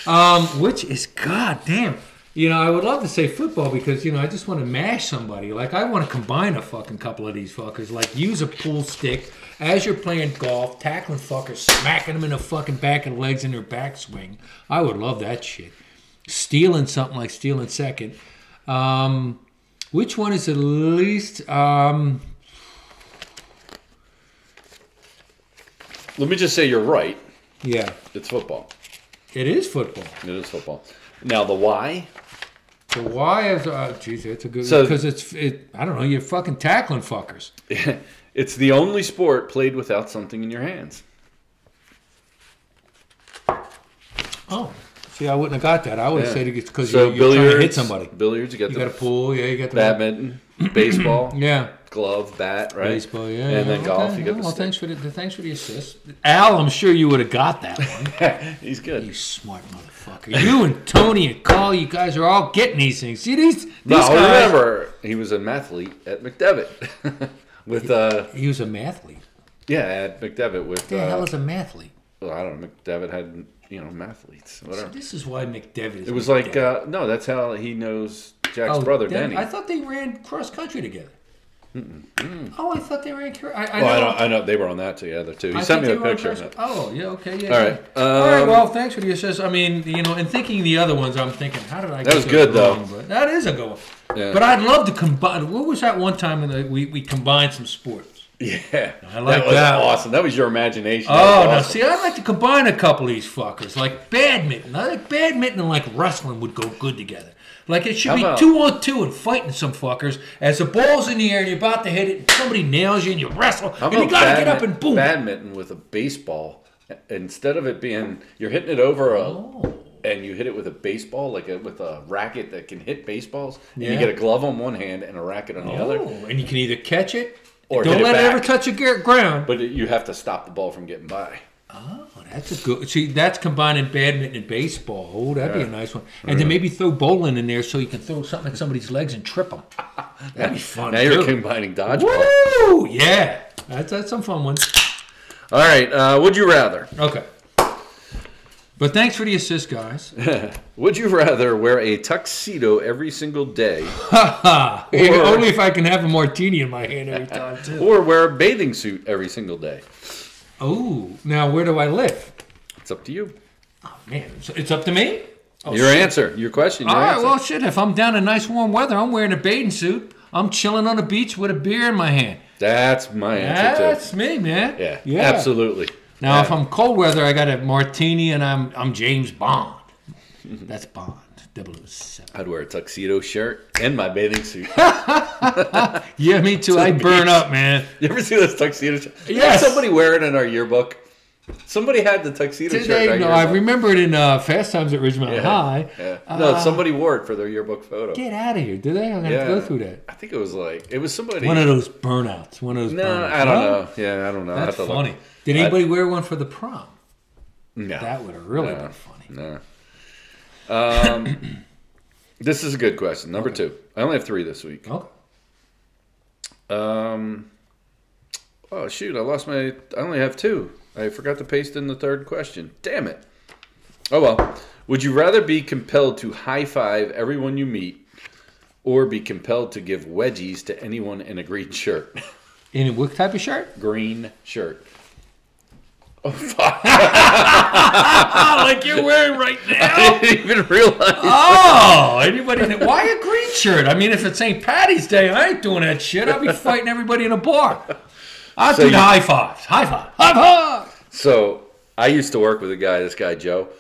Speaker 3: Um, which is goddamn. You know, I would love to say football because you know I just want to mash somebody. Like I want to combine a fucking couple of these fuckers. Like use a pool stick As you're playing golf, tackling fuckers, smacking them in the fucking back and legs in their backswing. I would love that shit. Stealing something like stealing second. Um, which one is the least? Um,
Speaker 2: Let me just say you're right.
Speaker 3: yeah,
Speaker 2: It's football.
Speaker 3: it is football.
Speaker 2: It is football. Now the why.
Speaker 3: The why is uh, geez, that's a good
Speaker 2: So-
Speaker 3: because it's it. I don't know. You're fucking tackling fuckers.
Speaker 2: [LAUGHS] it's the only sport played without something in your hands.
Speaker 3: Oh, see, I wouldn't have got that. I would have
Speaker 2: Yeah.
Speaker 3: said it's because you're, you're trying to hit somebody.
Speaker 2: Billiards. You got
Speaker 3: You
Speaker 2: the
Speaker 3: got a pool. Yeah, you got the
Speaker 2: badminton, baseball,
Speaker 3: [CLEARS THROAT] Yeah.
Speaker 2: glove, bat, right?
Speaker 3: Baseball, yeah.
Speaker 2: And then
Speaker 3: yeah,
Speaker 2: golf.
Speaker 3: okay,
Speaker 2: You got
Speaker 3: yeah,
Speaker 2: the
Speaker 3: well,
Speaker 2: stick.
Speaker 3: thanks for the thanks for the assist, Al. I'm sure you would have got that one.
Speaker 2: [LAUGHS] He's
Speaker 3: you
Speaker 2: good.
Speaker 3: smart
Speaker 2: [LAUGHS]
Speaker 3: motherfucker. You and Tony and Call, you guys are all getting these things. See these? these
Speaker 2: No,
Speaker 3: guys-
Speaker 2: remember he was an athlete at McDevitt [LAUGHS] with uh
Speaker 3: He was a mathlete.
Speaker 2: yeah at McDevitt with
Speaker 3: The hell
Speaker 2: uh,
Speaker 3: is a mathlete?
Speaker 2: well, I don't know McDevitt had you know mathletes
Speaker 3: So
Speaker 2: whatever.
Speaker 3: this is why McDevitt is.
Speaker 2: It was
Speaker 3: McDevitt.
Speaker 2: like uh, no, that's how he knows Jack's
Speaker 3: Oh,
Speaker 2: brother
Speaker 3: Dan-
Speaker 2: Danny.
Speaker 3: I thought they ran cross country together. Oh, I thought they ran. cr- I, I
Speaker 2: Oh, mm. I,
Speaker 3: know.
Speaker 2: don't, I know they were on that together too. He
Speaker 3: I
Speaker 2: sent
Speaker 3: think
Speaker 2: me
Speaker 3: they
Speaker 2: a
Speaker 3: were on
Speaker 2: picture. of
Speaker 3: cross-
Speaker 2: it. [LAUGHS]
Speaker 3: Oh, yeah, okay, yeah.
Speaker 2: All
Speaker 3: yeah.
Speaker 2: right,
Speaker 3: All right.
Speaker 2: um,
Speaker 3: Well, thanks for the assist. I mean, you know, and thinking the other ones, I'm thinking, how did I? That
Speaker 2: was good, though.
Speaker 3: wrong? But that is a good one.
Speaker 2: Yeah.
Speaker 3: But I'd love to combine. What was that one time in the, we we combined some sports?
Speaker 2: Yeah,
Speaker 3: I like
Speaker 2: that was
Speaker 3: that.
Speaker 2: awesome. That was your imagination. That
Speaker 3: Oh,
Speaker 2: was
Speaker 3: now
Speaker 2: awesome.
Speaker 3: see, I'd like to combine a couple of these fuckers, like badminton. I think badminton and like wrestling would go good together. Like it should
Speaker 2: How
Speaker 3: be
Speaker 2: about-
Speaker 3: two on two and fighting some fuckers as the ball's in the air and you're about to hit it and somebody nails you and you wrestle
Speaker 2: How
Speaker 3: and you
Speaker 2: about
Speaker 3: gotta get
Speaker 2: badmin-
Speaker 3: up and boom.
Speaker 2: Badminton with a baseball. Instead of it being you're hitting it over a,
Speaker 3: Oh.
Speaker 2: and you hit it with a baseball like a, with a racket that can hit baseballs, and you
Speaker 3: Yeah.
Speaker 2: get a glove on one hand and a racket on the other.
Speaker 3: Oh, and you can either catch it
Speaker 2: Or
Speaker 3: don't
Speaker 2: hit it
Speaker 3: let it, ever
Speaker 2: back.
Speaker 3: touch the gar- ground.
Speaker 2: But it, you have to stop the ball from getting by.
Speaker 3: oh, that's a good. See, that's combining badminton and baseball. Oh, that'd be a nice one. And then maybe throw bowling in there so you can throw something at somebody's legs and trip them. [LAUGHS] That'd be fun.
Speaker 2: Now you're
Speaker 3: too.
Speaker 2: combining dodgeball.
Speaker 3: Woo! Yeah, that's that's some fun ones.
Speaker 2: All right, uh, would you rather?
Speaker 3: Okay. But thanks for the assist, [LAUGHS] guys.
Speaker 2: Would you rather wear a tuxedo every single day
Speaker 3: Only if I can have a martini in my hand [LAUGHS] every time too.
Speaker 2: or wear a bathing suit every single day?
Speaker 3: Oh, now where do I live?
Speaker 2: It's up to you.
Speaker 3: Oh man, so it's up to me. Oh,
Speaker 2: your answer, your question. Your
Speaker 3: All right,
Speaker 2: answer.
Speaker 3: well, shit. If I'm down in nice warm weather, I'm wearing a bathing suit. I'm chilling on the beach with a beer in my hand.
Speaker 2: That's my answer too.
Speaker 3: That's me, man.
Speaker 2: Yeah, absolutely.
Speaker 3: Now, if
Speaker 2: Yeah.
Speaker 3: I'm cold weather, I got a martini and I'm I'm James [LAUGHS] Bond. That's Bond. 007.
Speaker 2: I'd wear a tuxedo shirt and my bathing suit. [LAUGHS]
Speaker 3: Yeah, me too. I burn up, man.
Speaker 2: you ever see those tuxedo shirts? Didn't
Speaker 3: Yes.
Speaker 2: Somebody wear it in our yearbook. Somebody had the tuxedo shirt. in
Speaker 3: Today,
Speaker 2: our
Speaker 3: no, I
Speaker 2: yearbook.
Speaker 3: remember it in uh, Fast Times at Ridgemont
Speaker 2: Yeah,
Speaker 3: High.
Speaker 2: yeah. no, somebody wore it for their yearbook photo.
Speaker 3: Get out of here, did they? I'm gonna
Speaker 2: Yeah.
Speaker 3: have to go through that.
Speaker 2: I think it was like it was somebody.
Speaker 3: One of those burnouts. One of those.
Speaker 2: no,
Speaker 3: burnouts.
Speaker 2: I don't
Speaker 3: Huh?
Speaker 2: know. Yeah, I don't know. I
Speaker 3: That's
Speaker 2: have to look.
Speaker 3: funny. Did
Speaker 2: I-
Speaker 3: anybody wear one for the prom?
Speaker 2: No.
Speaker 3: That would have really
Speaker 2: No.
Speaker 3: been funny.
Speaker 2: No. Um, [CLEARS THROAT] this is a good question. Number two. I only have three this week.
Speaker 3: Okay.
Speaker 2: Oh shoot! I lost my. I only have two. I forgot to paste in the third question. Damn it! Oh well. Would you rather be compelled to high five everyone you meet, or be compelled to give wedgies to anyone in a green shirt? [LAUGHS]
Speaker 3: In what type of shirt?
Speaker 2: green shirt. [LAUGHS] Oh fuck! Oh,
Speaker 3: Ah, like you're wearing right
Speaker 2: I
Speaker 3: now.
Speaker 2: didn't even realize.
Speaker 3: [LAUGHS] Oh, anybody? That, why a green shirt? I mean, if it's St. Patty's Day, I ain't doing that
Speaker 2: [LAUGHS]
Speaker 3: shit. I'll be fighting everybody in a bar. I'll
Speaker 2: So
Speaker 3: do
Speaker 2: you-
Speaker 3: the high fives. High five. High five.
Speaker 2: So I used to work with a guy. This guy Joe.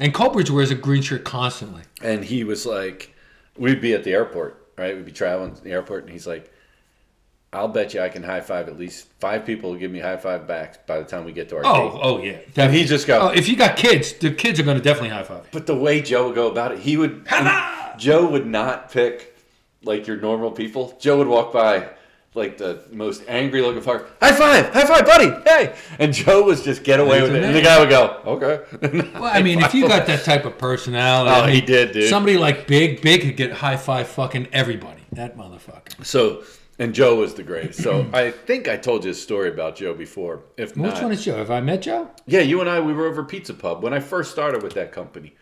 Speaker 3: And Colbridge wears a green shirt constantly.
Speaker 2: and he was like, we'd be at the airport, right? We'd be traveling to the airport, and he's like, I'll bet you I can high five at least five people will give me high five back by the time we get to our
Speaker 3: Oh,
Speaker 2: gate.
Speaker 3: oh yeah.
Speaker 2: And he just
Speaker 3: Oh,
Speaker 2: got.
Speaker 3: if you got kids, the kids are going to definitely high five. you.
Speaker 2: But the way Joe would go about it, he would. Joe would not pick like your normal people. Joe would walk by like the most angry looking fucker. High five, high five, buddy, hey! And Joe was just get away
Speaker 3: That's
Speaker 2: with it, and the
Speaker 3: amazing.
Speaker 2: guy would go, okay. [LAUGHS]
Speaker 3: Well, I mean, if you got that type of personality,
Speaker 2: Oh,
Speaker 3: I mean,
Speaker 2: he did, dude.
Speaker 3: Somebody like Big, Big could get high five fucking everybody. That motherfucker.
Speaker 2: So, and Joe was the greatest. So [CLEARS THROAT] I think I told you a story about Joe before. If not,
Speaker 3: Which one is Joe? Have I met Joe?
Speaker 2: yeah, you
Speaker 3: Hmm.
Speaker 2: and I we were over at Pizza Pub when I first started with that company.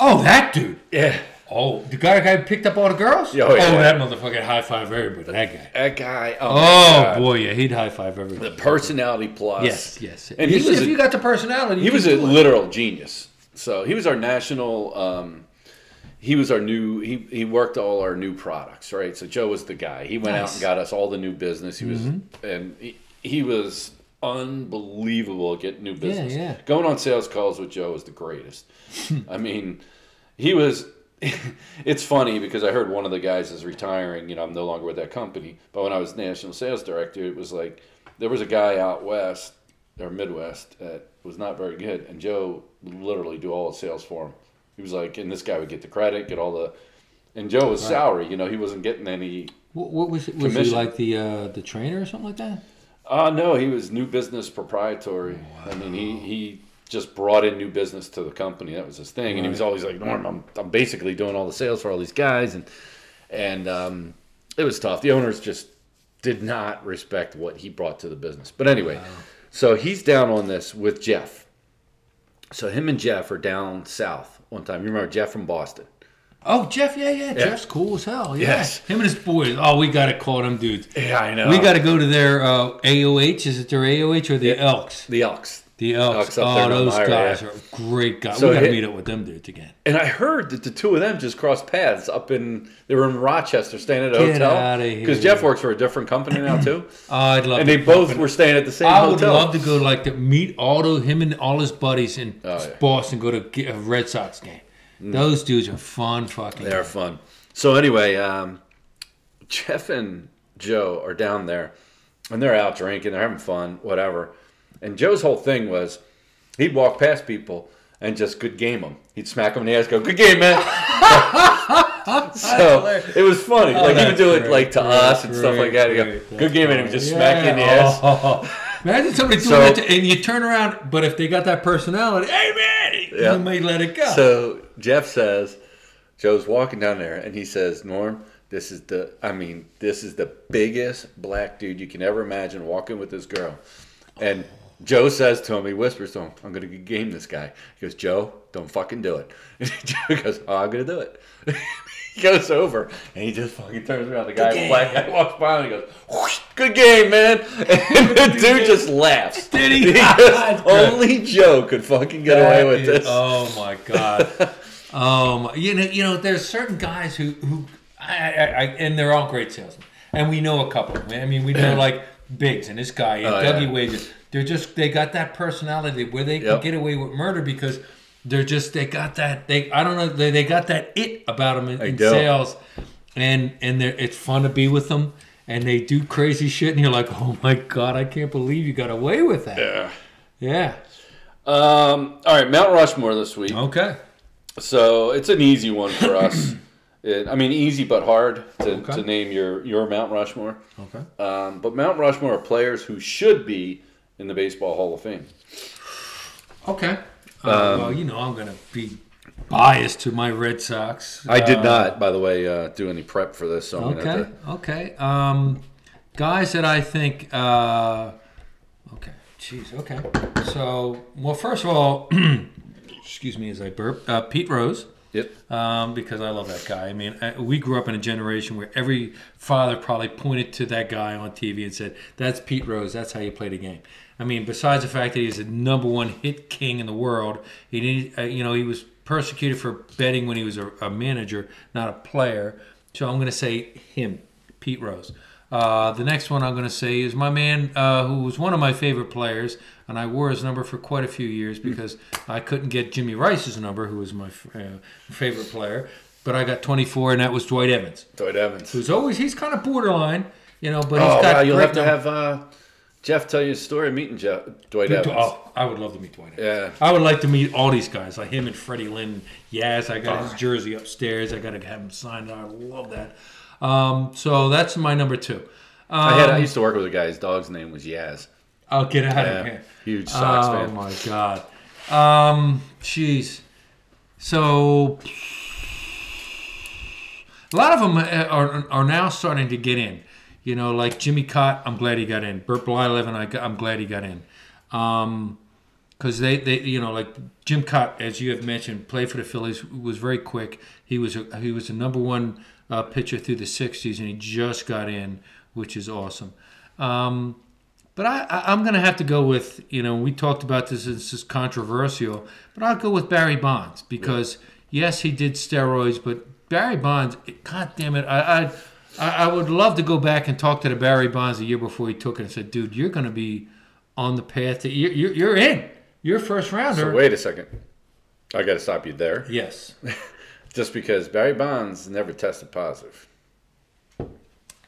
Speaker 3: Oh, that dude.
Speaker 2: Yeah,
Speaker 3: Oh, the guy guy picked up all the girls.
Speaker 2: Yeah,
Speaker 3: oh,
Speaker 2: oh, yeah.
Speaker 3: that motherfucker high five everybody. That guy.
Speaker 2: That guy. Oh, my
Speaker 3: Oh
Speaker 2: God.
Speaker 3: boy, yeah, he'd high five
Speaker 2: the
Speaker 3: everybody.
Speaker 2: personality plus.
Speaker 3: Yes, yes.
Speaker 2: And
Speaker 3: You
Speaker 2: he
Speaker 3: see,
Speaker 2: was
Speaker 3: if
Speaker 2: a-
Speaker 3: you got the personality,
Speaker 2: he
Speaker 3: you
Speaker 2: was
Speaker 3: can
Speaker 2: a
Speaker 3: do it.
Speaker 2: literal genius. So he was our national. Um, he was our new. He he worked all our new products, right? So Joe was the guy. He went out
Speaker 3: Nice. Mm-hmm.
Speaker 2: and got us all the new business. He was and he, he was unbelievable at getting new business.
Speaker 3: yeah.
Speaker 2: Going on sales calls with Joe was the
Speaker 3: [LAUGHS]
Speaker 2: greatest. I mean, he was. [LAUGHS] it's funny because I heard one of the guys is retiring. You know, I'm no longer with that company. But when I was national sales director, it was like there was a guy out west or Midwest that was not very good, and Joe would literally do all the sales for him. He was like, and this guy would get the credit, get all the, and Joe was salary. You know, he wasn't getting any.
Speaker 3: What, what was it? Was he
Speaker 2: Commission.
Speaker 3: like the uh, the trainer or something like that?
Speaker 2: Uh no, he was new business proprietary. I mean, he he just brought in new business to the company. That was his thing, and he was always like, Norm, I'm I'm basically doing all the sales for all these guys, and and um, it was tough. The owners just did not respect what he brought to the business. But anyway, so he's down on this with Jeff. So him and Jeff are down south one time. You remember Jeff from Boston?
Speaker 3: Oh, Jeff, yeah, yeah, Jeff's cool as hell. Yeah.
Speaker 2: Yes.
Speaker 3: Him and his boys. Oh, we gotta call them dudes.
Speaker 2: Yeah, I know.
Speaker 3: We gotta go to their uh, AOH. Is it their AOH or the Elks?
Speaker 2: the Elks.
Speaker 3: The
Speaker 2: Elks
Speaker 3: Elks.
Speaker 2: up there
Speaker 3: oh,
Speaker 2: in
Speaker 3: those
Speaker 2: Elmira,
Speaker 3: guys
Speaker 2: yeah.
Speaker 3: are great guys.
Speaker 2: So
Speaker 3: we gotta
Speaker 2: hit-
Speaker 3: meet up with them dudes again.
Speaker 2: And I heard that the two of them just crossed paths up in they were in Rochester staying at a
Speaker 3: Get
Speaker 2: hotel
Speaker 3: outta here.
Speaker 2: because Jeff works for a different company now
Speaker 3: [CLEARS THROAT]
Speaker 2: too,
Speaker 3: Oh, I'd love.
Speaker 2: and
Speaker 3: to
Speaker 2: they both
Speaker 3: fucking-
Speaker 2: were staying at the same
Speaker 3: I would
Speaker 2: hotel.
Speaker 3: love to go like to meet all of him and all his buddies in
Speaker 2: Oh, yeah. Mm.
Speaker 3: Boston. Go to get a Red Sox game. Those dudes are fun, fucking.
Speaker 2: They're fun. So anyway, um, Jeff and Joe are down there, and they're out drinking, they're having fun, whatever. And Joe's whole thing was he'd walk past people and just good game them. He'd smack them in the ass, go good game,
Speaker 3: [LAUGHS]
Speaker 2: man. [LAUGHS] so
Speaker 3: hilarious. Oh,
Speaker 2: it was funny. like he would
Speaker 3: that's
Speaker 2: do it
Speaker 3: great,
Speaker 2: like to
Speaker 3: great,
Speaker 2: us and stuff
Speaker 3: great,
Speaker 2: like that. He'd go
Speaker 3: great.
Speaker 2: good game, and he would just smack you in the
Speaker 3: Yeah. Oh.
Speaker 2: ass.
Speaker 3: [LAUGHS] Imagine somebody doing
Speaker 2: So-
Speaker 3: that, to, and you turn around. But if they got that personality, hey man,
Speaker 2: Yeah.
Speaker 3: you may let it go.
Speaker 2: [LAUGHS] So Jeff says, Joe's walking down there, and he says, Norm, this is the, I mean, this is the biggest black dude you can ever imagine walking with this girl. And Joe says to him, he whispers to him, I'm going to game this guy. He goes, Joe, don't fucking do it. [LAUGHS] And Joe goes, oh, I'm going to do it. [LAUGHS] he goes over, and he just fucking turns around. The guy, black guy, walks by, and he goes, "Whoosh, good game, man. [LAUGHS] And the dude just laughs.
Speaker 3: Did he? [LAUGHS]
Speaker 2: goes, Only Joe could fucking get away with
Speaker 3: That is-
Speaker 2: this.
Speaker 3: Oh my
Speaker 2: [LAUGHS]
Speaker 3: god. um, you know, you know, there's certain guys who who, I, I, I, and they're all great salesmen, and we know a couple. I mean, we know like Biggs and this guy and
Speaker 2: Oh,
Speaker 3: Dougie
Speaker 2: yeah.
Speaker 3: Wages. They're just they got that personality where they
Speaker 2: Yep.
Speaker 3: can get away with murder because they're just they got that they I don't know they, they got that it about them in, in
Speaker 2: do.
Speaker 3: sales, and and they're, it's fun to be with them. And they do crazy shit, and you're like, "Oh my god, I can't believe you got away with that."
Speaker 2: Yeah.
Speaker 3: Yeah.
Speaker 2: Um, all right, Mount Rushmore this week.
Speaker 3: Okay.
Speaker 2: So it's an easy one for [COUGHS] us. It, I mean, easy but hard to,
Speaker 3: Okay.
Speaker 2: to name your, your Mount Rushmore.
Speaker 3: Okay.
Speaker 2: Um, but Mount Rushmore are players who should be in the Baseball Hall of Fame.
Speaker 3: Okay. Uh, well, you know, I'm going to be biased to my Red Sox.
Speaker 2: I did not, by the way, uh, do any prep for this. So I'm gonna have
Speaker 3: Okay. Okay. Um, guys that I think. Uh, okay. Jeez. Okay. So, well, first of all, [CLEARS THROAT] excuse me as I burp. Uh, Pete Rose.
Speaker 2: to- Yep.
Speaker 3: Um, because I love that guy. I mean, I, we grew up in a generation where every father probably pointed to that guy on TV and said, "That's Pete Rose. That's how you play the game." I mean, besides the fact that he's the number one hit king in the world, he didn't, uh, you know, he was persecuted for betting when he was a, a manager, not a player. So I'm going to say him, Pete Rose. Uh, the next one I'm going to say is my man, uh, who was one of my favorite players, and I wore his number for quite a few years
Speaker 2: Hmm.
Speaker 3: because I couldn't get Jimmy Rice's number, who was my f- uh, favorite player. But I got 24, and that was Dwight Evans,
Speaker 2: Dwight Evans.
Speaker 3: who's always he's kind of borderline, you know. But he's
Speaker 2: Oh,
Speaker 3: got
Speaker 2: wow, you'll
Speaker 3: great
Speaker 2: have to
Speaker 3: number-
Speaker 2: have uh, Jeff tell you a story of meeting Jeff, Dwight Evans.
Speaker 3: Oh, I would love to meet Dwight. Evans.
Speaker 2: Yeah.
Speaker 3: I would like to meet all these guys, like him and Freddie Lynn. Yes, I got his jersey upstairs. I got to have him signed. I would love that. Um, so that's my number two. Um,
Speaker 2: I had. I used to work with a guy. His dog's name was Yaz.
Speaker 3: I'll get out
Speaker 2: Yeah,
Speaker 3: of here.
Speaker 2: huge Sox
Speaker 3: oh
Speaker 2: fan.
Speaker 3: my god. Um, jeez. So a lot of them uh, are, are now starting to get in. You know, like Jimmy Cott, I'm glad he got in. Burt Blyleven, I, I'm glad he got in. Um, because they, they you know like Jim Cott as you have mentioned played for the Phillies was very quick he was a, he was the number one uh, pitcher through the 60s and he just got in which is awesome um, but I, I I'm gonna have to go with you know we talked about this this is controversial but I'll go with Barry Bonds because yes he did steroids but Barry Bonds god damn it I, I I I would love to go back and talk to the Barry Bonds the year before he took it and said dude you're gonna be on the path to you're, you're, you're in your first rounder.
Speaker 2: So wait a second. I got to stop you there.
Speaker 3: Yes.
Speaker 2: Just because Barry Bonds never tested positive.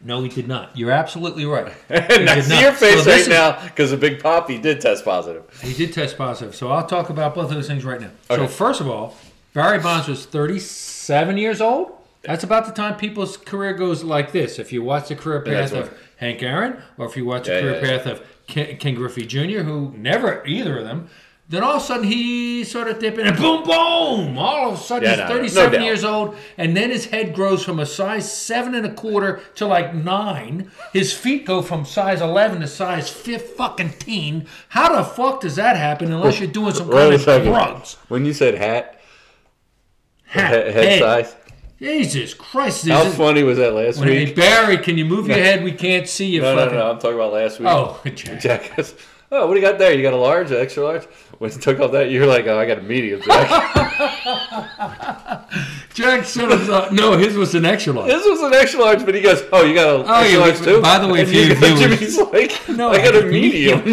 Speaker 3: No, he did not. You're
Speaker 2: [LAUGHS]
Speaker 3: absolutely right.
Speaker 2: And I
Speaker 3: did
Speaker 2: see
Speaker 3: not.
Speaker 2: your face
Speaker 3: So
Speaker 2: right
Speaker 3: this is-
Speaker 2: now because the big poppy did test positive.
Speaker 3: He did test positive. So I'll talk about both of those things right now.
Speaker 2: Okay.
Speaker 3: So first of all, Barry Bonds was 37 years old. That's about the time people's career goes like this. If you watch the career
Speaker 2: That's
Speaker 3: path of
Speaker 2: right.
Speaker 3: Hank Aaron, or if you watch the
Speaker 2: Yeah,
Speaker 3: career
Speaker 2: yeah, yeah.
Speaker 3: path of Ken, Ken Griffey Jr., who never either of them, then all of a sudden he sort of dip in and boom, boom! All of a sudden
Speaker 2: Yeah,
Speaker 3: he's
Speaker 2: no, no, no
Speaker 3: 37
Speaker 2: doubt.
Speaker 3: years years old, and then his head grows from a size seven and a quarter to like nine. His feet go from size eleven to size fifth fucking teen. How the fuck does that happen unless you're doing some kind of drugs?
Speaker 2: When you said hat,
Speaker 3: Hat,
Speaker 2: head,
Speaker 3: head.
Speaker 2: size,
Speaker 3: Jesus Christ! This
Speaker 2: how
Speaker 3: is,
Speaker 2: funny was that last
Speaker 3: Hey,
Speaker 2: week?
Speaker 3: Barry, can you move your head? We can't see you.
Speaker 2: No, no,
Speaker 3: fucking.
Speaker 2: no. I'm talking about last week. [LAUGHS]
Speaker 3: Oh, [LAUGHS] Jack.
Speaker 2: Jack goes, "Oh, what do you got there? You got a large, an extra large?" When he took off that, you were like, "Oh, I got a medium."
Speaker 3: [LAUGHS]
Speaker 2: Jack, [LAUGHS]
Speaker 3: Jack should have thought. No, his was an extra
Speaker 2: [LAUGHS]
Speaker 3: large.
Speaker 2: this was an extra large, but he goes, "Oh, you got a
Speaker 3: Oh,
Speaker 2: extra
Speaker 3: yeah,
Speaker 2: large
Speaker 3: but-
Speaker 2: too."
Speaker 3: by the way,
Speaker 2: and
Speaker 3: for your
Speaker 2: got- [LAUGHS]
Speaker 3: viewers-
Speaker 2: Jimmy's like,
Speaker 3: No,
Speaker 2: "I got
Speaker 3: I-
Speaker 2: a medium."
Speaker 3: [LAUGHS]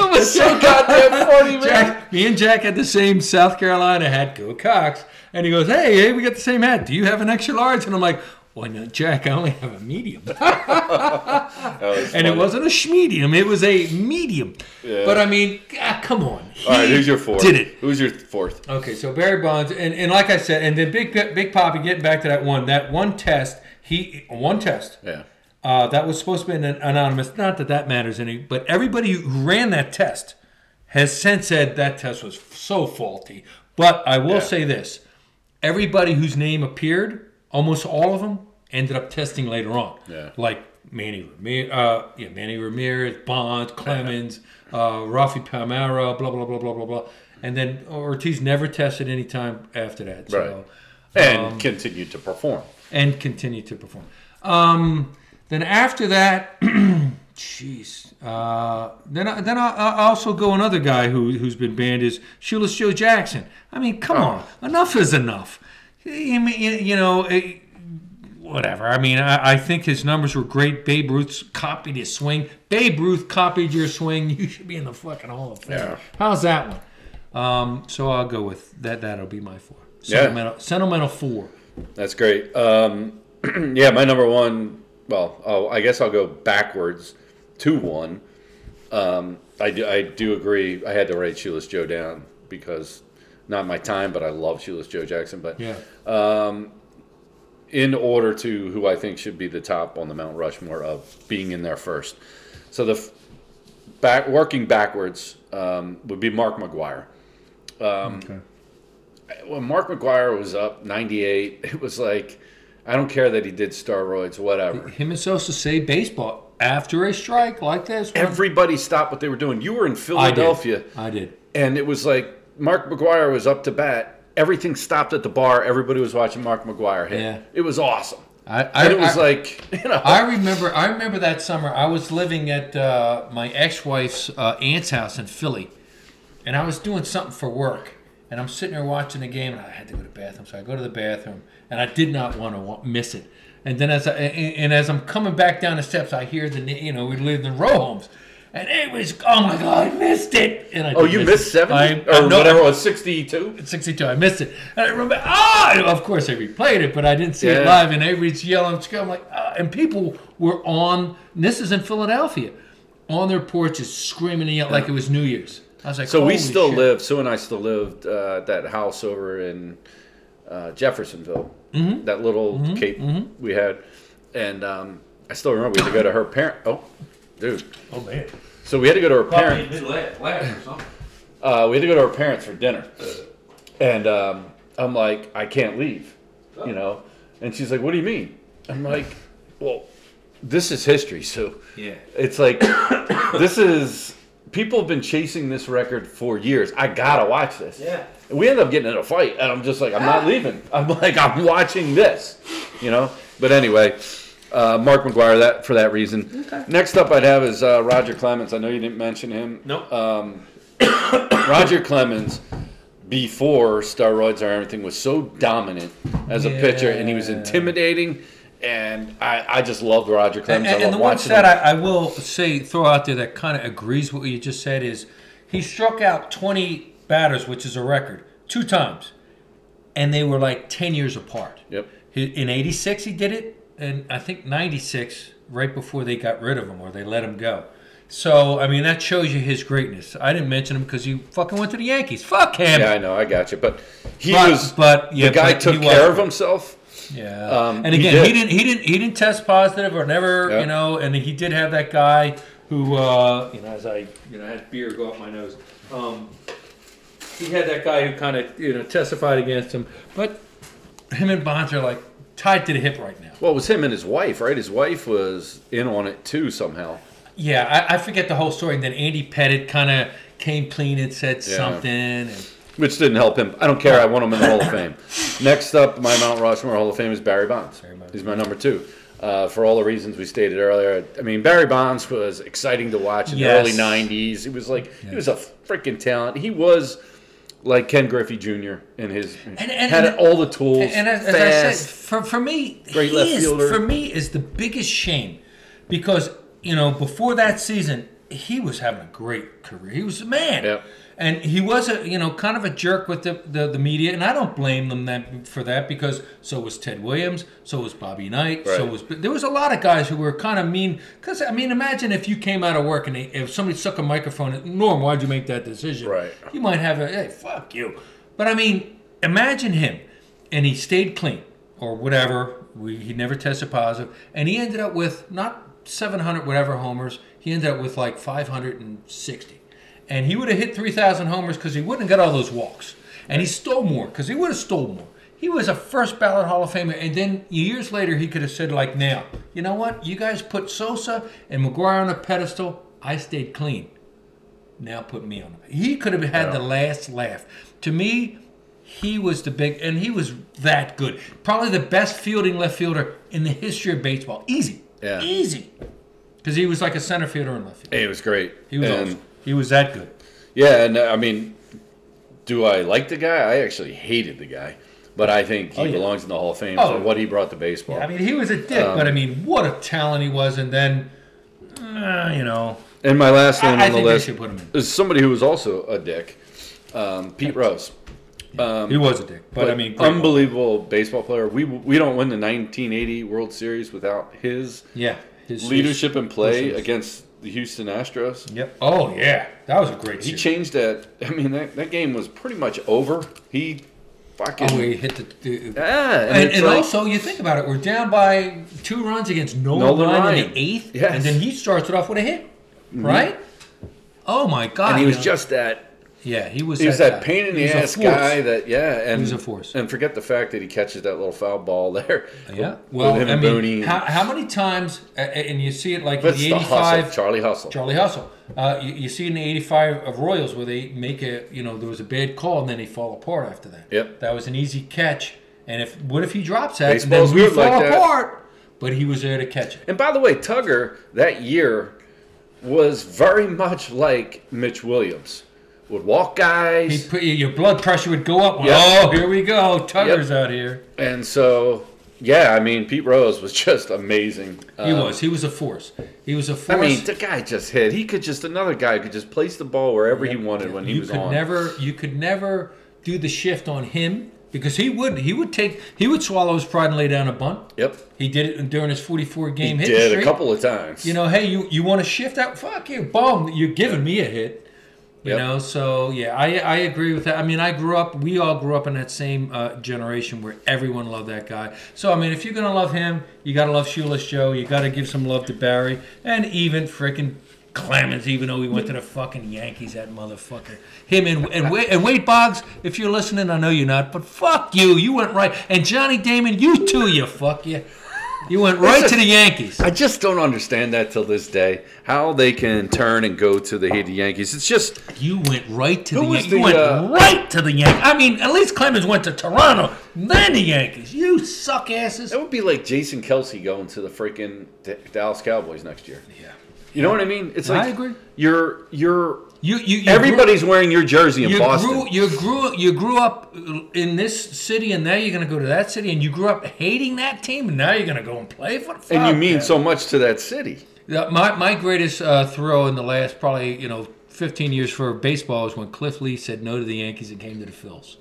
Speaker 2: I was so goddamn funny, man.
Speaker 3: Jack, me and Jack had the same South Carolina hat, go Cox. And he goes, hey, hey, we got the same hat. Do you have an extra large? And I'm like, why not, Jack? I only have a
Speaker 2: [LAUGHS]
Speaker 3: medium.
Speaker 2: That was
Speaker 3: And it
Speaker 2: funny.
Speaker 3: wasn't a schmedium, it was a medium.
Speaker 2: Yeah.
Speaker 3: But I mean, ah, come on. He
Speaker 2: All right, who's your fourth?
Speaker 3: Did it.
Speaker 2: Who's your fourth?
Speaker 3: Okay, so Barry Bonds, and, and like I said, and then Big Big Poppy, getting back to that one, that one test, he one test.
Speaker 2: Yeah.
Speaker 3: Uh, that was supposed to be an anonymous. Not that that matters any, but everybody who ran that test has since said that test was so faulty. But I will
Speaker 2: Yeah.
Speaker 3: say this: everybody whose name appeared, almost all of them, ended up testing later on.
Speaker 2: Yeah.
Speaker 3: Like Manny Ramirez, uh, yeah, Manny Ramirez, Bond, Clemens, uh, Rafi Palmeiro, blah blah blah blah blah blah, and then Ortiz never tested any time after that. So
Speaker 2: Right. And continued to perform.
Speaker 3: and continue to perform. Um, then after that, [CLEARS THROAT] jeez. Uh, then I, then I, I also go another guy who who's been banned is Shoeless Joe Jackson. I mean, come
Speaker 2: Oh.
Speaker 3: on, enough is enough. You, mean- you- you know. eh, Whatever. I mean, I, I think his numbers were great. Babe Ruth copied his swing. Babe Ruth copied your swing. [LAUGHS] You should be in the fucking Hall of Fame.
Speaker 2: Yeah.
Speaker 3: How's that one? Um, so I'll go with that. That'll be my four.
Speaker 2: Yeah.
Speaker 3: Sentimental, sentimental four.
Speaker 2: That's great. Um, [CLEARS THROAT] yeah, my number one. Well, oh, I guess I'll go backwards to one. Um, I do. I do agree. I had to write Shoeless Joe down because not my time, but I love Shoeless Joe Jackson. But
Speaker 3: Yeah.
Speaker 2: in order to who I think should be the top on the Mount Rushmore of being in there first. So the f- back working backwards um, would be Mark McGuire. Um,
Speaker 3: okay.
Speaker 2: when Mark McGuire was up 98, [LAUGHS] it was like, I don't care that he did steroids, whatever.
Speaker 3: Him and Sosa saved baseball after a strike like this. one.
Speaker 2: Everybody stopped what they were doing. You were in
Speaker 3: I did.
Speaker 2: Philadelphia,
Speaker 3: I did.
Speaker 2: and it was like Mark McGuire was up to bat. Everything stopped at the bar. Everybody was watching Mark McGuire hit.
Speaker 3: Yeah.
Speaker 2: It was awesome.
Speaker 3: I, I,
Speaker 2: And it was
Speaker 3: I-
Speaker 2: like, [LAUGHS] you know,
Speaker 3: I remember. I remember that summer. I was living at uh, my ex-wife's uh, aunt's house in Philly, and I was doing something for work. And I'm sitting there watching the game, and I had to go to the bathroom, so I go to the bathroom, and I did not want to wa- miss it. And then as I and, and as I'm coming back down the steps, I hear the na- you know we lived in row homes, and it was oh my god, I missed it. And I
Speaker 2: oh,
Speaker 3: did
Speaker 2: you
Speaker 3: miss
Speaker 2: missed
Speaker 3: it.
Speaker 2: 70
Speaker 3: I- I-
Speaker 2: or
Speaker 3: no, I-
Speaker 2: whatever it was, 62?
Speaker 3: at 62. I missed it. And I remember, ah, of course I replayed it, but I didn't see it
Speaker 2: Yeah.
Speaker 3: live. And everybody's yelling, screaming. I'm like, ah, and people were on, and this is in Philadelphia, on their porches screaming and yelling like it was New Year's. I was like,
Speaker 2: So
Speaker 3: holy
Speaker 2: we still
Speaker 3: shit.
Speaker 2: lived. Sue and I still lived uh, at that house over in uh, Jeffersonville.
Speaker 3: Mm-hmm.
Speaker 2: That little cape we had, and um, I still remember we had to go to her parent. Oh, dude.
Speaker 3: Oh, man.
Speaker 2: So we had to go to her parent.
Speaker 3: Midland or something.
Speaker 2: Uh, we had to go to her parents for dinner, and um, I'm like, I can't leave, you
Speaker 3: Oh.
Speaker 2: know. And she's like, What do you mean? I'm like, Well, this is history, so
Speaker 3: Yeah.
Speaker 2: it's like [COUGHS] this is people have been chasing this record for years. I gotta watch this.
Speaker 1: Yeah.
Speaker 2: We end up getting in a fight, and I'm just like, I'm
Speaker 3: [LAUGHS]
Speaker 2: not leaving. I'm like, I'm watching this, you know. But anyway, uh, Mark McGuire that for that reason. Next up, I'd have is uh, Roger Clemens. I know you didn't mention him.
Speaker 3: Nope.
Speaker 2: [LAUGHS] Roger Clemens before steroids or everything was so dominant as a pitcher, and he was
Speaker 3: Yeah.
Speaker 2: intimidating. And I, I just loved Roger
Speaker 3: and,
Speaker 2: Clemens. I
Speaker 3: and the
Speaker 2: loved
Speaker 3: one
Speaker 2: watching
Speaker 3: stat
Speaker 2: him.
Speaker 3: I, I will say throw out there that kind of agrees with what you just said is he struck out 20 batters, which is a record, two times, and they were like 10 years apart.
Speaker 2: Yep.
Speaker 3: He, in '86 he did it, and I think '96, right before they got rid of him or they let him go. So I mean that shows you his greatness. I didn't mention him because he fucking went to the Yankees. Fuck him. [LAUGHS]
Speaker 2: Yeah, I know, I got you. But he
Speaker 3: But-
Speaker 2: was,
Speaker 3: but, yeah,
Speaker 2: the guy
Speaker 3: but
Speaker 2: took
Speaker 3: he
Speaker 2: care
Speaker 3: was-
Speaker 2: of himself.
Speaker 3: Yeah.
Speaker 2: Um,
Speaker 3: and
Speaker 2: he
Speaker 3: again,
Speaker 2: did.
Speaker 3: he, did. not he didn't he didn't test positive or never,
Speaker 2: Yeah.
Speaker 3: you know, and he did have that guy who uh, you know, as I you know, had beer go up my nose. Um, he had that guy who kind of, you know, testified against him, but him and Bonds are like tied to the hip right now.
Speaker 2: Well, it was him and his wife, right? His wife was in on it too somehow.
Speaker 3: Yeah, I, I forget the whole story. And then Andy Pettit kind of came clean and said
Speaker 2: Yeah.
Speaker 3: something. And,
Speaker 2: Which didn't help him. I don't care. I want him in the Hall of Fame. Next up, my Mount Rushmore Hall of Fame is Barry Bonds.
Speaker 3: Bonds.
Speaker 2: He's my number two. Uh, for all the reasons we stated earlier, I mean Barry Bonds was exciting to watch in
Speaker 3: Yes.
Speaker 2: the early '90s. He was like he
Speaker 3: Yes.
Speaker 2: was a freaking talent. He was like Ken Griffey Jr. in his
Speaker 3: And- and-
Speaker 2: had
Speaker 3: and-
Speaker 2: all the tools.
Speaker 3: And, and as, as I
Speaker 2: fast.
Speaker 3: said, for, for me,
Speaker 2: Great
Speaker 3: he
Speaker 2: left
Speaker 3: is,
Speaker 2: fielder.
Speaker 3: for me is the biggest shame because you know before that season he was having a great career. He was a man,
Speaker 2: Yep.
Speaker 3: and he was a you know kind of a jerk with the, the, the media, and I don't blame them that for that because so was Ted Williams, so was Bobby Knight, so
Speaker 2: Right.
Speaker 3: was there was a lot of guys who were kind of mean. Because I mean, imagine if you came out of work and they, if somebody stuck a microphone at Norm, why'd you make that decision?
Speaker 2: Right.
Speaker 3: You might have a hey, fuck you. But I mean, imagine him, and he stayed clean or whatever. We, he never tested positive, and he ended up with not 700 whatever homers. He ended up with like 560, and he would have hit 3,000 homers because he wouldn't have got all those walks, and he stole more because he would have stole more. He was a first ballot Hall of Famer, and then years later he could have said like, "Now, you know what? You guys put Sosa and McGuire on a pedestal. I stayed clean now put me on. He could have had the last laugh. To me, he was the big, and he was that good. Probably the best fielding left fielder in the history of baseball. Easy,
Speaker 2: Yeah.
Speaker 3: easy, because he was like a center fielder in left field.
Speaker 2: It was great.
Speaker 3: He was
Speaker 2: And-
Speaker 3: awesome. He was that good.
Speaker 2: Yeah, and uh, I mean, do I like the guy? I actually hated the guy, but I think he
Speaker 3: yeah.
Speaker 2: belongs in the Hall of Fame
Speaker 3: Oh.
Speaker 2: for what he brought to baseball.
Speaker 3: I mean, he was a dick, but I
Speaker 2: Um,
Speaker 3: mean, what a talent he was. And then, uh, you know,
Speaker 2: and my last
Speaker 3: I-
Speaker 2: one
Speaker 3: I
Speaker 2: on the
Speaker 3: think they
Speaker 2: list
Speaker 3: should put him in.
Speaker 2: is somebody who was also a dick, um, Pete Rose. Um,
Speaker 3: he was a dick. But, I mean, great ball.
Speaker 2: unbelievable baseball player. We we don't win the 1980 World Series without his
Speaker 3: Yeah, his
Speaker 2: leadership and play
Speaker 3: Listen.
Speaker 2: against the Houston Astros.
Speaker 3: Yep. Oh yeah, that was a great.
Speaker 2: He
Speaker 3: series.
Speaker 2: changed that. I mean, that, that game was pretty much over. He fucking.
Speaker 3: Oh, he hit the- the
Speaker 2: yeah, and,
Speaker 3: And,
Speaker 2: it's
Speaker 3: and
Speaker 2: like-
Speaker 3: also, you think about it, we're down by two runs against Nolan,
Speaker 2: Nolan
Speaker 3: Ryan, in
Speaker 2: Ryan.
Speaker 3: the eighth,
Speaker 2: Yes. Mm-hmm.
Speaker 3: and then he starts it off with a hit, right? Oh my God!
Speaker 2: and he was
Speaker 3: you know.
Speaker 2: just that
Speaker 3: yeah, he was
Speaker 2: He was
Speaker 3: guy.
Speaker 2: that pain in the
Speaker 3: He was a
Speaker 2: ass
Speaker 3: force.
Speaker 2: guy that yeah, and
Speaker 3: was a force.
Speaker 2: And forget the fact that he catches that little foul ball [LAUGHS] there.
Speaker 3: Yeah,
Speaker 2: with
Speaker 3: well,
Speaker 2: him
Speaker 3: I
Speaker 2: and
Speaker 3: mean,
Speaker 2: Booney.
Speaker 3: how, how many times? a- a- And you see it like in
Speaker 2: That's
Speaker 3: the
Speaker 2: the hustle,
Speaker 3: eighty-five,
Speaker 2: Charlie Hustle.
Speaker 3: Charlie Hustle. Uh, you, you see in the eighty-five of Royals where they make a, you know, there was a bad call and then they fall apart after that.
Speaker 2: Yep.
Speaker 3: that was an easy catch. And if what if he drops that and then
Speaker 2: Baseball's
Speaker 3: we
Speaker 2: good like
Speaker 3: fall
Speaker 2: that.
Speaker 3: apart? But he was there to catch it.
Speaker 2: And by the way, Tugger that year was very much like Mitch Williams. Would walk
Speaker 3: He
Speaker 2: guys,
Speaker 3: put, your blood pressure would go up.
Speaker 2: Yeah.
Speaker 3: Oh, here we go. Tugger's out here.
Speaker 2: and so yeah, I mean Pete Rose was [LAUGHS] just amazing.
Speaker 3: He
Speaker 2: Um,
Speaker 3: was. He was a force. He was a
Speaker 2: I
Speaker 3: force.
Speaker 2: mean, the guy just hit. He could just another guy could just place the ball wherever he wanted when he
Speaker 3: you
Speaker 2: was
Speaker 3: could
Speaker 2: on.
Speaker 3: never. You could never do the shift on him because he would. He would take. He would swallow his pride and lay down a bunt.
Speaker 2: yep,
Speaker 3: He did it during his 44 game hit
Speaker 2: did a
Speaker 3: streak.
Speaker 2: couple of times.
Speaker 3: You know, hey, you you want to shift out? Fuck you, boom! You're giving me a hit. You
Speaker 2: Yep.
Speaker 3: know, so yeah, I I agree with that. I mean, I grew up. We all grew up in that same uh, generation where everyone loved that guy. So I mean, if you're gonna love him, you gotta love Shoeless Joe. You gotta give some love to Barry, and even frickin' Clemens, even though he went to the fucking Yankees, that motherfucker. Him and and Wade, and Wade Boggs. If you're listening, I know you're not, but fuck you, you went right. And Johnny Damon, you too, you fuck you. You went right
Speaker 2: This
Speaker 3: to
Speaker 2: is-
Speaker 3: the Yankees.
Speaker 2: I just don't understand that till this day. How they can turn and go to the hated Yankees. It's just
Speaker 3: You went right to
Speaker 2: Who
Speaker 3: the
Speaker 2: was
Speaker 3: Yankees. You
Speaker 2: the,
Speaker 3: went
Speaker 2: uh,
Speaker 3: right to the Yankees. I mean, at least Clemens went to Toronto, then the Yankees. You suck asses.
Speaker 2: that would be like Jason Kelsey going to the freaking D- Dallas Cowboys next year.
Speaker 3: Yeah.
Speaker 2: You know what I mean? It's
Speaker 3: I
Speaker 2: like
Speaker 3: agree.
Speaker 2: You're you're
Speaker 3: You, you, you
Speaker 2: everybody's wearing your jersey in
Speaker 3: Grew, you
Speaker 2: Boston.
Speaker 3: grew you grew you grew up in this city, and now you're going to go to that city, and you grew up hating that team, and now you're going to go and play for. the
Speaker 2: and you
Speaker 3: fuck,
Speaker 2: mean
Speaker 3: man.
Speaker 2: so much to that city.
Speaker 3: Yeah, My my greatest uh, thrill in the last probably you know 15 years for baseball is when Cliff Lee said no to the Yankees and came to the Phils.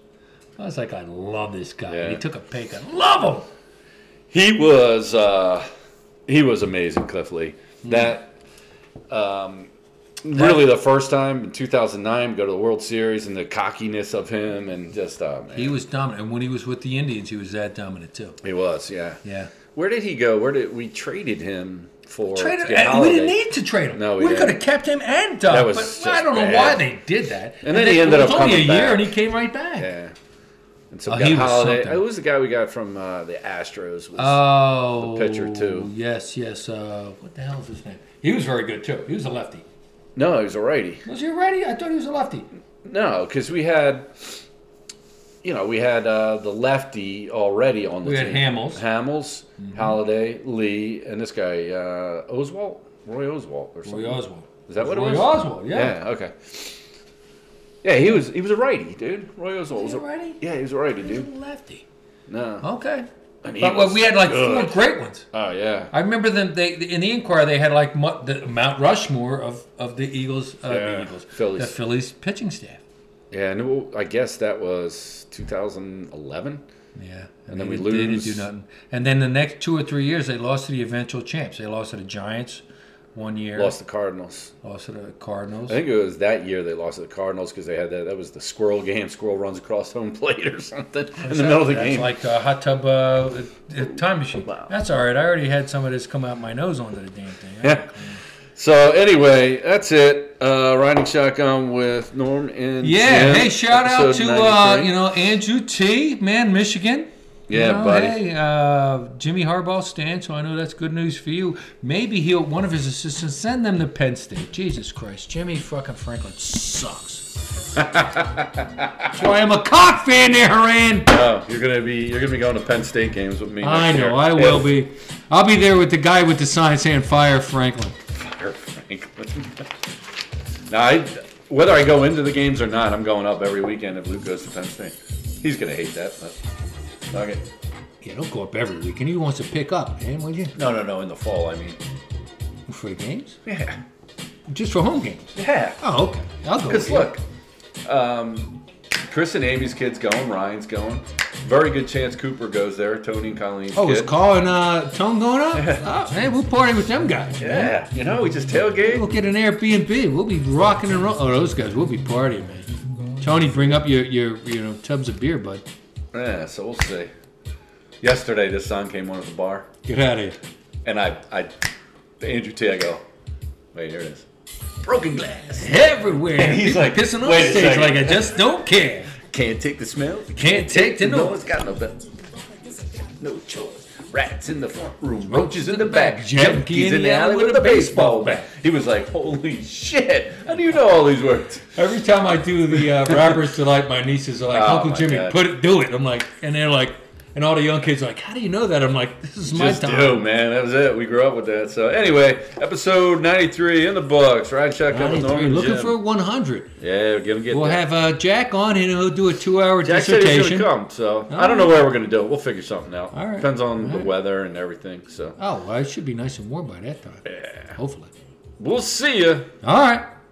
Speaker 3: I was like, I love this guy.
Speaker 2: Yeah.
Speaker 3: He took a pay cut. Love him.
Speaker 2: He was uh, he was amazing, Cliff Lee.
Speaker 3: Hmm.
Speaker 2: That um, really the first time in 2009 go to the World Series and the cockiness of him and just uh, man,
Speaker 3: He was dominant, and when he was with the Indians, he was that dominant too.
Speaker 2: he was yeah.
Speaker 3: Yeah.
Speaker 2: Where did he go? Where did we traded him for?
Speaker 3: Traded,
Speaker 2: to get
Speaker 3: and we
Speaker 2: Holiday.
Speaker 3: didn't need to trade him.
Speaker 2: No, we
Speaker 3: we
Speaker 2: didn't.
Speaker 3: could have kept him and Doug.
Speaker 2: That was
Speaker 3: but I
Speaker 2: just
Speaker 3: don't know
Speaker 2: bad.
Speaker 3: why they did that.
Speaker 2: And then he ended
Speaker 3: it was
Speaker 2: up
Speaker 3: only a
Speaker 2: coming
Speaker 3: year,
Speaker 2: back.
Speaker 3: and he came right back.
Speaker 2: Yeah. And so
Speaker 3: Oh,
Speaker 2: we got
Speaker 3: he was
Speaker 2: Holiday.
Speaker 3: something.
Speaker 2: It was the guy we got from uh, the Astros. Was,
Speaker 3: Oh,
Speaker 2: The pitcher, too.
Speaker 3: Yes, yes. Uh, what the hell is his name? He was very good too. He was a lefty.
Speaker 2: no, he was a righty.
Speaker 3: Was he a righty? I thought he was a lefty.
Speaker 2: No, because we had, you know, we had uh, the lefty already on the
Speaker 3: We had
Speaker 2: team.
Speaker 3: Hamels. Mm-hmm.
Speaker 2: Hamels, Halliday, Lee, and this guy uh, Oswald, Roy Oswald or something.
Speaker 3: Roy Oswald.
Speaker 2: Is that what
Speaker 3: Roy
Speaker 2: it was?
Speaker 3: Oswald. Yeah.
Speaker 2: Yeah. Okay. Yeah, he was he was a righty, dude. Roy Oswald was
Speaker 3: he a righty?
Speaker 2: Yeah, he was a righty,
Speaker 3: He was
Speaker 2: dude.
Speaker 3: a lefty.
Speaker 2: No.
Speaker 3: Okay.
Speaker 2: And he
Speaker 3: But
Speaker 2: was
Speaker 3: we had like
Speaker 2: good.
Speaker 3: four great ones.
Speaker 2: Oh yeah.
Speaker 3: I remember them. They in the Inquirer they had like mu- the Mount Rushmore of of the Eagles, uh,
Speaker 2: Yeah,
Speaker 3: the Eagles,
Speaker 2: Phillies.
Speaker 3: the Phillies pitching staff.
Speaker 2: Yeah, and it- I guess that was 2011.
Speaker 3: Yeah,
Speaker 2: And then we
Speaker 3: they did- they
Speaker 2: lose.
Speaker 3: didn't do nothing. And then the next two or three years, they lost to the eventual champs. They lost to the Giants one year,
Speaker 2: Lost the Cardinals.
Speaker 3: lost to the Cardinals.
Speaker 2: I think it was that year they lost to the Cardinals because they had that. That was the squirrel game. Squirrel runs across home [LAUGHS] plate or something in the middle of the
Speaker 3: That's
Speaker 2: game.
Speaker 3: like a hot tub uh, uh, time machine.
Speaker 2: Wow.
Speaker 3: That's all right. I already had some of this come out my nose onto the damn thing.
Speaker 2: Yeah. So anyway, that's it. Uh, riding shotgun with Norm and
Speaker 3: Yeah,
Speaker 2: Jim,
Speaker 3: hey, shout out
Speaker 2: episode
Speaker 3: to uh,
Speaker 2: 93.
Speaker 3: you know Andrew T, man, Michigan. You
Speaker 2: Yeah,
Speaker 3: know,
Speaker 2: buddy.
Speaker 3: Hey, uh, Jimmy Harbaugh's stand, so I know that's good news for you. Maybe he'll one of his assistants send them to Penn State. Jesus Christ, Jimmy fucking Franklin sucks. [LAUGHS] so I am a cock fan there, Haran.
Speaker 2: Oh, you're gonna be you're gonna be going to Penn State games with me.
Speaker 3: I
Speaker 2: next
Speaker 3: know,
Speaker 2: year.
Speaker 3: I will
Speaker 2: If-
Speaker 3: be. I'll be there with the guy with the sign saying "Fire Franklin."
Speaker 2: Fire Franklin. now, I, whether I go into the games or not, I'm going up every weekend if Luke goes to Penn State. He's gonna hate that, but okay.
Speaker 3: Yeah, don't go up every weekend. He wants to pick up, man, will you?
Speaker 2: No, no, no. In the fall, I mean.
Speaker 3: For games?
Speaker 2: Yeah.
Speaker 3: Just for home games?
Speaker 2: Yeah.
Speaker 3: Oh, okay. I'll go.
Speaker 2: Because
Speaker 3: with you.
Speaker 2: look, um, Chris and Amy's kid's going, Ryan's going. Very good chance Cooper goes there, Tony and Colleen's
Speaker 3: Oh, is
Speaker 2: kid.
Speaker 3: Carl and uh, Tone going up? [LAUGHS] Oh, hey, we'll party with them guys. man.
Speaker 2: yeah, you know, we just
Speaker 3: We'll
Speaker 2: tailgate.
Speaker 3: get an Airbnb. We'll be rocking and rolling. Oh, those guys, we'll be partying, man. Tony, bring up your, your you know tubs of beer, bud.
Speaker 2: Yeah, so we'll see. Yesterday, this son came on at the bar,
Speaker 3: Get out of here.
Speaker 2: and I, I to Andrew T, I go, wait, here it is. Broken glass.
Speaker 3: Everywhere.
Speaker 2: And he's
Speaker 3: People
Speaker 2: like,
Speaker 3: pissing on
Speaker 2: "Wait a
Speaker 3: stage
Speaker 2: second."
Speaker 3: like I just don't care.
Speaker 2: Can't take the smell.
Speaker 3: Can't take the
Speaker 2: No
Speaker 3: noise.
Speaker 2: one's got no belt. No choice. Rats in the front room, roaches in the back,
Speaker 3: Junkie
Speaker 2: junkies in the alley with a baseball bat. He was like, holy shit, how do you know all these words?
Speaker 3: Every time I do the uh, rapper's delight, my nieces are like,
Speaker 2: Oh,
Speaker 3: Uncle
Speaker 2: my
Speaker 3: Jimmy,
Speaker 2: God.
Speaker 3: put it, do it. I'm like, and they're like, and all the young kids are like, how do you know that? I'm like, this is my
Speaker 2: Just
Speaker 3: time.
Speaker 2: do, man. That was it. We grew up with that. So anyway, episode 93 in the books. Ride shotgun with
Speaker 3: 93,
Speaker 2: Norman
Speaker 3: looking
Speaker 2: Jim.
Speaker 3: for 100.
Speaker 2: yeah, we're gonna get
Speaker 3: We'll
Speaker 2: there.
Speaker 3: have uh, Jack on and he'll do a two-hour
Speaker 2: Jack said he's
Speaker 3: dissertation.
Speaker 2: gonna come, so I don't know where we're gonna do it. We'll figure something out.
Speaker 3: All right.
Speaker 2: Depends on
Speaker 3: All
Speaker 2: the
Speaker 3: right.
Speaker 2: weather and everything. So
Speaker 3: Oh, well, it should be nice and warm by that time. Hopefully.
Speaker 2: we'll see you.
Speaker 3: All right.